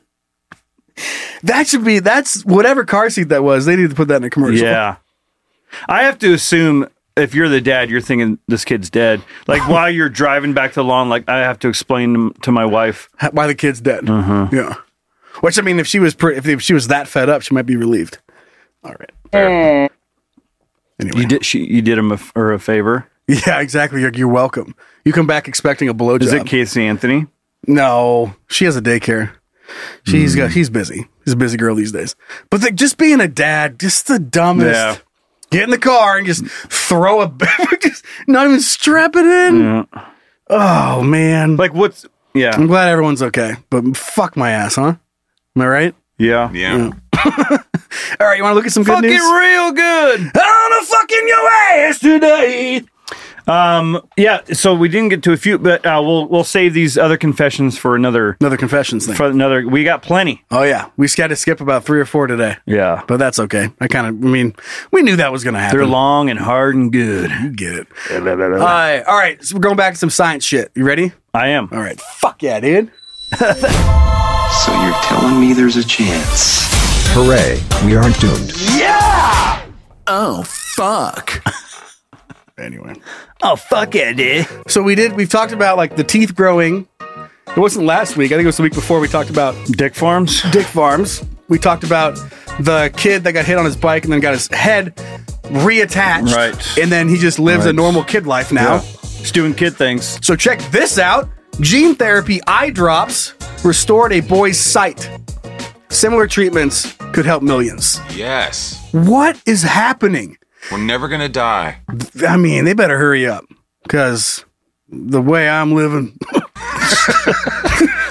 [SPEAKER 3] That should be, that's whatever car seat that was. They need to put that in a commercial.
[SPEAKER 2] Yeah. I have to assume if you're the dad, you're thinking this kid's dead. Like while you're driving back to the lawn, like I have to explain to m- to my wife.
[SPEAKER 3] Ha- Why the kid's dead.
[SPEAKER 2] Uh-huh.
[SPEAKER 3] Yeah. Which I mean, if she was pre- if she was that fed up, she might be relieved.
[SPEAKER 2] You did she you did him a, f- her a favor.
[SPEAKER 3] Yeah, exactly. You're, you're welcome. You come back expecting a blowjob.
[SPEAKER 2] Is it Casey Anthony?
[SPEAKER 3] No, she has a daycare. She's got she's busy. She's a busy girl these days. But the, just being a dad, just the dumbest.
[SPEAKER 2] Yeah.
[SPEAKER 3] Get in the car and just throw a just not even strap it in.
[SPEAKER 2] Yeah.
[SPEAKER 3] Oh man.
[SPEAKER 2] Like what's yeah.
[SPEAKER 3] I'm glad everyone's okay, but fuck my ass, huh? Am I right?
[SPEAKER 2] Yeah.
[SPEAKER 4] Yeah.
[SPEAKER 3] All right, you want to look at some good
[SPEAKER 2] Fucking
[SPEAKER 3] news?
[SPEAKER 2] real good.
[SPEAKER 3] I don't know, fucking your ass today.
[SPEAKER 2] Um yeah, so we didn't get to a few but uh, we'll we'll save these other confessions for another
[SPEAKER 3] Another confessions thing.
[SPEAKER 2] for another we got plenty.
[SPEAKER 3] Oh yeah, we got to skip about three or four today,
[SPEAKER 2] Yeah.
[SPEAKER 3] but that's okay. I kind of, I mean, we knew that was going to happen.
[SPEAKER 2] They're long and hard and good.
[SPEAKER 3] You get it. Uh, all right, so we're going back to some science shit. You ready?
[SPEAKER 2] I am.
[SPEAKER 3] All right, fuck yeah, dude.
[SPEAKER 10] So you're telling me there's a chance? Hooray, we aren't doomed.
[SPEAKER 3] Oh fuck. anyway,
[SPEAKER 2] Oh fuck it, dude.
[SPEAKER 3] so we did. We've talked about like the teeth growing. It wasn't last week. I think it was the week before. We talked about
[SPEAKER 2] Dick Farms.
[SPEAKER 3] dick farms. We talked about the kid that got hit on his bike and then got his head reattached.
[SPEAKER 2] Right.
[SPEAKER 3] And then he just lives a
[SPEAKER 2] Right.
[SPEAKER 3] normal kid life now.
[SPEAKER 2] Yeah. Just doing kid things.
[SPEAKER 3] So check this out. Gene therapy eye drops restored a boy's sight. Similar treatments could help millions.
[SPEAKER 4] Yes.
[SPEAKER 3] What is happening?
[SPEAKER 4] We're never going to die.
[SPEAKER 3] I mean, they better hurry up cuz the way I'm living,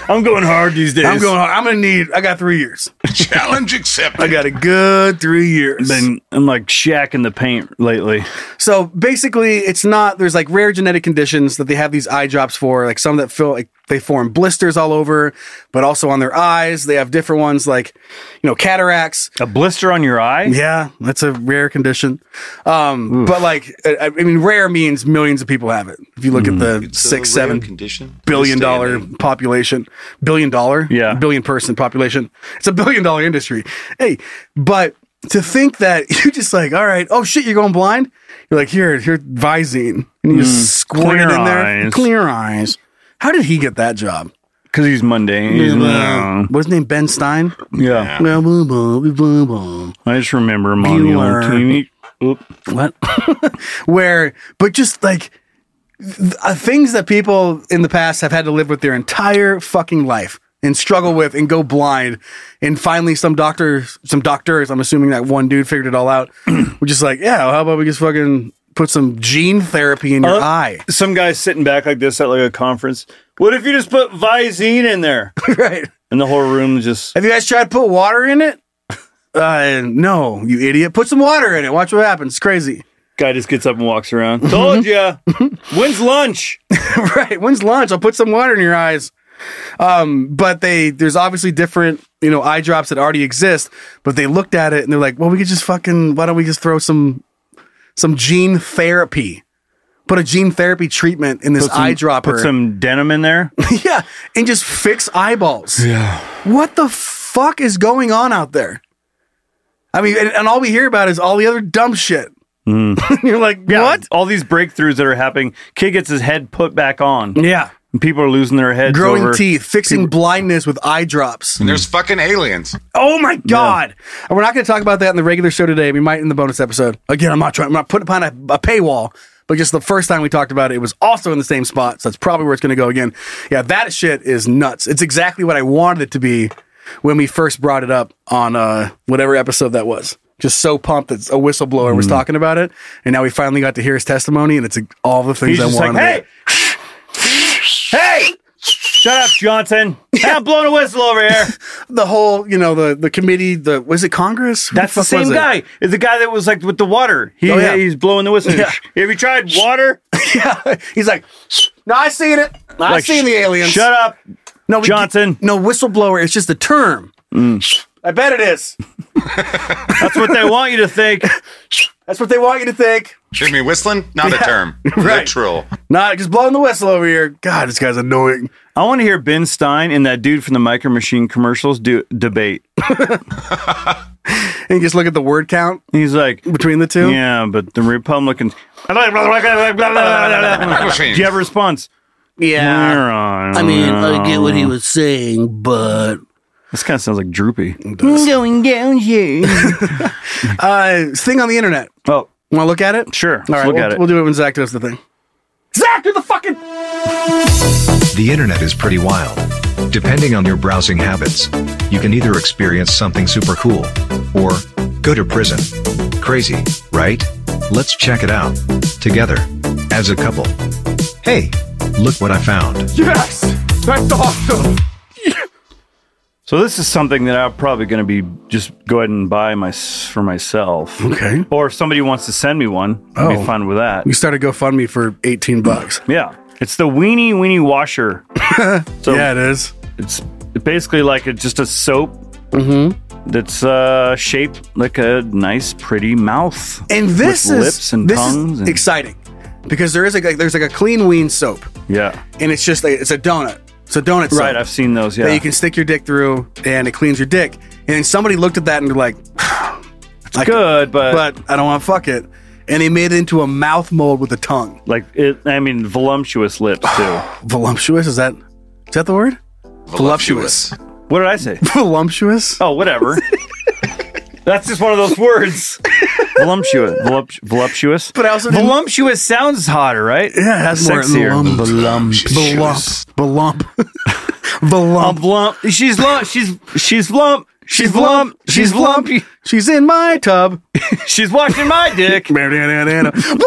[SPEAKER 2] I'm going hard these days.
[SPEAKER 3] I'm going I'm going to need I got 3 years.
[SPEAKER 4] Challenge accepted.
[SPEAKER 2] I got a good three years. Been I'm like Shaq in the paint lately.
[SPEAKER 3] So basically, it's not. There's like rare genetic conditions that they have these eye drops for. Like some that feel like they form blisters all over, but also on their eyes. They have different ones, like you know, cataracts.
[SPEAKER 2] A blister on your eye?
[SPEAKER 3] Yeah, that's a rare condition. Um, but like, I, I mean, rare means millions of people have it. If you look
[SPEAKER 2] Hmm.
[SPEAKER 3] at the
[SPEAKER 4] It's a
[SPEAKER 3] six,
[SPEAKER 4] rare
[SPEAKER 3] seven
[SPEAKER 4] condition.
[SPEAKER 3] billion
[SPEAKER 4] This day
[SPEAKER 3] dollar
[SPEAKER 4] and
[SPEAKER 3] population, billion dollar, yeah, billion person population. It's a billion dollar industry. Hey, but to think that you just like, all right, oh shit, you're going blind. You're like, here, here, Visine, and you
[SPEAKER 2] Mm,
[SPEAKER 3] just squirt it
[SPEAKER 2] clear
[SPEAKER 3] in there,
[SPEAKER 2] eyes.
[SPEAKER 3] clear eyes. How did he get that job?
[SPEAKER 2] Because he's mundane. He's-
[SPEAKER 3] Uh, what's his name? Ben Stein.
[SPEAKER 2] Yeah.
[SPEAKER 3] Blah, blah, blah, blah, blah.
[SPEAKER 2] I just remember him on the old
[SPEAKER 3] Bueller.
[SPEAKER 2] TV. Oop.
[SPEAKER 3] What? Where, but just like th- uh, things that people in the past have had to live with their entire fucking life and struggle with and go blind. And finally, some doctors, some doctors, I'm assuming that one dude figured it all out, were just like, yeah, well, how about we just fucking put some gene therapy in your
[SPEAKER 2] Uh,
[SPEAKER 3] eye?
[SPEAKER 2] Some guy's sitting back like this at like a conference. What if you just put Visine in there?
[SPEAKER 3] right.
[SPEAKER 2] And the whole room just
[SPEAKER 3] Have you guys tried to put water in it? Uh, no, you idiot. Put some water in it. Watch what happens. It's crazy.
[SPEAKER 2] guy just gets up and walks around. Told ya. When's lunch?
[SPEAKER 3] right. When's lunch? I'll put some water in your eyes. Um, but they there's obviously different you know eye drops that already exist, but they looked at it and they're like, well, we could just fucking why don't we just throw some some gene therapy, put a gene therapy treatment in this
[SPEAKER 2] Put some-
[SPEAKER 3] eye dropper,
[SPEAKER 2] Put some denim in there.
[SPEAKER 3] yeah, and just fix eyeballs.
[SPEAKER 2] Yeah.
[SPEAKER 3] What the fuck is going on out there? I mean, and, and all we hear about is all the other dumb shit.
[SPEAKER 2] Mm.
[SPEAKER 3] You're like,
[SPEAKER 2] what? All these breakthroughs that are happening. Kid gets his head put back on.
[SPEAKER 3] Yeah.
[SPEAKER 2] And people are losing their heads.
[SPEAKER 3] Growing
[SPEAKER 2] over-
[SPEAKER 3] teeth, fixing blindness with eye drops.
[SPEAKER 4] And there's fucking aliens.
[SPEAKER 3] Oh my god! And we're not going to talk about that in the regular show today. We might in the bonus episode. Again, I'm not trying. I'm not putting upon a, a paywall, but just the first time we talked about it, it was also in the same spot. So that's probably where it's going to go again. Yeah, that shit is nuts. It's exactly what I wanted it to be when we first brought it up on uh, whatever episode that was. Just so pumped that a whistleblower
[SPEAKER 2] Mm.
[SPEAKER 3] was talking about it, and now we finally got to hear his testimony, and it's like, all the things
[SPEAKER 2] He's
[SPEAKER 3] I
[SPEAKER 2] just like,
[SPEAKER 3] wanted.
[SPEAKER 2] hey, hey, shut up, Johnson. Hey, I'm blowing a whistle over here.
[SPEAKER 3] the whole, you know, the the committee, the was it Congress? Who
[SPEAKER 2] That's the
[SPEAKER 3] fuck was
[SPEAKER 2] same
[SPEAKER 3] it?
[SPEAKER 2] guy. It's the guy that was like with the water. He,
[SPEAKER 3] Oh, yeah.
[SPEAKER 2] He's blowing the whistle.
[SPEAKER 3] Yeah.
[SPEAKER 2] Have you tried water?
[SPEAKER 3] yeah. He's like, no, I seen it. I
[SPEAKER 2] Like,
[SPEAKER 3] seen the aliens.
[SPEAKER 2] Shut up.
[SPEAKER 3] no, we-
[SPEAKER 2] Johnson. Mm.
[SPEAKER 3] No whistleblower. It's just the term. I bet it is.
[SPEAKER 2] That's what they want you to think.
[SPEAKER 3] That's what they want you to think.
[SPEAKER 4] Excuse me, whistling? Not a term.
[SPEAKER 3] right.
[SPEAKER 4] Literal.
[SPEAKER 3] Not just blowing the whistle over here. God, this guy's annoying.
[SPEAKER 2] I want to hear Ben Stein and that dude from the Micro Machine commercials do debate.
[SPEAKER 3] And you just look at the word count
[SPEAKER 2] He's like,
[SPEAKER 3] between the two.
[SPEAKER 2] yeah, but the Republicans. Do you have a response?
[SPEAKER 3] I mean, I get what he was saying, but
[SPEAKER 2] This kind of sounds like droopy.
[SPEAKER 3] going down here. uh, thing on the internet.
[SPEAKER 2] Oh,
[SPEAKER 3] Want to look at it?
[SPEAKER 2] sure. Let's
[SPEAKER 3] All right,
[SPEAKER 2] look
[SPEAKER 3] we'll,
[SPEAKER 2] at it.
[SPEAKER 3] we'll do it when Zach does the thing. Zach, do the fucking.
[SPEAKER 11] The internet is pretty wild. Depending on your browsing habits, you can either experience something super cool or go to prison. Crazy, right? Let's check it out together as a couple. Hey, look what I found.
[SPEAKER 3] Yes, that's awesome.
[SPEAKER 2] So this is something that I'm probably going to be just go ahead and buy my for myself.
[SPEAKER 3] Okay.
[SPEAKER 2] Or if somebody wants to send me one, I'd
[SPEAKER 3] Oh.
[SPEAKER 2] be fine with that.
[SPEAKER 3] We started GoFundMe for 18 bucks.
[SPEAKER 2] Yeah. It's the weenie weenie washer. so
[SPEAKER 3] yeah, it is.
[SPEAKER 2] It's basically like it's just a soap
[SPEAKER 3] Mm-hmm.
[SPEAKER 2] that's uh, shaped like a nice, pretty mouth.
[SPEAKER 3] And this
[SPEAKER 2] with
[SPEAKER 3] is
[SPEAKER 2] lips and
[SPEAKER 3] this
[SPEAKER 2] tongues.
[SPEAKER 3] is
[SPEAKER 2] and-
[SPEAKER 3] exciting because there is like, like there's like a clean wean soap,
[SPEAKER 2] yeah.
[SPEAKER 3] and it's just like it's a donut. It's a donut soap
[SPEAKER 2] Right. I've seen those. Yeah.
[SPEAKER 3] that you can stick your dick through, and it cleans your dick. And then somebody looked at that and they're like,
[SPEAKER 2] it's good, but,
[SPEAKER 3] "But I don't want to fuck it," and they made it into a mouth mold with a tongue.
[SPEAKER 2] like it, I mean, voluptuous lips too.
[SPEAKER 3] Voluptuous is that? Is that the word? Voluptuous.
[SPEAKER 2] what did I say?
[SPEAKER 3] Voluptuous.
[SPEAKER 2] Oh, whatever. That's just one of those words. voluptuous, Volupt- voluptuous.
[SPEAKER 3] But I also didn't-
[SPEAKER 2] voluptuous sounds hotter, right?
[SPEAKER 3] Yeah, it has more
[SPEAKER 2] sexier.
[SPEAKER 3] lump, lump,
[SPEAKER 2] Voluptuous.
[SPEAKER 3] lump, lump,
[SPEAKER 2] lump. She's lump. She's she's lump. She's lump. She's lump.
[SPEAKER 3] lumpy. She's in my tub.
[SPEAKER 2] She's washing my dick.
[SPEAKER 3] Wee-dee-dee-dee-dee.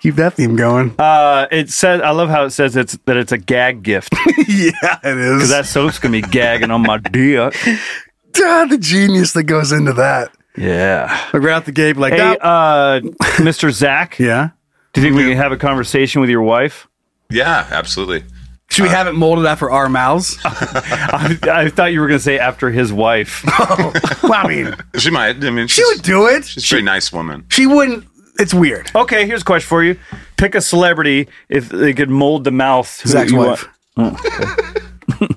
[SPEAKER 3] Keep that theme going.
[SPEAKER 2] Uh, it says I love how it says it's that it's a gag gift.
[SPEAKER 3] yeah, it is.
[SPEAKER 2] Because that soap's gonna be gagging on my dick.
[SPEAKER 3] God, the genius that goes into that.
[SPEAKER 2] Yeah.
[SPEAKER 3] Like right out the gate, like
[SPEAKER 2] hey,
[SPEAKER 3] that.
[SPEAKER 2] uh, Mr. Zach.
[SPEAKER 3] yeah.
[SPEAKER 2] Do you think we can have a conversation with your wife?
[SPEAKER 4] Yeah, absolutely.
[SPEAKER 3] Should we have it molded after our mouths?
[SPEAKER 2] I, I thought you were gonna say after his wife.
[SPEAKER 3] well, Oh, I mean,
[SPEAKER 4] She might. I mean,
[SPEAKER 3] she would do it.
[SPEAKER 4] She's a pretty nice woman.
[SPEAKER 3] She wouldn't. It's weird.
[SPEAKER 2] Okay, here's a question for you. Pick a celebrity if they could mold the mouth. who
[SPEAKER 3] Zach's
[SPEAKER 2] you
[SPEAKER 3] wife.
[SPEAKER 2] want. Oh, okay.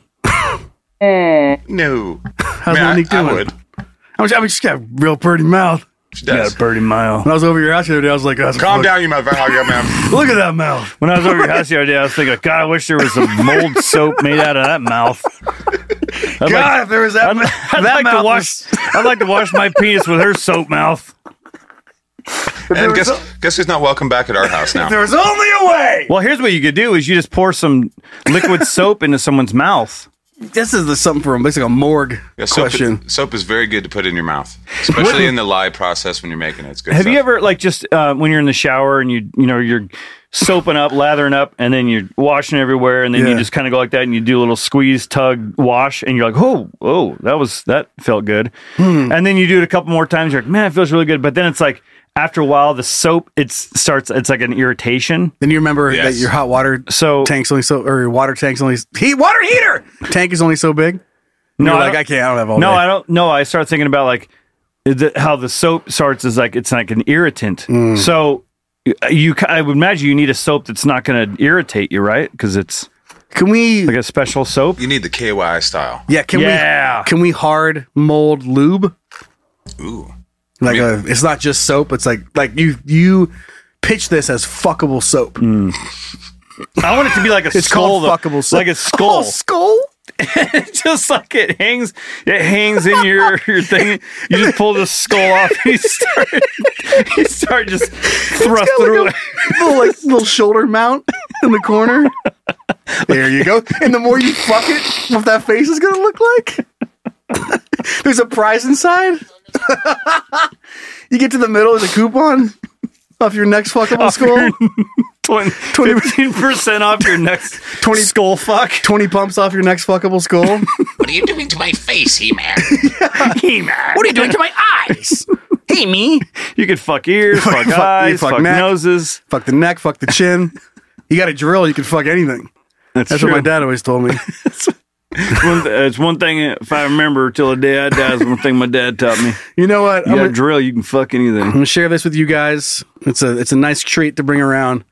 [SPEAKER 4] No.
[SPEAKER 3] How's
[SPEAKER 4] Man, I-
[SPEAKER 3] Monique
[SPEAKER 4] I
[SPEAKER 3] doing?
[SPEAKER 4] would.
[SPEAKER 3] I mean, she- I mean, she's got a real pretty mouth.
[SPEAKER 4] She
[SPEAKER 2] Got
[SPEAKER 4] does.
[SPEAKER 2] a pretty mouth.
[SPEAKER 3] When I was over your house the other day, I was like, "That's a
[SPEAKER 4] Calm
[SPEAKER 3] fuck-
[SPEAKER 4] down, you motherfucker, man.
[SPEAKER 3] Look at that mouth.
[SPEAKER 2] When I was over your house the other day, I was thinking, God, I wish there was some mold soap made out of that mouth. I'd
[SPEAKER 3] God, if there was that,
[SPEAKER 2] I'd, I'd
[SPEAKER 3] that
[SPEAKER 2] like
[SPEAKER 3] mouth
[SPEAKER 2] to wash. I'd like to wash my penis with her soap mouth.
[SPEAKER 4] And guess guess who's not welcome back at our house now?
[SPEAKER 3] was only a way.
[SPEAKER 2] Well, here's what you could do: is you just pour some liquid soap into someone's mouth.
[SPEAKER 3] This is the something from basically a morgue
[SPEAKER 4] Yeah, soap,
[SPEAKER 3] question.
[SPEAKER 4] soap is very good to put in your mouth, especially in the lie process when you're making it. It's good.
[SPEAKER 2] Have
[SPEAKER 4] stuff.
[SPEAKER 2] you ever like just uh, when you're in the shower and you you know you're soaping up, lathering up, and then you're washing everywhere, and then you
[SPEAKER 3] Yeah.
[SPEAKER 2] just kind of go like that, and you do a little squeeze, tug, wash, and you're like, oh, oh, that was that felt good,
[SPEAKER 3] Hmm.
[SPEAKER 2] and then you do it a couple more times, you're like, man, it feels really good, but then it's like after a while, the soap it starts, it's like an irritation.
[SPEAKER 3] Then you remember
[SPEAKER 4] Yes.
[SPEAKER 3] that your hot water
[SPEAKER 2] So
[SPEAKER 3] tank's only so, or your water tank's only heat water heater tank is only so big.
[SPEAKER 2] no,
[SPEAKER 3] You're
[SPEAKER 2] I
[SPEAKER 3] like
[SPEAKER 2] don't-
[SPEAKER 3] I can't. I don't have all.
[SPEAKER 2] no,
[SPEAKER 3] day.
[SPEAKER 2] I don't. No, I start thinking about like the, how the soap starts is like it's like an irritant.
[SPEAKER 3] Hmm.
[SPEAKER 2] So you- you, ca- I would imagine you need a soap that's not going to irritate you, right? Because it's
[SPEAKER 3] Can we?
[SPEAKER 2] like a special soap.
[SPEAKER 4] You need the KY style.
[SPEAKER 3] Yeah. Can
[SPEAKER 2] Yeah.
[SPEAKER 3] we? Can we hard mold lube?
[SPEAKER 4] Ooh.
[SPEAKER 3] Like a, it's not just soap. It's like like you you pitch this as fuckable soap.
[SPEAKER 2] I want it to be like a
[SPEAKER 3] It's
[SPEAKER 2] Mm. skull,
[SPEAKER 3] called
[SPEAKER 2] though.
[SPEAKER 3] fuckable soap.
[SPEAKER 2] like a
[SPEAKER 3] Oh,
[SPEAKER 2] skull,
[SPEAKER 3] skull.
[SPEAKER 2] just like it hangs. It hangs in your your thing. You just pull the skull off. And you start. You start just thrusting
[SPEAKER 3] Got, like,
[SPEAKER 2] through.
[SPEAKER 3] a little, like, little shoulder mount in the corner. There you go. And the more you fuck it, what that face is gonna look like. there's a prize inside. you get to the middle, there's a coupon off your next fuckable skull.
[SPEAKER 2] Fifteen percent off your next
[SPEAKER 3] 20
[SPEAKER 2] twenty skull fuck.
[SPEAKER 3] 20 pumps off your next fuckable skull.
[SPEAKER 5] What are you doing to my face, He-Man? He-Man. What are you doing to my eyes? hey, me.
[SPEAKER 2] You could fuck ears, fuck,
[SPEAKER 3] Fuck- fuck-
[SPEAKER 2] eyes,
[SPEAKER 3] fuck
[SPEAKER 2] fuck,
[SPEAKER 3] neck.
[SPEAKER 2] noses.
[SPEAKER 3] fuck the neck, fuck the chin. You got a drill, you can fuck anything. That's what my dad always told me.
[SPEAKER 2] One th- it's one thing if I remember till the day I die. Is one thing my dad taught me.
[SPEAKER 3] You know what?
[SPEAKER 2] You
[SPEAKER 3] I'm
[SPEAKER 2] got a
[SPEAKER 3] gonna,
[SPEAKER 2] drill, you can fuck
[SPEAKER 3] I'm
[SPEAKER 2] anything.
[SPEAKER 3] gonna share this with you guys. It's a it's a nice treat to bring around.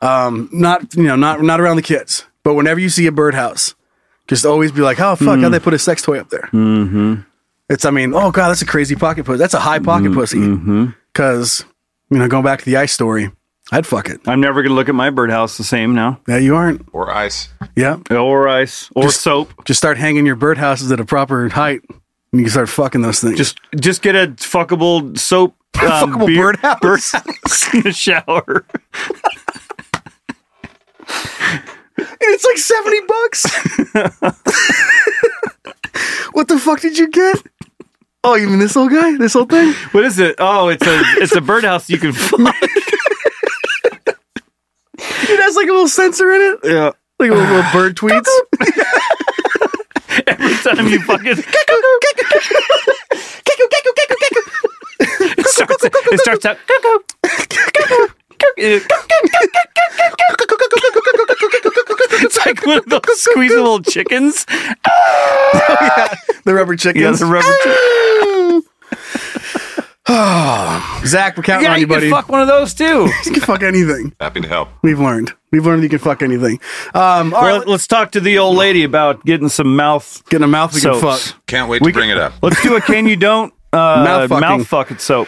[SPEAKER 3] Um, not you know not not around the kids, but whenever you see a birdhouse, just always be like, oh fuck, how'd they put a sex toy up there? Mm-hmm. It's I mean, oh god, that's a crazy pocket pussy. That's a high pocket pussy. Because you know, going back to the ice story, I'd fuck it.
[SPEAKER 2] I'm never gonna look at my birdhouse the same now,
[SPEAKER 3] Yeah, you aren't.
[SPEAKER 4] Or ice.
[SPEAKER 3] Yeah,
[SPEAKER 2] or ice, or
[SPEAKER 3] Just-
[SPEAKER 2] soap.
[SPEAKER 3] just start hanging your birdhouses at a proper height, and you can start fucking those things.
[SPEAKER 2] Just just get a fuckable soap. Um,
[SPEAKER 3] Fuckable birdhouse.
[SPEAKER 2] birdhouse in the shower.
[SPEAKER 3] It's like 70 bucks. what the fuck did you get? Oh, you mean this old guy? This old thing?
[SPEAKER 2] What is it? Oh, it's a it's a birdhouse you can fuck.
[SPEAKER 3] It has like a little sensor in it.
[SPEAKER 2] Yeah.
[SPEAKER 3] Like little, little bird tweets.
[SPEAKER 2] Time you fucking it starts it starts out It's like one of those squeezable chickens.
[SPEAKER 3] the rubber
[SPEAKER 2] Yeah,
[SPEAKER 3] chickens.
[SPEAKER 2] the rubber chicken.
[SPEAKER 3] Ah. Zach, we're counting
[SPEAKER 2] Yeah,
[SPEAKER 3] on you,
[SPEAKER 2] you
[SPEAKER 3] buddy.
[SPEAKER 2] can fuck one of those too.
[SPEAKER 3] You can fuck anything.
[SPEAKER 4] Happy to help.
[SPEAKER 3] We've learned. We've learned you can fuck anything. Um, all
[SPEAKER 2] Well,
[SPEAKER 3] right,
[SPEAKER 2] let's talk to the old lady about getting some mouth.
[SPEAKER 3] get in a mouth we can
[SPEAKER 2] soaps.
[SPEAKER 3] fuck.
[SPEAKER 4] Can't wait to bring it up.
[SPEAKER 2] Let's do a can you don't uh,
[SPEAKER 3] Mouth fucking.
[SPEAKER 2] mouth fucking soap.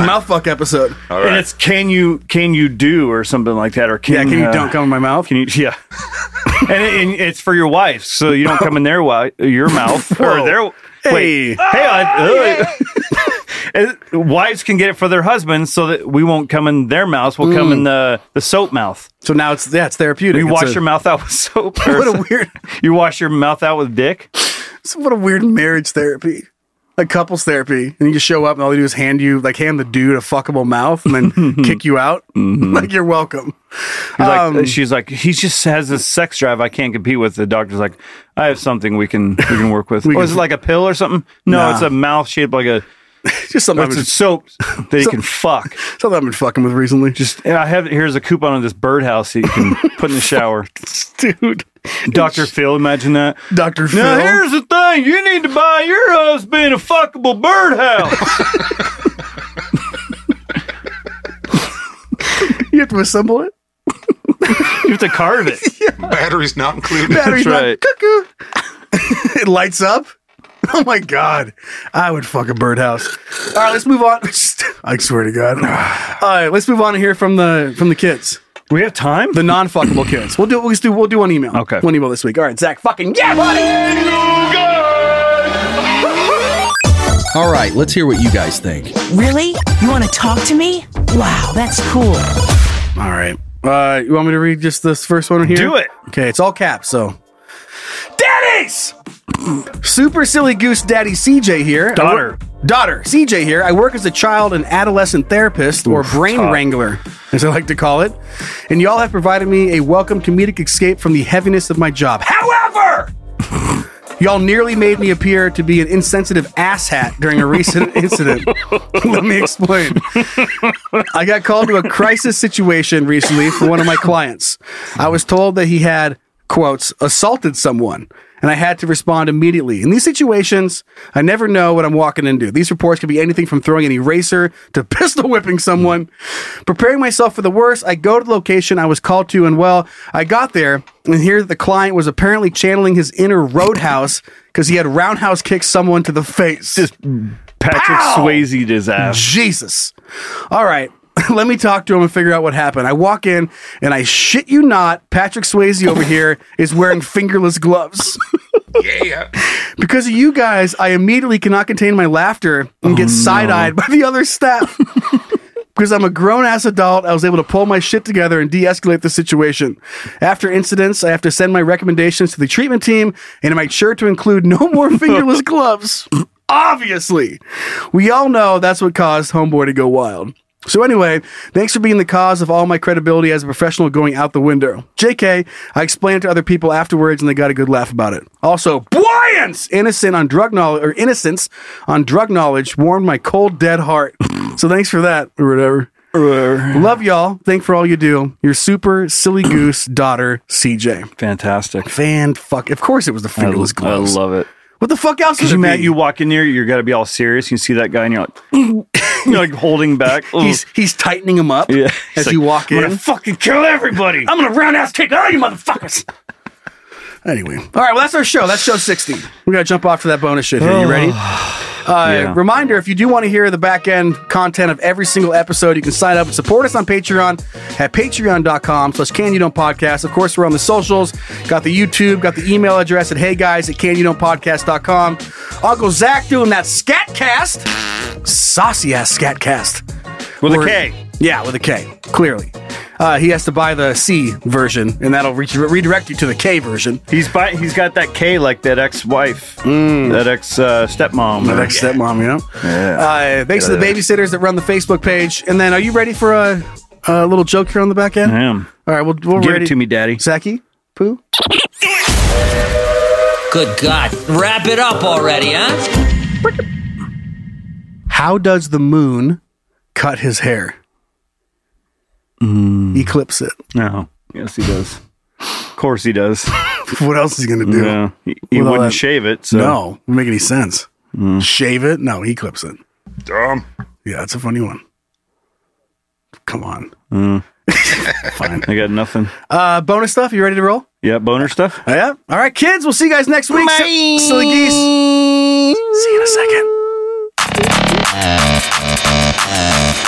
[SPEAKER 3] Mouth fuck episode.
[SPEAKER 4] All
[SPEAKER 2] And
[SPEAKER 4] right.
[SPEAKER 2] it's can you can you do or something like that or can
[SPEAKER 3] Yeah, can you
[SPEAKER 2] uh,
[SPEAKER 3] don't come in my mouth?
[SPEAKER 2] Can you? Yeah. and, it, and it's for your wife, so you don't come in their wi- your mouth or
[SPEAKER 3] Whoa.
[SPEAKER 2] their.
[SPEAKER 3] Hey.
[SPEAKER 2] Wait. Hey. I- ugh. And Wives can get it for their husbands, so that we won't come in their mouths. We'll come in the the soap mouth.
[SPEAKER 3] So now it's yeah, it's therapeutic.
[SPEAKER 2] You
[SPEAKER 3] Mm. It's
[SPEAKER 2] wash
[SPEAKER 3] a-
[SPEAKER 2] your mouth out with soap. or
[SPEAKER 3] What a
[SPEAKER 2] some-
[SPEAKER 3] weird,
[SPEAKER 2] You wash your mouth out with dick.
[SPEAKER 3] what a weird marriage therapy. like couples therapy, and you just show up, and all they do is hand you like hand the dude a fuckable mouth, and then kick you out.
[SPEAKER 2] Mhm.
[SPEAKER 3] Like you're welcome.
[SPEAKER 2] He's like,
[SPEAKER 3] Um,
[SPEAKER 2] she's like, he just has this sex drive I can't compete with. The doctor's like, I have something we can we can work with.
[SPEAKER 3] We
[SPEAKER 2] oh,
[SPEAKER 3] can-
[SPEAKER 2] is it like a pill or something? No,
[SPEAKER 3] Nah.
[SPEAKER 2] it's a mouth shaped like a
[SPEAKER 3] just something
[SPEAKER 2] It's
[SPEAKER 3] I
[SPEAKER 2] a
[SPEAKER 3] would-
[SPEAKER 2] soap that you can fuck.
[SPEAKER 3] Something I've been fucking with recently.
[SPEAKER 2] Just and I have here's a coupon of this birdhouse that you can put in the shower,
[SPEAKER 3] dude.
[SPEAKER 2] Doctor Phil, imagine that.
[SPEAKER 3] Doctor
[SPEAKER 2] Phil. Now here's the thing: you need to buy your husband a fuckable birdhouse.
[SPEAKER 3] you have to assemble it.
[SPEAKER 2] you have to carve it.
[SPEAKER 4] Battery's not included.
[SPEAKER 3] Battery's not cuckoo. it lights up. Oh my god, I would fuck a birdhouse. All right, let's move on. I swear to God. All right, let's move on here from the from the kids.
[SPEAKER 2] We have time.
[SPEAKER 3] The non-fuckable kids. We'll do. We'll just do. We'll do one email. Okay. One email this week. All right, Zach. Fucking yeah, buddy.
[SPEAKER 12] All right, let's hear what you guys think.
[SPEAKER 13] Really? You want to talk to me? Wow, that's cool.
[SPEAKER 3] All right. Uh, you want me to read just this first one here?
[SPEAKER 2] Do it.
[SPEAKER 3] Okay, it's all caps, so. Daddies! Super silly goose daddy CJ here.
[SPEAKER 2] Daughter.
[SPEAKER 3] I wor- daughter, CJ here. I work as a child and adolescent therapist or brain
[SPEAKER 2] God.
[SPEAKER 3] wrangler, as I like to call it. And y'all have provided me a welcome comedic escape from the heaviness of my job. However, Y'all nearly made me appear to be an insensitive asshat during a recent incident. Let me explain. I got called to a crisis situation recently for one of my clients. I was told that he had, quotes, assaulted someone, and I had to respond immediately. In these situations, I never know what I'm walking into. These reports could be anything from throwing an eraser to pistol whipping someone. Preparing myself for the worst, I go to the location I was called to, and well, I got there and here the client was apparently channeling his inner roadhouse because he had roundhouse kicked someone to the face.
[SPEAKER 2] Patrick Swayze did his ass.
[SPEAKER 3] Jesus. All right. Let me talk to him and figure out what happened. I walk in and I shit you not, Patrick Swayze over here is wearing fingerless gloves.
[SPEAKER 4] yeah.
[SPEAKER 3] Because of you guys, I immediately cannot contain my laughter and get side eyed by the other staff. Because I'm a grown ass adult, I was able to pull my shit together and de escalate the situation. After incidents, I have to send my recommendations to the treatment team and make sure to include no more fingerless gloves. Obviously. We all know that's what caused Homeboy to go wild. So, anyway, thanks for being the cause of all my credibility as a professional going out the window. JK, I explained it to other people afterwards and they got a good laugh about it. Also, Bryant's innocent on drug knowledge or innocence on drug knowledge warmed my cold dead heart. so thanks for that or whatever. Love y'all. Thank for all you do. Your super silly goose daughter, CJ.
[SPEAKER 2] Fantastic.
[SPEAKER 3] Fan fuck. Of course it was the
[SPEAKER 2] I,
[SPEAKER 3] fingerless
[SPEAKER 2] I
[SPEAKER 3] gloves.
[SPEAKER 2] love it.
[SPEAKER 3] What the fuck else
[SPEAKER 2] Because
[SPEAKER 3] is
[SPEAKER 2] you, Matt, you walk in there, you're got to be all serious. You see that guy, and you're like, you're like holding back.
[SPEAKER 3] He's he's tightening him up
[SPEAKER 2] yeah.
[SPEAKER 3] as
[SPEAKER 2] It's like,
[SPEAKER 3] you walk
[SPEAKER 2] I'm
[SPEAKER 3] in.
[SPEAKER 2] gonna fucking kill everybody.
[SPEAKER 3] I'm gonna roundhouse kick all you motherfuckers. Anyway, all right. Well, that's our show. That's show sixty. We gotta jump off to that bonus shit here. You ready? Uh,
[SPEAKER 2] Yeah.
[SPEAKER 3] Reminder: If you do want to hear the back end content of every single episode, you can sign up and support us on Patreon at patreon.com/slash Can You Don't Podcast. Of course, we're on the socials. Got the YouTube. Got the email address at Hey Guys at CanYouDon'tPodcast.com. Uncle Zach doing that Scatcast, saucy ass Scatcast
[SPEAKER 2] With a
[SPEAKER 3] Or-
[SPEAKER 2] K.
[SPEAKER 3] Yeah, with a K. Clearly, uh, he has to buy the C version, and that'll reach, redirect you to the K version.
[SPEAKER 2] He's by, he's got that K like that ex-wife, that ex uh, stepmom,
[SPEAKER 3] Mm. That ex-stepmom, yeah. Uh, thanks to the
[SPEAKER 2] Yeah.
[SPEAKER 3] babysitters that run the Facebook page. And then, are you ready for a, a little joke here on the back end?
[SPEAKER 2] I am.
[SPEAKER 3] All right, we'll, we'll
[SPEAKER 2] Give
[SPEAKER 3] ready.
[SPEAKER 2] it to me, Daddy.
[SPEAKER 3] Zachy, poo.
[SPEAKER 14] Good God. Wrap it up already, huh?
[SPEAKER 3] How does the moon cut his hair?
[SPEAKER 2] Mm.
[SPEAKER 3] He clips it.
[SPEAKER 2] No, yes he does. Of course he does.
[SPEAKER 3] what else is he gonna do?
[SPEAKER 2] No, he, he
[SPEAKER 3] With all
[SPEAKER 2] wouldn't
[SPEAKER 3] that-
[SPEAKER 2] shave it. So. Mm.
[SPEAKER 3] No, wouldn't make any sense. Shave it? No, he clips it. Dumb. Yeah, that's a funny one. Come on.
[SPEAKER 2] Mm.
[SPEAKER 3] Fine.
[SPEAKER 2] I got nothing.
[SPEAKER 3] Uh, bonus stuff. You ready to roll?
[SPEAKER 2] Yeah, boner stuff.
[SPEAKER 3] Oh, Yeah. All right, kids. We'll see you guys next week. Si- Silly geese. See you in a second.
[SPEAKER 14] Uh, uh.